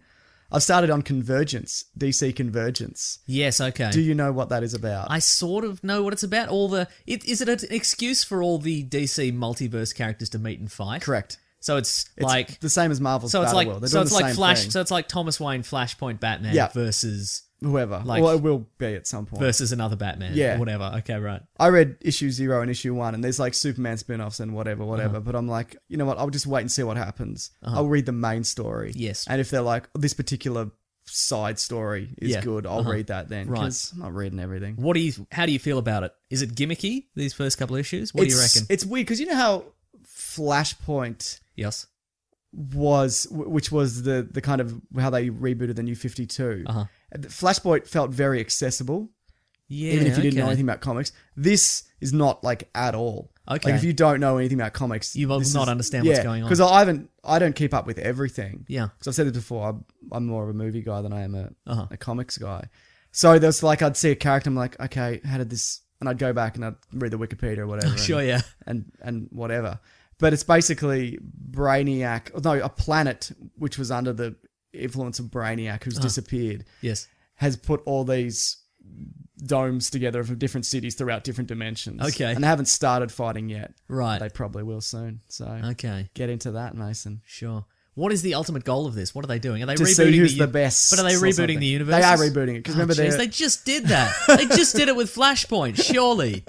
[SPEAKER 5] I've started on Convergence, DC Convergence.
[SPEAKER 3] Yes. Okay.
[SPEAKER 5] Do you know what that is about?
[SPEAKER 3] I sort of know what it's about. All the it, is it an excuse for all the DC multiverse characters to meet and fight?
[SPEAKER 5] Correct.
[SPEAKER 3] So it's,
[SPEAKER 5] It's
[SPEAKER 3] like
[SPEAKER 5] the same as Marvel's
[SPEAKER 3] so it's like
[SPEAKER 5] Battleworld. They're
[SPEAKER 3] so
[SPEAKER 5] doing
[SPEAKER 3] it's
[SPEAKER 5] the
[SPEAKER 3] like
[SPEAKER 5] same
[SPEAKER 3] Flash.
[SPEAKER 5] thing.
[SPEAKER 3] So it's like Thomas Wayne Flashpoint Batman
[SPEAKER 5] Yeah.
[SPEAKER 3] versus
[SPEAKER 5] whoever.
[SPEAKER 3] like-
[SPEAKER 5] well, it will be at some point.
[SPEAKER 3] versus another Batman.
[SPEAKER 5] Yeah.
[SPEAKER 3] or whatever. Okay, right.
[SPEAKER 5] I read issue zero and issue one, and there's like Superman spin offs and whatever, whatever.
[SPEAKER 3] Uh-huh.
[SPEAKER 5] But I'm like, you know what? I'll just wait and see what happens. I'll read the main story.
[SPEAKER 3] Yes.
[SPEAKER 5] And if they're like, this particular side story is
[SPEAKER 3] Yeah.
[SPEAKER 5] good, I'll
[SPEAKER 3] Uh-huh.
[SPEAKER 5] read that then.
[SPEAKER 3] Right.
[SPEAKER 5] 'cause I'm not reading everything.
[SPEAKER 3] What do you? How do you feel about it? Is it gimmicky? These first couple issues. What do you
[SPEAKER 5] It's-
[SPEAKER 3] reckon?
[SPEAKER 5] It's weird because you know how Flashpoint
[SPEAKER 3] yes.
[SPEAKER 5] was, wh- which was the the kind of how they rebooted the New Fifty Two.
[SPEAKER 3] Uh-huh.
[SPEAKER 5] Flashpoint felt very accessible.
[SPEAKER 3] Yeah.
[SPEAKER 5] even if you didn't know
[SPEAKER 3] okay.
[SPEAKER 5] anything about comics. This is not like at all.
[SPEAKER 3] Okay.
[SPEAKER 5] Like if you don't know anything about comics,
[SPEAKER 3] You will
[SPEAKER 5] this
[SPEAKER 3] not understand what's going on.
[SPEAKER 5] Because I haven't, I don't keep up with everything.
[SPEAKER 3] Yeah.
[SPEAKER 5] Because I've said it before, I'm, I'm more of a movie guy than I am a,
[SPEAKER 3] Uh-huh.
[SPEAKER 5] a comics guy. So there's like I'd see a character, I'm like, okay, how did this? And I'd go back and I'd read the Wikipedia or whatever.
[SPEAKER 3] Sure.
[SPEAKER 5] and,
[SPEAKER 3] Yeah.
[SPEAKER 5] And and whatever. But it's basically Brainiac, oh, no, a planet which was under the influence of Brainiac,
[SPEAKER 3] Uh-huh.
[SPEAKER 5] who's disappeared
[SPEAKER 3] Yes.
[SPEAKER 5] has put all these domes together of different cities throughout different dimensions.
[SPEAKER 3] Okay.
[SPEAKER 5] And they haven't started fighting yet.
[SPEAKER 3] Right.
[SPEAKER 5] They probably will soon. So
[SPEAKER 3] Okay.
[SPEAKER 5] get into that, Mason.
[SPEAKER 3] Sure. What is the ultimate goal of this? What are they doing? Are they
[SPEAKER 5] To
[SPEAKER 3] rebooting
[SPEAKER 5] see who's
[SPEAKER 3] the, uni-
[SPEAKER 5] the best
[SPEAKER 3] But are they
[SPEAKER 5] or
[SPEAKER 3] rebooting
[SPEAKER 5] something.
[SPEAKER 3] the Oh,
[SPEAKER 5] They
[SPEAKER 3] universe?
[SPEAKER 5] are rebooting it, 'cause remember
[SPEAKER 3] jeez,
[SPEAKER 5] they're-
[SPEAKER 3] they just did that. they just did it with Flashpoint. Surely,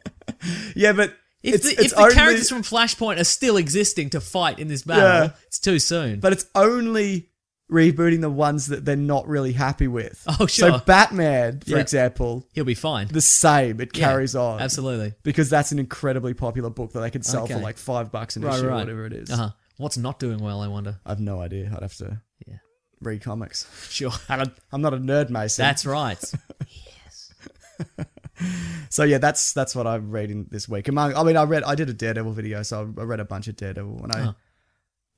[SPEAKER 5] Yeah, but
[SPEAKER 3] if
[SPEAKER 5] it's,
[SPEAKER 3] the,
[SPEAKER 5] it's
[SPEAKER 3] if the
[SPEAKER 5] only,
[SPEAKER 3] characters from Flashpoint are still existing to fight in this battle,
[SPEAKER 5] Yeah.
[SPEAKER 3] it's too soon.
[SPEAKER 5] but it's only rebooting the ones that they're not really happy with.
[SPEAKER 3] Oh, sure.
[SPEAKER 5] So Batman, for
[SPEAKER 3] Yeah.
[SPEAKER 5] example,
[SPEAKER 3] he'll be fine.
[SPEAKER 5] the same. It
[SPEAKER 3] Yeah,
[SPEAKER 5] carries on.
[SPEAKER 3] Absolutely.
[SPEAKER 5] Because that's an incredibly popular book that they can sell for
[SPEAKER 3] Okay.
[SPEAKER 5] like five bucks an
[SPEAKER 3] Right.
[SPEAKER 5] issue
[SPEAKER 3] Right.
[SPEAKER 5] or whatever it is.
[SPEAKER 3] Uh-huh. What's not doing well? I wonder.
[SPEAKER 5] I have no idea. I'd have to
[SPEAKER 3] Yeah.
[SPEAKER 5] read comics.
[SPEAKER 3] Sure.
[SPEAKER 5] I'm not a nerd, Mason.
[SPEAKER 3] That's right.
[SPEAKER 5] So yeah, that's that's what I'm reading this week. Among, I mean, I read, I did a Daredevil video, so I read a bunch of Daredevil, and I
[SPEAKER 3] Uh-huh.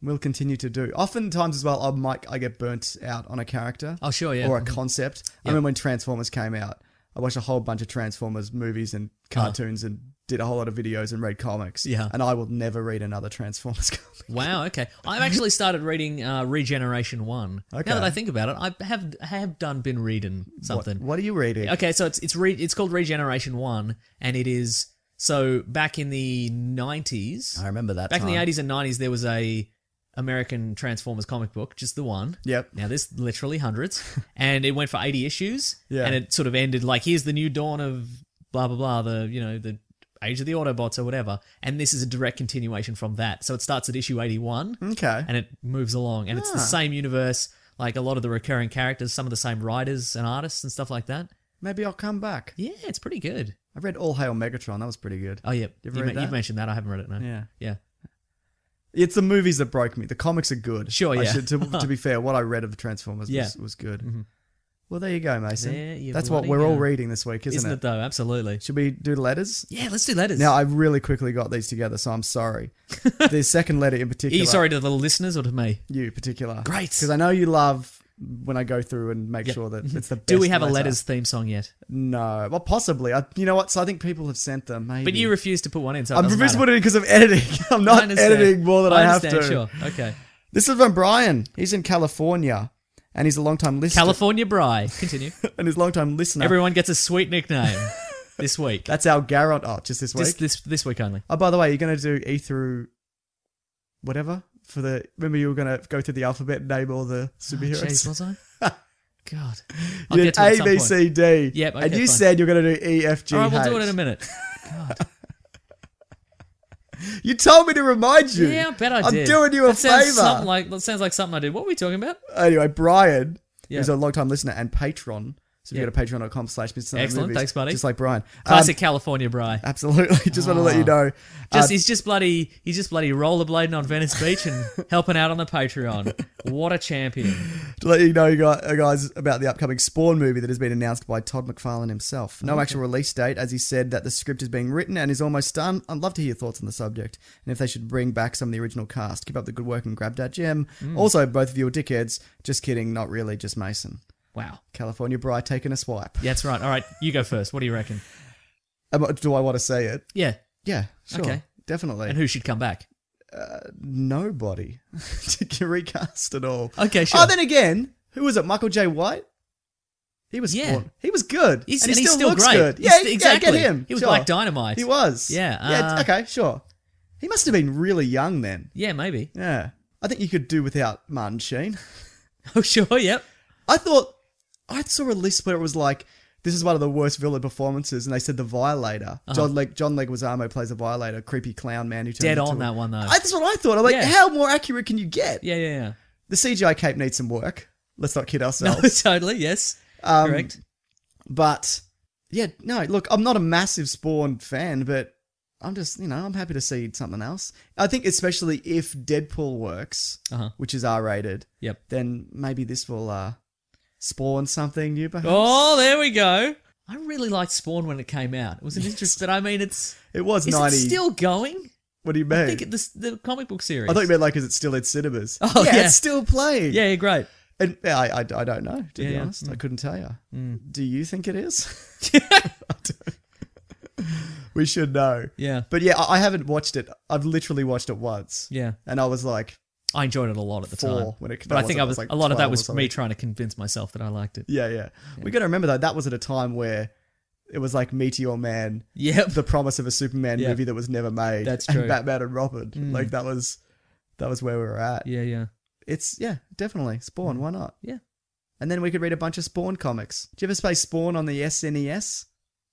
[SPEAKER 5] will continue to do. Oftentimes as well, I might I get burnt out on a character.
[SPEAKER 3] Oh, sure, yeah.
[SPEAKER 5] or a
[SPEAKER 3] Mhm. Oh.
[SPEAKER 5] concept. I mean, when Transformers came out, I watched a whole bunch of Transformers movies and cartoons and did a whole lot of videos and read comics.
[SPEAKER 3] Yeah.
[SPEAKER 5] And I will never read another Transformers comic.
[SPEAKER 3] Wow. Okay. I've actually started reading uh, Regeneration One.
[SPEAKER 5] Okay.
[SPEAKER 3] Now that I think about it, I have have done been reading something.
[SPEAKER 5] What are you reading?
[SPEAKER 3] Okay, so it's it's re- it's called Regeneration One, and it is so back in the nineties.
[SPEAKER 5] I remember that.
[SPEAKER 3] Back in the
[SPEAKER 5] time.
[SPEAKER 3] eighties and nineties, there was a American Transformers comic book, just the one.
[SPEAKER 5] Yep.
[SPEAKER 3] Now there's literally hundreds, and it went for eighty issues.
[SPEAKER 5] Yeah.
[SPEAKER 3] And it sort of ended like here's the new dawn of blah blah blah. The you know the age of the Autobots or whatever, and this is a direct continuation from that. So it starts at issue eighty one
[SPEAKER 5] Okay. Ah.
[SPEAKER 3] and it moves along and it's the same universe like a lot of the recurring characters some of the same writers and artists and stuff like that
[SPEAKER 5] Maybe I'll come back.
[SPEAKER 3] yeah it's pretty good
[SPEAKER 5] I read All Hail Megatron. That was pretty good.
[SPEAKER 3] oh yeah you,
[SPEAKER 5] ever read
[SPEAKER 3] ma-
[SPEAKER 5] that?
[SPEAKER 3] you mentioned that i haven't read it no
[SPEAKER 5] Yeah.
[SPEAKER 3] yeah
[SPEAKER 5] It's the movies that broke me. The comics are good.
[SPEAKER 3] Sure,
[SPEAKER 5] I
[SPEAKER 3] yeah.
[SPEAKER 5] should, to, to be fair, what I read of the Transformers
[SPEAKER 3] Yeah. Mm-hmm.
[SPEAKER 5] was, was good. Well, there you go, Mason.
[SPEAKER 3] There you
[SPEAKER 5] That's what
[SPEAKER 3] bloody
[SPEAKER 5] we're all
[SPEAKER 3] go.
[SPEAKER 5] reading this week, isn't,
[SPEAKER 3] isn't, it?
[SPEAKER 5] it?
[SPEAKER 3] though absolutely
[SPEAKER 5] Should we do the letters?
[SPEAKER 3] yeah let's do letters
[SPEAKER 5] Now, I really quickly got these together, so I'm sorry. the second letter in
[SPEAKER 3] are
[SPEAKER 5] particular.
[SPEAKER 3] you E, sorry to the listeners or to me
[SPEAKER 5] You in particular.
[SPEAKER 3] Great.
[SPEAKER 5] Because I know you love when I go through and make sure that it's the best
[SPEAKER 3] Mm-hmm. do we have a
[SPEAKER 5] letter.
[SPEAKER 3] letters theme song yet
[SPEAKER 5] No. Well, possibly. I, you know what? So I think people have sent them, maybe.
[SPEAKER 3] but you refuse to put one in so it
[SPEAKER 5] I'm
[SPEAKER 3] doesn't
[SPEAKER 5] just
[SPEAKER 3] matter.
[SPEAKER 5] putting it because of editing. I'm
[SPEAKER 3] I
[SPEAKER 5] not
[SPEAKER 3] understand.
[SPEAKER 5] editing more than I, have to.
[SPEAKER 3] understand, sure okay
[SPEAKER 5] This is from Brian. He's in California, and he's a long-time listener.
[SPEAKER 3] california bry continue
[SPEAKER 5] and he's a long-time listener.
[SPEAKER 3] everyone gets a sweet nickname this week
[SPEAKER 5] That's our Garant. Oh, just this week.
[SPEAKER 3] this, this this week only
[SPEAKER 5] oh, by the way, you're gonna do E through whatever for the. Remember, you were gonna go through the alphabet and name all the
[SPEAKER 3] Oh, jeez
[SPEAKER 5] superheroes.
[SPEAKER 3] was i god I'll
[SPEAKER 5] you
[SPEAKER 3] get
[SPEAKER 5] did
[SPEAKER 3] to it at
[SPEAKER 5] A
[SPEAKER 3] some
[SPEAKER 5] B
[SPEAKER 3] point.
[SPEAKER 5] C D.
[SPEAKER 3] Yep, okay,
[SPEAKER 5] and you
[SPEAKER 3] fine.
[SPEAKER 5] said you're gonna do E F G.
[SPEAKER 3] All right, we'll do it in a minute.
[SPEAKER 5] You told me to remind you.
[SPEAKER 3] yeah, I bet I
[SPEAKER 5] I'm
[SPEAKER 3] did.
[SPEAKER 5] doing you a
[SPEAKER 3] that sounds
[SPEAKER 5] favor. Um,
[SPEAKER 3] something Like, that sounds like something I did. What were we talking about?
[SPEAKER 5] anyway, Brian
[SPEAKER 3] Yeah.
[SPEAKER 5] is a long-time listener and patron. So if
[SPEAKER 3] Yeah.
[SPEAKER 5] you go to patreon.com slash Mr. Sunday
[SPEAKER 3] Excellent,
[SPEAKER 5] Movies,
[SPEAKER 3] thanks, buddy.
[SPEAKER 5] Just like Brian. Um,
[SPEAKER 3] Classic California
[SPEAKER 5] uh,
[SPEAKER 3] Bry.
[SPEAKER 5] absolutely. Just want to let you know.
[SPEAKER 3] Ah.
[SPEAKER 5] Uh,
[SPEAKER 3] Just he's just bloody he's just bloody rollerblading on Venice Beach and helping out on the Patreon. What a champion!
[SPEAKER 5] to let you know, you got- uh, guys, about the upcoming Spawn movie that has been announced by Todd McFarlane himself. No actual release date, as he said that the script is being written and is almost done. I'd love to hear your thoughts on the subject and if they should bring back some of the original cast. Keep up the good work and grab that gem.
[SPEAKER 3] Mm.
[SPEAKER 5] Also, both of you are dickheads. Just kidding, not really, just Mason.
[SPEAKER 3] Wow.
[SPEAKER 5] California Bri taking a swipe.
[SPEAKER 3] Yeah, that's right. All right, you go first. What do you reckon?
[SPEAKER 5] Um, Do I want to say it?
[SPEAKER 3] Yeah,
[SPEAKER 5] Yeah, sure.
[SPEAKER 3] Okay.
[SPEAKER 5] Definitely.
[SPEAKER 3] and who should come back?
[SPEAKER 5] Nobody to get recast at all.
[SPEAKER 3] Okay, sure.
[SPEAKER 5] Oh, then again, who was it? Michael J. White. He was
[SPEAKER 3] Yeah.
[SPEAKER 5] yeah. He was good.
[SPEAKER 3] He's-
[SPEAKER 5] and he
[SPEAKER 3] and he's
[SPEAKER 5] still,
[SPEAKER 3] still
[SPEAKER 5] looks
[SPEAKER 3] great.
[SPEAKER 5] good.
[SPEAKER 3] He's
[SPEAKER 5] Yeah,
[SPEAKER 3] st-
[SPEAKER 5] yeah,
[SPEAKER 3] exactly.
[SPEAKER 5] get him.
[SPEAKER 3] He was
[SPEAKER 5] Sure.
[SPEAKER 3] Black Dynamite.
[SPEAKER 5] He was.
[SPEAKER 3] Yeah, uh,
[SPEAKER 5] yeah. Okay. Sure. He must have been really young then.
[SPEAKER 3] Yeah, maybe.
[SPEAKER 5] Yeah. I think you could do without Martin Sheen.
[SPEAKER 3] Oh, sure. Yep.
[SPEAKER 5] I thought I saw a list where it was like this is one of the worst villain performances, and they said the Violator.
[SPEAKER 3] Uh-huh.
[SPEAKER 5] John Leg John Leguizamo plays the Violator, creepy clown man who turns
[SPEAKER 3] Dead
[SPEAKER 5] into
[SPEAKER 3] on
[SPEAKER 5] a-
[SPEAKER 3] that one though.
[SPEAKER 5] I, that's what I thought. I'm like,
[SPEAKER 3] Yeah.
[SPEAKER 5] how more accurate can you get?
[SPEAKER 3] yeah, yeah, yeah.
[SPEAKER 5] The CGI cape needs some work. Let's not kid
[SPEAKER 3] No,
[SPEAKER 5] ourselves.
[SPEAKER 3] totally. Yes.
[SPEAKER 5] Um,
[SPEAKER 3] Correct.
[SPEAKER 5] But yeah, no, look, I'm not a massive Spawn fan, but I'm just, you know, I'm happy to see something else. I think especially if Deadpool works,
[SPEAKER 3] Uh-huh.
[SPEAKER 5] which is R rated,
[SPEAKER 3] Yep.
[SPEAKER 5] then maybe this will uh, spawn something new perhaps.
[SPEAKER 3] Oh, there we go. I really liked Spawn when it came out. It was an interest, but I mean, it's
[SPEAKER 5] it was
[SPEAKER 3] is
[SPEAKER 5] 90.
[SPEAKER 3] it still going?
[SPEAKER 5] what do you mean?
[SPEAKER 3] I think the the comic book series.
[SPEAKER 5] I thought you meant like, is it still in cinemas?
[SPEAKER 3] Oh, yeah.
[SPEAKER 5] it's still playing.
[SPEAKER 3] yeah, yeah, great.
[SPEAKER 5] And yeah, I, I, I don't know, to be
[SPEAKER 3] Yeah, Mm. yeah.
[SPEAKER 5] honest. I couldn't tell you. Do you think it is? we should know.
[SPEAKER 3] Yeah.
[SPEAKER 5] But yeah, I, I haven't watched it. I've literally watched it once.
[SPEAKER 3] Yeah,
[SPEAKER 5] And I was like,
[SPEAKER 3] I enjoyed it a lot at the
[SPEAKER 5] Four
[SPEAKER 3] time.
[SPEAKER 5] when it-
[SPEAKER 3] but I
[SPEAKER 5] that
[SPEAKER 3] think I
[SPEAKER 5] wasn't- I
[SPEAKER 3] was,
[SPEAKER 5] was like
[SPEAKER 3] a lot of that
[SPEAKER 5] 12 or
[SPEAKER 3] was me
[SPEAKER 5] something.
[SPEAKER 3] trying to convince myself that I liked it.
[SPEAKER 5] yeah, yeah. We got to remember, though, that was at a time where it was like Meteor Man,
[SPEAKER 3] Yeah,
[SPEAKER 5] the promise of a Superman
[SPEAKER 3] Yeah.
[SPEAKER 5] movie that was never made.
[SPEAKER 3] That's true. Mm.
[SPEAKER 5] And Batman and Robin. Like, that was. That was where we were at.
[SPEAKER 3] yeah, yeah,
[SPEAKER 5] It's yeah, definitely Spawn. Why not?
[SPEAKER 3] yeah.
[SPEAKER 5] And then we could read a bunch of Spawn comics. Do you ever play Spawn on the E SNES?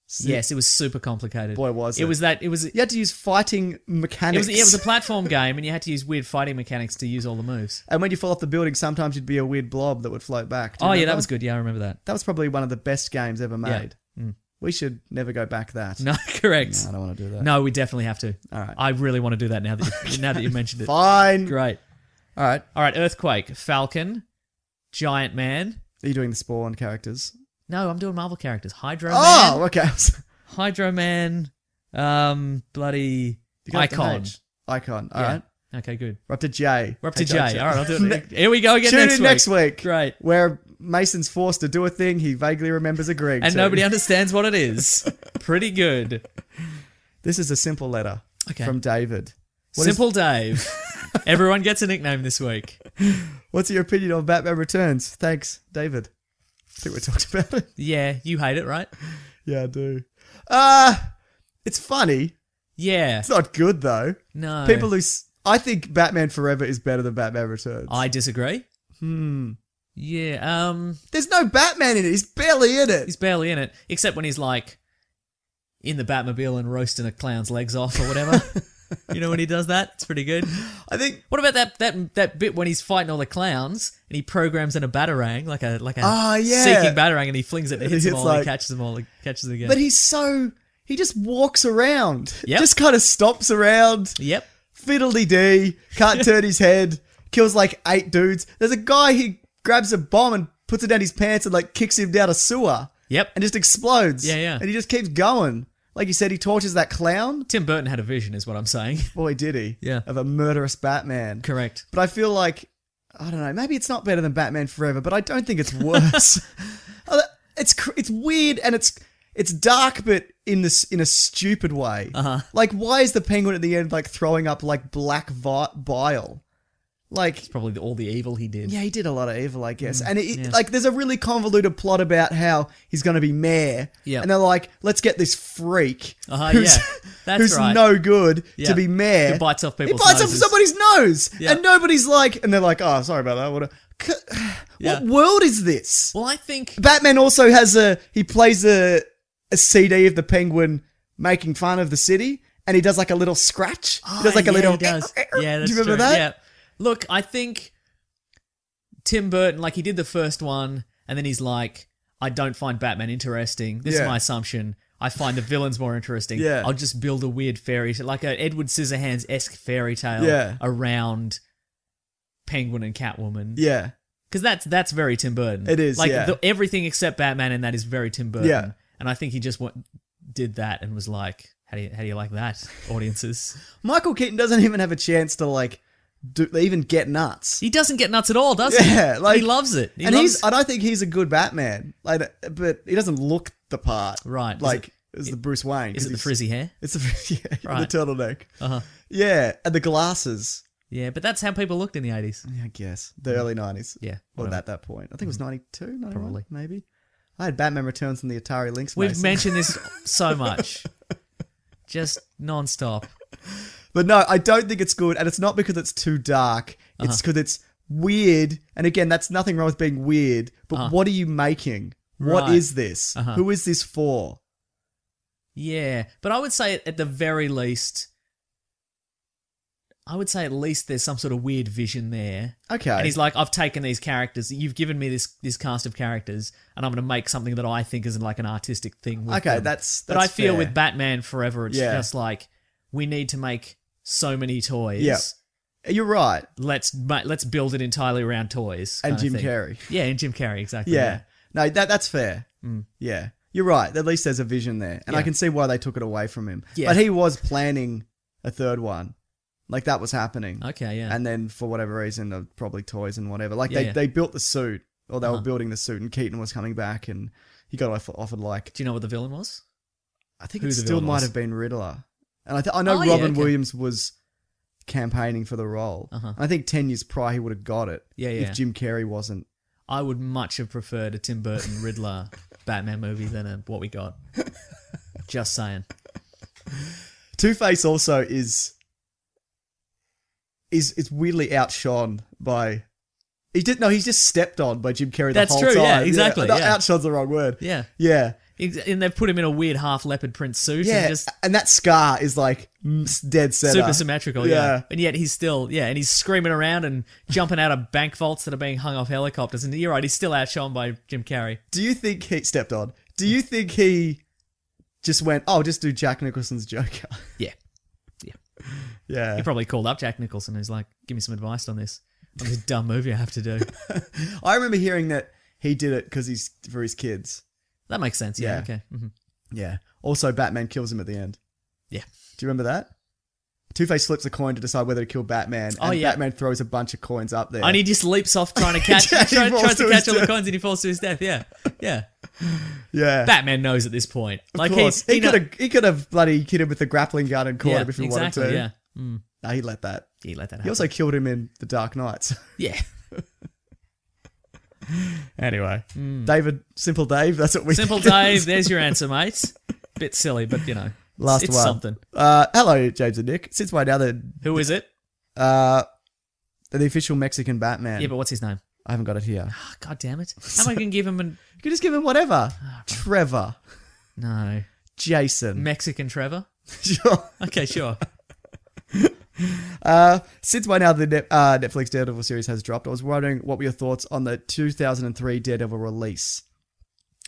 [SPEAKER 5] Si-
[SPEAKER 3] Yes, it was super complicated.
[SPEAKER 5] Boy, was
[SPEAKER 3] it
[SPEAKER 5] it.
[SPEAKER 3] was that it was it
[SPEAKER 5] You had to use fighting mechanics.
[SPEAKER 3] was it was a platform game, and you had to use weird fighting mechanics to use all the moves.
[SPEAKER 5] and when you fall off the building, sometimes you'd be a weird blob that would float back. Do you
[SPEAKER 3] Oh yeah,
[SPEAKER 5] remember?
[SPEAKER 3] that was good. Yeah, I remember that.
[SPEAKER 5] That was probably one of the best games ever
[SPEAKER 3] Yeah. Hmm.
[SPEAKER 5] made. We should never go back that.
[SPEAKER 3] No, correct.
[SPEAKER 5] I
[SPEAKER 3] No,
[SPEAKER 5] don't want to do that.
[SPEAKER 3] we definitely have to. All
[SPEAKER 5] right.
[SPEAKER 3] I really want to do that now that you, now that you mentioned it.
[SPEAKER 5] Fine.
[SPEAKER 3] Great.
[SPEAKER 5] All right.
[SPEAKER 3] All right, Earthquake, Falcon, Giant Man.
[SPEAKER 5] Are you doing the Spawn characters?
[SPEAKER 3] No, I'm doing Marvel characters. Hydro
[SPEAKER 5] Oh,
[SPEAKER 3] Man,
[SPEAKER 5] okay.
[SPEAKER 3] Hydro Man, um, bloody
[SPEAKER 5] You got the
[SPEAKER 3] Icon.
[SPEAKER 5] H. Icon. All
[SPEAKER 3] Yeah.
[SPEAKER 5] right.
[SPEAKER 3] Okay, good.
[SPEAKER 5] We're up to J.
[SPEAKER 3] We're up to
[SPEAKER 5] H-
[SPEAKER 3] J.
[SPEAKER 5] J.
[SPEAKER 3] All right, I'll do it. Here we go again
[SPEAKER 5] Tune
[SPEAKER 3] next
[SPEAKER 5] in
[SPEAKER 3] week.
[SPEAKER 5] next week.
[SPEAKER 3] Great.
[SPEAKER 5] Where Mason's forced to do a thing he vaguely remembers agreeing
[SPEAKER 3] And
[SPEAKER 5] to.
[SPEAKER 3] nobody understands what it is. Pretty good.
[SPEAKER 5] This is a simple letter
[SPEAKER 3] Okay.
[SPEAKER 5] from David. What is-
[SPEAKER 3] Simple Dave. Everyone gets a nickname this week.
[SPEAKER 5] What's your opinion on Batman Returns? Thanks, David. I think we talked about it.
[SPEAKER 3] Yeah, you hate it, right?
[SPEAKER 5] Yeah, I do. Uh it's funny.
[SPEAKER 3] Yeah.
[SPEAKER 5] It's not good though.
[SPEAKER 3] No.
[SPEAKER 5] People who s- I think Batman Forever is better than Batman Returns.
[SPEAKER 3] I disagree. Hmm. Yeah. Um.
[SPEAKER 5] There's no Batman in it. He's barely in it.
[SPEAKER 3] He's barely in it, except when he's like in the Batmobile and roasting a clown's legs off or whatever. you know when he does that? It's pretty good.
[SPEAKER 5] I think
[SPEAKER 3] What about that that that bit when he's fighting all the clowns and he programs in a batarang like a like a
[SPEAKER 5] Ah, yeah.
[SPEAKER 3] seeking batarang and he flings it and
[SPEAKER 5] And
[SPEAKER 3] hits
[SPEAKER 5] he
[SPEAKER 3] them
[SPEAKER 5] hits
[SPEAKER 3] all and
[SPEAKER 5] like-
[SPEAKER 3] he catches them all and catches it again.
[SPEAKER 5] but he's so he just walks around.
[SPEAKER 3] Yep.
[SPEAKER 5] Just kind of stomps around.
[SPEAKER 3] yep.
[SPEAKER 5] Fiddly dee. Can't turn his head. Kills like eight dudes. There's a guy who grabs a bomb and puts it down his pants and like kicks him down a sewer.
[SPEAKER 3] Yep.
[SPEAKER 5] and just explodes.
[SPEAKER 3] Yeah, yeah.
[SPEAKER 5] And he just keeps going. Like you said, he tortures that clown.
[SPEAKER 3] Tim Burton had a vision is what I'm saying.
[SPEAKER 5] Boy, did he.
[SPEAKER 3] Yeah.
[SPEAKER 5] Of a murderous Batman.
[SPEAKER 3] Correct.
[SPEAKER 5] But I feel like, I don't know, maybe it's not better than Batman Forever, but I don't think it's worse. Uh, it's cr- it's weird and it's it's dark, but in this in a stupid way. Uh-huh. Like, why is the penguin at the end like throwing up like black vi- bile? Like,
[SPEAKER 3] It's probably the, all the evil he did.
[SPEAKER 5] yeah, he did a lot of evil, I guess.
[SPEAKER 3] Mm,
[SPEAKER 5] and it, like, there's a really convoluted plot about how he's going to be mayor.
[SPEAKER 3] Yeah.
[SPEAKER 5] And they're like, let's get this freak
[SPEAKER 3] Uh-huh, yeah. That's
[SPEAKER 5] who's
[SPEAKER 3] right.
[SPEAKER 5] no good
[SPEAKER 3] Yeah.
[SPEAKER 5] to be mayor.
[SPEAKER 3] Who bites off people's
[SPEAKER 5] He bites
[SPEAKER 3] noses.
[SPEAKER 5] off somebody's nose,
[SPEAKER 3] Yeah.
[SPEAKER 5] and nobody's like, and they're like, oh, sorry about that. What, a, C-
[SPEAKER 3] Yeah.
[SPEAKER 5] what world is this?
[SPEAKER 3] Well, I think
[SPEAKER 5] Batman also has a he plays a a CD of the Penguin making fun of the city, and he does like a little scratch. he does like a
[SPEAKER 3] Ah, yeah,
[SPEAKER 5] little.
[SPEAKER 3] he does. yeah, that's
[SPEAKER 5] do you remember
[SPEAKER 3] true.
[SPEAKER 5] that?
[SPEAKER 3] Yeah. Look, I think Tim Burton, like he did the first one, and then he's like, I don't find Batman interesting. This
[SPEAKER 5] Yeah.
[SPEAKER 3] is my assumption. I find the villains more interesting.
[SPEAKER 5] Yeah.
[SPEAKER 3] I'll just build a weird fairy tale, like a Edward Scissorhands esque fairy tale
[SPEAKER 5] Yeah.
[SPEAKER 3] around Penguin and Catwoman.
[SPEAKER 5] Yeah.
[SPEAKER 3] Because that's that's very Tim Burton.
[SPEAKER 5] It is,
[SPEAKER 3] like
[SPEAKER 5] yeah.
[SPEAKER 3] the, everything except Batman, and that is very Tim Burton.
[SPEAKER 5] Yeah.
[SPEAKER 3] And I think he just went, did that and was like, how do you, how do you like that, audiences?
[SPEAKER 5] Michael Keaton doesn't even have a chance to like do, even get nuts.
[SPEAKER 3] He doesn't get nuts at all, does he?
[SPEAKER 5] Yeah, like-
[SPEAKER 3] he loves it. He
[SPEAKER 5] and
[SPEAKER 3] loves-
[SPEAKER 5] he's I don't think he's a good Batman. Like but he doesn't look the part.
[SPEAKER 3] Right. Is
[SPEAKER 5] Like
[SPEAKER 3] it-
[SPEAKER 5] is the Bruce Wayne.
[SPEAKER 3] is
[SPEAKER 5] 'cause
[SPEAKER 3] it the
[SPEAKER 5] he's-
[SPEAKER 3] frizzy hair?
[SPEAKER 5] It's the frizz- yeah,
[SPEAKER 3] Right.
[SPEAKER 5] the turtleneck.
[SPEAKER 3] Uh-huh.
[SPEAKER 5] Yeah, and the glasses.
[SPEAKER 3] Yeah, but that's how people looked in the eighties.
[SPEAKER 5] Yeah, I guess. The early 90s.
[SPEAKER 3] Yeah,
[SPEAKER 5] Well,
[SPEAKER 3] Mm. whatever. Mm.
[SPEAKER 5] at that point. I think it was 92, 91,
[SPEAKER 3] Probably.
[SPEAKER 5] maybe. I had Batman Returns and the Atari Lynx.
[SPEAKER 3] We've
[SPEAKER 5] Mason.
[SPEAKER 3] mentioned this so much, just nonstop.
[SPEAKER 5] But no, I don't think it's good, and it's not because it's too dark.
[SPEAKER 3] Uh-huh.
[SPEAKER 5] It's because it's weird, and again, that's nothing wrong with being weird. But what are you making? What
[SPEAKER 3] Uh-huh. Right.
[SPEAKER 5] is this?
[SPEAKER 3] Uh-huh.
[SPEAKER 5] Who is this for?
[SPEAKER 3] Yeah, but I would say at the very least, I would say at least there's some sort of weird vision there.
[SPEAKER 5] Okay,
[SPEAKER 3] And he's like, I've taken these characters. You've given me this this cast of characters, and I'm going to make something that I think is like an artistic thing. With
[SPEAKER 5] Okay,
[SPEAKER 3] them.
[SPEAKER 5] that's-
[SPEAKER 3] but I
[SPEAKER 5] that's
[SPEAKER 3] feel
[SPEAKER 5] fair.
[SPEAKER 3] with Batman Forever, it's
[SPEAKER 5] Yeah.
[SPEAKER 3] just like we need to make so many toys.
[SPEAKER 5] Yeah. you're right.
[SPEAKER 3] Let's ma- let's build it entirely around toys.
[SPEAKER 5] And
[SPEAKER 3] kind of
[SPEAKER 5] Jim
[SPEAKER 3] thing.
[SPEAKER 5] Carrey.
[SPEAKER 3] Yeah, Mm. and Jim Carrey exactly.
[SPEAKER 5] Yeah, no, that that's fair. Yeah, you're right. At least there's a vision there, and I can see why they took it away from him.
[SPEAKER 3] Yeah.
[SPEAKER 5] But he was planning a third one, like that was happening.
[SPEAKER 3] Okay. Yeah.
[SPEAKER 5] and then for whatever reason, uh, probably toys and whatever. Like
[SPEAKER 3] Yeah,
[SPEAKER 5] they,
[SPEAKER 3] yeah. Uh-huh.
[SPEAKER 5] they built the suit, or they were building the suit, and Keaton was coming back, and he got off- offered like
[SPEAKER 3] Do you know what the villain was?
[SPEAKER 5] I think
[SPEAKER 3] Who
[SPEAKER 5] it
[SPEAKER 3] the
[SPEAKER 5] still
[SPEAKER 3] villain
[SPEAKER 5] might
[SPEAKER 3] was?
[SPEAKER 5] have been Riddler, and I, th- I know
[SPEAKER 3] Oh,
[SPEAKER 5] Robin
[SPEAKER 3] yeah, okay.
[SPEAKER 5] Williams was campaigning for the role.
[SPEAKER 3] Uh-huh.
[SPEAKER 5] And I think ten years prior he would have got it.
[SPEAKER 3] Yeah, yeah.
[SPEAKER 5] If Jim Carrey wasn't.
[SPEAKER 3] I would much have preferred a Tim Burton Riddler Batman movie than a, what we got. Just saying.
[SPEAKER 5] Two Face also is is is weirdly outshone by. He did no. He's just stepped on by Jim Carrey
[SPEAKER 3] That's
[SPEAKER 5] the whole
[SPEAKER 3] true,
[SPEAKER 5] time.
[SPEAKER 3] yeah, exactly,
[SPEAKER 5] No,
[SPEAKER 3] yeah.
[SPEAKER 5] Outshone's the wrong word.
[SPEAKER 3] Yeah.
[SPEAKER 5] Yeah.
[SPEAKER 3] Ex- And they've put him in a weird half leopard print suit
[SPEAKER 5] Yeah,
[SPEAKER 3] and just
[SPEAKER 5] and that scar is like mm, s- dead center.
[SPEAKER 3] super symmetrical. Yeah. And yet he's still, yeah, and he's screaming around and jumping out of bank vaults that are being hung off helicopters. And you're right, he's still outshone by Jim Carrey.
[SPEAKER 5] Do you think he stepped on? Do you think he just went? Oh, just do Jack Nicholson's Joker.
[SPEAKER 3] Yeah.
[SPEAKER 5] yeah,
[SPEAKER 3] He probably called up Jack Nicholson and he's like, give me some advice on this. On this dumb movie I have to do.
[SPEAKER 5] I remember hearing that he did it because he's for his kids.
[SPEAKER 3] That makes sense. Yeah.
[SPEAKER 5] Yeah.
[SPEAKER 3] Okay. hmm
[SPEAKER 5] Yeah. Also, Batman kills him at the end.
[SPEAKER 3] Yeah.
[SPEAKER 5] Do you remember that? Two Face flips a coin to decide whether to kill Batman.
[SPEAKER 3] Oh,
[SPEAKER 5] and
[SPEAKER 3] yeah.
[SPEAKER 5] Batman throws a bunch of coins up there.
[SPEAKER 3] And he just leaps off trying to catch,
[SPEAKER 5] Yeah, he
[SPEAKER 3] try,
[SPEAKER 5] falls
[SPEAKER 3] tries to
[SPEAKER 5] to his
[SPEAKER 3] catch all the
[SPEAKER 5] death.
[SPEAKER 3] coins, and he falls to his death. Yeah, yeah.
[SPEAKER 5] yeah.
[SPEAKER 3] Batman knows at this point. Like
[SPEAKER 5] of course.
[SPEAKER 3] he's
[SPEAKER 5] He,
[SPEAKER 3] he
[SPEAKER 5] could
[SPEAKER 3] kno-
[SPEAKER 5] have he could have bloody hit him with the grappling gun and caught
[SPEAKER 3] yeah,
[SPEAKER 5] him if he
[SPEAKER 3] exactly,
[SPEAKER 5] wanted to.
[SPEAKER 3] Yeah,
[SPEAKER 5] No, he let that.
[SPEAKER 3] he let that happen.
[SPEAKER 5] He also killed him in The Dark Knight. so-
[SPEAKER 3] yeah,
[SPEAKER 5] anyway, Mm. David, Simple Dave, that's what we
[SPEAKER 3] simple
[SPEAKER 5] think it
[SPEAKER 3] Dave.
[SPEAKER 5] is.
[SPEAKER 3] There's your answer, mate. Bit silly, but you know,
[SPEAKER 5] Last
[SPEAKER 3] it's, it's
[SPEAKER 5] one.
[SPEAKER 3] something.
[SPEAKER 5] Uh, hello, James and Nick. Since by now the
[SPEAKER 3] Who is it?
[SPEAKER 5] uh, the official Mexican Batman.
[SPEAKER 3] Yeah, but what's his name?
[SPEAKER 5] I haven't got it here.
[SPEAKER 3] Oh, God damn it! How am I going to give him a
[SPEAKER 5] You can just give him whatever. Trevor,
[SPEAKER 3] no
[SPEAKER 5] Jason.
[SPEAKER 3] Mexican Trevor?
[SPEAKER 5] sure.
[SPEAKER 3] Okay, sure.
[SPEAKER 5] Uh, since by now the ne- uh, Netflix Daredevil series has dropped, I was wondering what were your thoughts on the 2003 Daredevil release.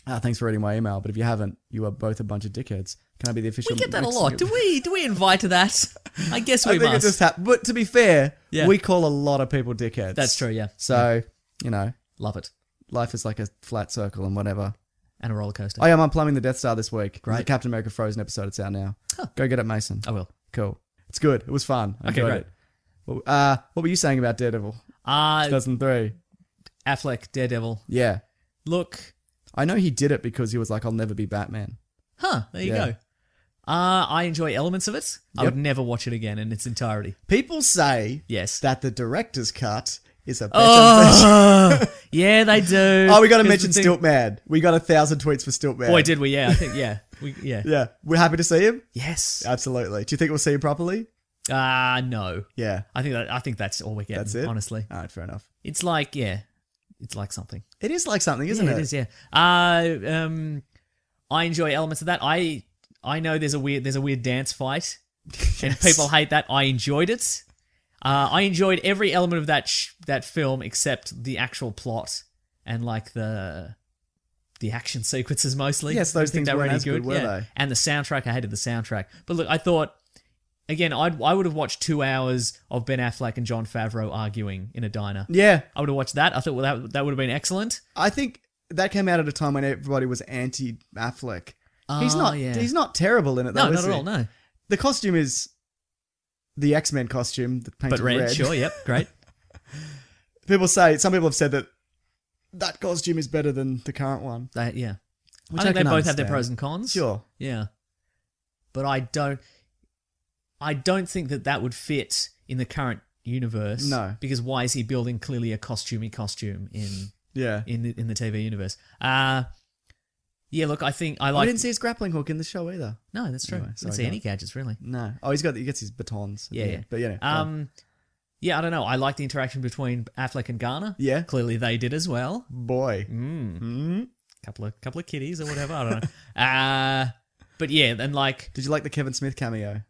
[SPEAKER 5] Uh, thanks for reading my email, but if you haven't, you are both a bunch of dickheads. Can I be the official?
[SPEAKER 3] We get that a
[SPEAKER 5] Mexican-
[SPEAKER 3] lot. Do we? Do we invite to that? I guess
[SPEAKER 5] I
[SPEAKER 3] we
[SPEAKER 5] think it
[SPEAKER 3] must.
[SPEAKER 5] just happened. But to be fair,
[SPEAKER 3] Yeah.
[SPEAKER 5] we call a lot of people dickheads.
[SPEAKER 3] That's true. Yeah,
[SPEAKER 5] So you know,
[SPEAKER 3] love it.
[SPEAKER 5] life is like a flat circle and whatever. Oh,
[SPEAKER 3] And a roller coaster.
[SPEAKER 5] I am unplumbing the Death Star this week. Great. The Captain America Frozen episode. It's out now. Go get it, Mason.
[SPEAKER 3] I will.
[SPEAKER 5] Cool. It's good. It was fun. I
[SPEAKER 3] Okay,
[SPEAKER 5] enjoyed
[SPEAKER 3] great.
[SPEAKER 5] it. Well, uh, what were you saying about Daredevil?
[SPEAKER 3] Uh,
[SPEAKER 5] 2003.
[SPEAKER 3] Affleck, Daredevil.
[SPEAKER 5] Yeah.
[SPEAKER 3] Look,
[SPEAKER 5] I know he did it because he was like, I'll never be Batman.
[SPEAKER 3] huh? There you
[SPEAKER 5] Yeah.
[SPEAKER 3] go. Uh, I enjoy elements of it. I
[SPEAKER 5] Yep.
[SPEAKER 3] would never watch it again in its entirety.
[SPEAKER 5] People say
[SPEAKER 3] Yes.
[SPEAKER 5] that the director's cut is a better version.
[SPEAKER 3] Oh, yeah, they do.
[SPEAKER 5] Ah. Oh, we got to
[SPEAKER 3] 'Cause
[SPEAKER 5] mention
[SPEAKER 3] the thing-
[SPEAKER 5] Stiltman. We got a thousand tweets for Stiltman.
[SPEAKER 3] Boy, did we? Yeah, I think yeah, we, yeah.
[SPEAKER 5] Yeah. We're happy to see him?
[SPEAKER 3] Yes.
[SPEAKER 5] Absolutely. Do you think we'll see him properly?
[SPEAKER 3] Ah, no.
[SPEAKER 5] Yeah.
[SPEAKER 3] I think that I think that's all we're getting.
[SPEAKER 5] That's it?
[SPEAKER 3] Honestly,
[SPEAKER 5] All right, fair enough.
[SPEAKER 3] it's like yeah, it's like something,
[SPEAKER 5] It is like something, isn't
[SPEAKER 3] yeah,
[SPEAKER 5] it?
[SPEAKER 3] It is. Yeah. Uh, um, I enjoy elements of that. I I know there's a weird there's a weird dance fight, and people hate that. I enjoyed it. Uh, I enjoyed every element of that sh- that film except the actual plot and like the the action sequences mostly.
[SPEAKER 5] Yes,
[SPEAKER 3] I
[SPEAKER 5] those
[SPEAKER 3] think
[SPEAKER 5] things
[SPEAKER 3] they
[SPEAKER 5] weren't
[SPEAKER 3] any
[SPEAKER 5] as good, were they?
[SPEAKER 3] And the soundtrack, I hated the soundtrack. But look, I thought again, I'd, I would have watched two hours of Ben Affleck and John Favreau arguing in a diner.
[SPEAKER 5] Yeah.
[SPEAKER 3] I would have watched that. I thought well, that that would have been excellent.
[SPEAKER 5] I think that came out at a time when everybody was anti Affleck. he's
[SPEAKER 3] Ah,
[SPEAKER 5] not
[SPEAKER 3] yeah.
[SPEAKER 5] he's not terrible in it though.
[SPEAKER 3] No,
[SPEAKER 5] is
[SPEAKER 3] not at
[SPEAKER 5] he?
[SPEAKER 3] all. No,
[SPEAKER 5] The costume is the X Men costume, the painted
[SPEAKER 3] but red, sure, yep, great.
[SPEAKER 5] People say some people have said that that costume is better than the current one.
[SPEAKER 3] They, yeah,
[SPEAKER 5] Which
[SPEAKER 3] I think
[SPEAKER 5] I
[SPEAKER 3] they
[SPEAKER 5] can
[SPEAKER 3] both have their
[SPEAKER 5] understand.
[SPEAKER 3] pros and cons.
[SPEAKER 5] Sure.
[SPEAKER 3] Yeah. But I don't I don't think that that would fit in the current universe.
[SPEAKER 5] No.
[SPEAKER 3] Because why is he building clearly a costumey costume in
[SPEAKER 5] Yeah.
[SPEAKER 3] in the, in the TV universe? Uh Yeah, look, I think I
[SPEAKER 5] I
[SPEAKER 3] like
[SPEAKER 5] didn't see his grappling hook in the show either.
[SPEAKER 3] No, that's true.
[SPEAKER 5] Anyway,
[SPEAKER 3] I
[SPEAKER 5] sorry,
[SPEAKER 3] didn't see
[SPEAKER 5] go
[SPEAKER 3] any
[SPEAKER 5] on.
[SPEAKER 3] gadgets really.
[SPEAKER 5] No. Oh, he's got he gets his batons. at
[SPEAKER 3] Yeah,
[SPEAKER 5] the
[SPEAKER 3] yeah.
[SPEAKER 5] end. But yeah. Um,
[SPEAKER 3] Um yeah, I don't know. I like the interaction between Affleck and Garner.
[SPEAKER 5] Yeah. Hmm.
[SPEAKER 3] Clearly they did as well. Hmm.
[SPEAKER 5] boy.
[SPEAKER 3] Couple of couple of kitties or whatever, I don't know. uh but yeah, and like
[SPEAKER 5] Did you like the Kevin Smith cameo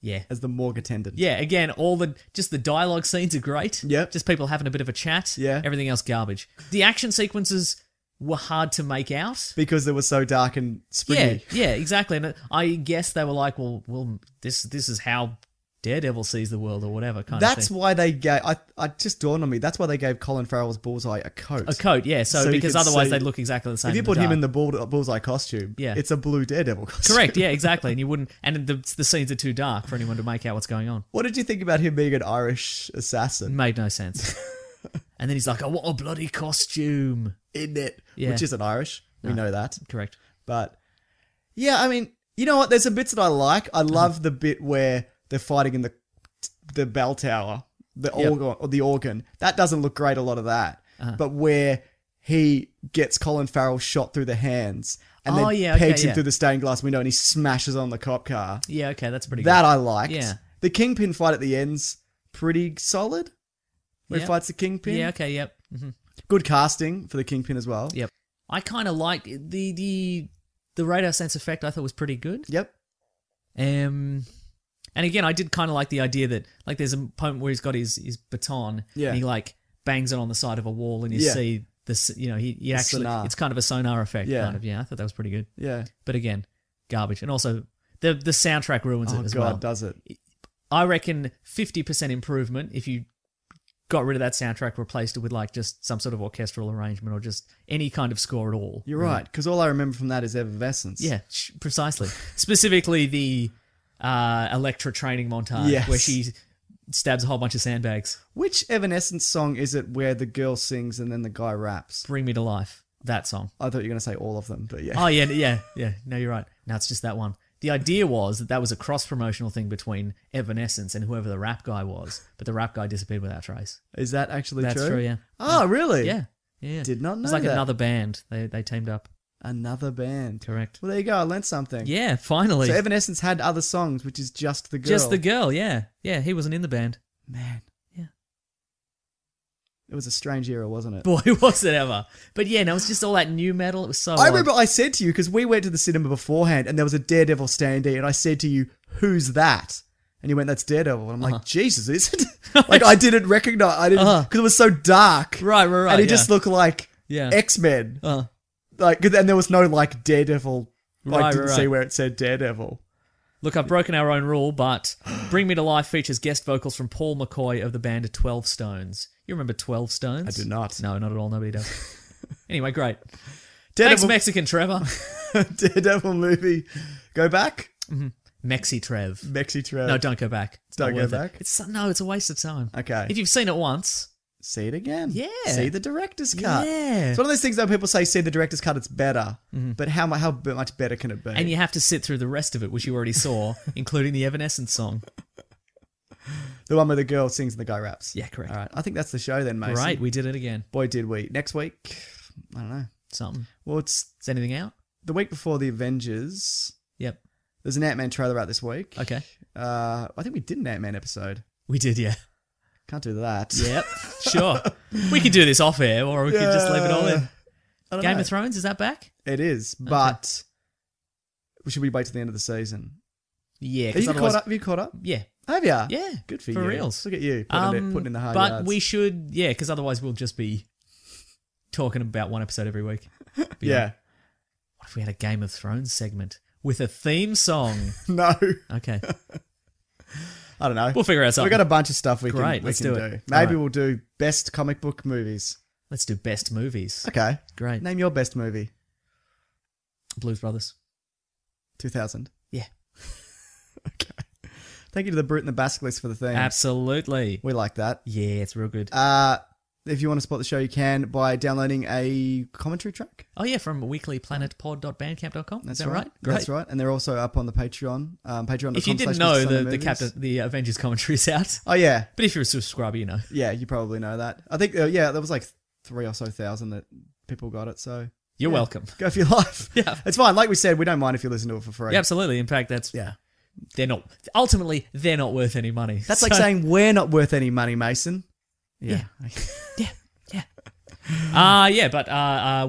[SPEAKER 3] yeah.
[SPEAKER 5] as the morgue attendant?
[SPEAKER 3] Yeah, again, all the just the dialogue scenes are great.
[SPEAKER 5] Yep.
[SPEAKER 3] Just people having a bit of a chat.
[SPEAKER 5] Yeah.
[SPEAKER 3] Everything else garbage. The action sequences were hard to make out.
[SPEAKER 5] Because it was so dark and
[SPEAKER 3] Yeah,
[SPEAKER 5] springy.
[SPEAKER 3] yeah, exactly. And I guess they were like, well, well, this this is how Daredevil sees the world or whatever kind
[SPEAKER 5] That's
[SPEAKER 3] of thing.
[SPEAKER 5] why they gave. I, I it just dawned on me. That's why they gave Colin Farrell's Bullseye a coat.
[SPEAKER 3] a coat, yeah. So,
[SPEAKER 5] So you
[SPEAKER 3] because
[SPEAKER 5] could
[SPEAKER 3] otherwise
[SPEAKER 5] see-
[SPEAKER 3] they'd look exactly the same.
[SPEAKER 5] If you put him
[SPEAKER 3] dark.
[SPEAKER 5] in the bull, Bullseye costume,
[SPEAKER 3] Yeah.
[SPEAKER 5] it's a blue Daredevil costume.
[SPEAKER 3] correct, yeah, exactly. And you wouldn't. And the the scenes are too dark for anyone to make out what's going on.
[SPEAKER 5] What did you think about him being an Irish assassin
[SPEAKER 3] Made no sense. and then he's like, oh, what a bloody costume.
[SPEAKER 5] in it,
[SPEAKER 3] Yeah.
[SPEAKER 5] which isn't Irish? We know that,
[SPEAKER 3] Correct.
[SPEAKER 5] but yeah, I mean, you know what? There's some bits that I like.
[SPEAKER 3] Mm-hmm.
[SPEAKER 5] I love the bit where they're fighting in the the bell tower, the
[SPEAKER 3] Yep. Uh-huh.
[SPEAKER 5] organ, or the organ. That doesn't look great. A lot of that, but where he gets Colin Farrell shot through the hands and
[SPEAKER 3] Oh,
[SPEAKER 5] then
[SPEAKER 3] yeah, okay,
[SPEAKER 5] pegs him
[SPEAKER 3] yeah.
[SPEAKER 5] through the stained glass window and he smashes on the cop car.
[SPEAKER 3] Yeah, okay, that's pretty
[SPEAKER 5] that
[SPEAKER 3] good.
[SPEAKER 5] I liked.
[SPEAKER 3] Yeah.
[SPEAKER 5] The Kingpin fight at the end's pretty solid. Where
[SPEAKER 3] Yeah.
[SPEAKER 5] he fights the Kingpin.
[SPEAKER 3] Yeah, okay, yep. hmm
[SPEAKER 5] Good casting for the Kingpin as well.
[SPEAKER 3] Yep. I kind of like the the the radar sense effect. I thought was pretty good.
[SPEAKER 5] Yep.
[SPEAKER 3] Um, and again, I did kind of like the idea that like there's a point where he's got his his baton.
[SPEAKER 5] Yeah.
[SPEAKER 3] And he like bangs it on the side of a wall, and you
[SPEAKER 5] Yeah.
[SPEAKER 3] see the s- you know he, he actually
[SPEAKER 5] sonar.
[SPEAKER 3] it's kind of a sonar effect.
[SPEAKER 5] Yeah.
[SPEAKER 3] Kind of yeah. I thought that was pretty good.
[SPEAKER 5] Yeah.
[SPEAKER 3] But again, garbage. And also the the soundtrack ruins
[SPEAKER 5] Oh
[SPEAKER 3] it as
[SPEAKER 5] god,
[SPEAKER 3] well.
[SPEAKER 5] does it?
[SPEAKER 3] I reckon fifty percent improvement if you got rid of that soundtrack, replaced it with like just some sort of orchestral arrangement or just any kind of score at all.
[SPEAKER 5] You're right, because all I remember from that is Evanescence.
[SPEAKER 3] Yeah, sh- precisely. Specifically the uh, Electra training montage
[SPEAKER 5] Yes.
[SPEAKER 3] where she stabs a whole bunch of sandbags.
[SPEAKER 5] Which Evanescence song is it where the girl sings and then the guy raps?
[SPEAKER 3] Bring me to life. That song.
[SPEAKER 5] I thought you were going to say all of them, but yeah.
[SPEAKER 3] Oh yeah, yeah, yeah. No, you're right. No, it's just that one. The idea was that that was a cross promotional thing between Evanescence and whoever the rap guy was, but the rap guy disappeared without trace.
[SPEAKER 5] Is that actually
[SPEAKER 3] That's
[SPEAKER 5] true?
[SPEAKER 3] true, yeah.
[SPEAKER 5] Oh, really?
[SPEAKER 3] Yeah, yeah. yeah.
[SPEAKER 5] Did not
[SPEAKER 3] It was
[SPEAKER 5] know
[SPEAKER 3] like
[SPEAKER 5] that.
[SPEAKER 3] another band. They they teamed up.
[SPEAKER 5] Another band.
[SPEAKER 3] Correct.
[SPEAKER 5] Well, there you go. I learned something.
[SPEAKER 3] Yeah, finally.
[SPEAKER 5] So Evanescence had other songs, which is just the girl.
[SPEAKER 3] Just the girl. Yeah, yeah. He wasn't in the band.
[SPEAKER 5] Man.
[SPEAKER 3] Yeah.
[SPEAKER 5] It was a strange era, wasn't it?
[SPEAKER 3] Boy, was it ever. But yeah, no, it was just all that new metal. It was so.
[SPEAKER 5] I
[SPEAKER 3] odd.
[SPEAKER 5] remember I said to you because we went to the cinema beforehand, and there was a Daredevil standee, and I said to you, "Who's that?" And you went, "That's Daredevil." And I'm like, "Jesus, is it?" like I didn't recognize. I didn't because
[SPEAKER 3] Uh-huh.
[SPEAKER 5] it was so dark.
[SPEAKER 3] Right, right, right,
[SPEAKER 5] And it
[SPEAKER 3] yeah.
[SPEAKER 5] just looked like
[SPEAKER 3] Yeah.
[SPEAKER 5] X Men.
[SPEAKER 3] Uh,
[SPEAKER 5] Like, and there was no like Daredevil. I
[SPEAKER 3] Right,
[SPEAKER 5] didn't
[SPEAKER 3] right,
[SPEAKER 5] see
[SPEAKER 3] right.
[SPEAKER 5] where it said Daredevil.
[SPEAKER 3] look, I've broken our own rule, but "Bring Me to Life" features guest vocals from Paul McCoy of the band Twelve Stones. You remember Twelve Stones?
[SPEAKER 5] I do not.
[SPEAKER 3] No, not at all. Nobody does. anyway, great. Thanks,
[SPEAKER 5] Daredevil,
[SPEAKER 3] Mexican Trevor.
[SPEAKER 5] Daredevil movie. Go back,
[SPEAKER 3] Mexi Trev.
[SPEAKER 5] Mexi Trev.
[SPEAKER 3] No, don't go back. It's
[SPEAKER 5] Don't
[SPEAKER 3] not
[SPEAKER 5] go
[SPEAKER 3] worth it.
[SPEAKER 5] back?
[SPEAKER 3] It's no, it's a waste of time.
[SPEAKER 5] Okay.
[SPEAKER 3] If you've seen it once,
[SPEAKER 5] see it again.
[SPEAKER 3] Yeah.
[SPEAKER 5] See the director's cut.
[SPEAKER 3] Yeah. Mm-hmm.
[SPEAKER 5] It's one of those things that people say, see the director's cut, it's better. But how, mu- how b- much better can it be?
[SPEAKER 3] and you have to sit through the rest of it, which you already saw, including the Evanescence song.
[SPEAKER 5] the one where the girl sings and the guy raps.
[SPEAKER 3] Yeah, correct.
[SPEAKER 5] All right. I think that's the show then, Mason.
[SPEAKER 3] Right, we did it again.
[SPEAKER 5] Boy, did we. Next week, I don't know.
[SPEAKER 3] Something.
[SPEAKER 5] Well, it's
[SPEAKER 3] Is anything out?
[SPEAKER 5] the week before the Avengers.
[SPEAKER 3] Yep.
[SPEAKER 5] There's an Ant Man trailer out this week.
[SPEAKER 3] Okay.
[SPEAKER 5] Uh, I think we did an Ant Man episode.
[SPEAKER 3] We did, yeah.
[SPEAKER 5] Can't do that.
[SPEAKER 3] Yep. sure. We could do this off air, or we could just leave it all in.
[SPEAKER 5] I don't
[SPEAKER 3] Game
[SPEAKER 5] know.
[SPEAKER 3] of Thrones is that back?
[SPEAKER 5] It is, but should we wait till the end of the season?
[SPEAKER 3] Yeah. 'cause
[SPEAKER 5] Have you
[SPEAKER 3] otherwise-
[SPEAKER 5] caught up? Have you caught up?
[SPEAKER 3] Yeah.
[SPEAKER 5] Have ya?
[SPEAKER 3] Yeah,
[SPEAKER 5] Ah, Good for,
[SPEAKER 3] for
[SPEAKER 5] you.
[SPEAKER 3] reals.
[SPEAKER 5] Look at you putting, it,
[SPEAKER 3] Um,
[SPEAKER 5] putting in the hard
[SPEAKER 3] But
[SPEAKER 5] yards.
[SPEAKER 3] we should, yeah, because otherwise we'll just be talking about one episode every week. Be
[SPEAKER 5] yeah.
[SPEAKER 3] like, what if we had a Game of Thrones segment with a theme song?
[SPEAKER 5] No.
[SPEAKER 3] Okay,
[SPEAKER 5] I don't know.
[SPEAKER 3] we'll figure out
[SPEAKER 5] we
[SPEAKER 3] something.
[SPEAKER 5] got a bunch of stuff we
[SPEAKER 3] Great,
[SPEAKER 5] can, we
[SPEAKER 3] let's
[SPEAKER 5] can
[SPEAKER 3] do
[SPEAKER 5] do.
[SPEAKER 3] it.
[SPEAKER 5] Maybe
[SPEAKER 3] Alright.
[SPEAKER 5] we'll do best comic book movies.
[SPEAKER 3] Let's do best movies.
[SPEAKER 5] Okay.
[SPEAKER 3] Great,
[SPEAKER 5] Name your best movie.
[SPEAKER 3] Blues Brothers.
[SPEAKER 5] 2000.
[SPEAKER 3] Yeah,
[SPEAKER 5] Thank you to the Brute and the Basilisk for the theme.
[SPEAKER 3] absolutely.
[SPEAKER 5] We like that.
[SPEAKER 3] Yeah, it's real good.
[SPEAKER 5] Uh, if you want to support the show, you can by downloading a commentary track.
[SPEAKER 3] oh yeah, from weeklyplanetpod.bandcamp.com. Is
[SPEAKER 5] That's
[SPEAKER 3] that right? Great.
[SPEAKER 5] That's right. And they're also up on the Patreon. Um, Patreon.
[SPEAKER 3] If you didn't know, the the, captain, the Avengers commentary is out.
[SPEAKER 5] Oh yeah,
[SPEAKER 3] But if you're a subscriber, you know.
[SPEAKER 5] yeah. You probably know that. I think uh, yeah, there was like three or so thousand that people got it. So
[SPEAKER 3] You're
[SPEAKER 5] yeah,
[SPEAKER 3] welcome.
[SPEAKER 5] Go for your life.
[SPEAKER 3] Yeah.
[SPEAKER 5] it's fine. Like we said, we don't mind if you listen to it for free.
[SPEAKER 3] Yeah, absolutely. In fact, that's
[SPEAKER 5] Yeah.
[SPEAKER 3] they're not ultimately they're not worth any money.
[SPEAKER 5] That's like
[SPEAKER 3] So-
[SPEAKER 5] saying we're not worth any money, Mason.
[SPEAKER 3] Yeah. Uh yeah, but uh,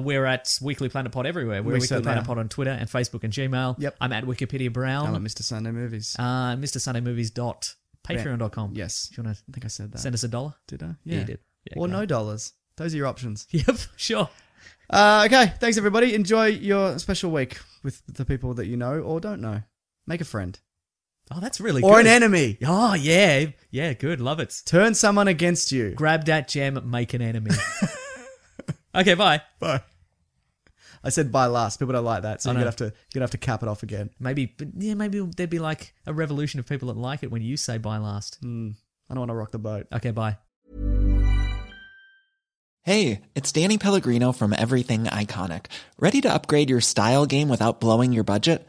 [SPEAKER 3] uh we're at Weekly Planet Pod everywhere. We're
[SPEAKER 5] We
[SPEAKER 3] Weekly
[SPEAKER 5] certainly
[SPEAKER 3] Planet
[SPEAKER 5] are.
[SPEAKER 3] Pod on Twitter and Facebook and Gmail.
[SPEAKER 5] Yep.
[SPEAKER 3] I'm at Wikipedia
[SPEAKER 5] I'm at
[SPEAKER 3] Brown.
[SPEAKER 5] Mr. Sunday Movies.
[SPEAKER 3] uh Mr. Sunday Movies dot patreon.com.
[SPEAKER 5] yes.
[SPEAKER 3] If you wanna
[SPEAKER 5] I think I said that.
[SPEAKER 3] send us a dollar?
[SPEAKER 5] did I?
[SPEAKER 3] Yeah, you did. Yeah,
[SPEAKER 5] or
[SPEAKER 3] go
[SPEAKER 5] no
[SPEAKER 3] on.
[SPEAKER 5] dollars. Those are your options.
[SPEAKER 3] Yep, sure.
[SPEAKER 5] Uh, okay. Thanks, everybody. Enjoy your special week with the people that you know or don't know. Make a friend
[SPEAKER 3] Oh, that's really
[SPEAKER 5] or
[SPEAKER 3] good.
[SPEAKER 5] an enemy.
[SPEAKER 3] Oh yeah. Yeah, good. Love it.
[SPEAKER 5] Turn someone against you.
[SPEAKER 3] Grab that gem, make an enemy. okay, bye.
[SPEAKER 5] Bye. I said bye last. People don't like that, so
[SPEAKER 3] I
[SPEAKER 5] you're gonna
[SPEAKER 3] know.
[SPEAKER 5] have to you're gonna have to cap it off again.
[SPEAKER 3] Maybe but yeah, maybe there'd be like a revolution of people that like it when you say bye last.
[SPEAKER 5] Hmm. I don't want to rock the boat.
[SPEAKER 3] Okay, bye.
[SPEAKER 6] Hey, it's Danny Pellegrino from Everything Iconic. Ready to upgrade your style game without blowing your budget?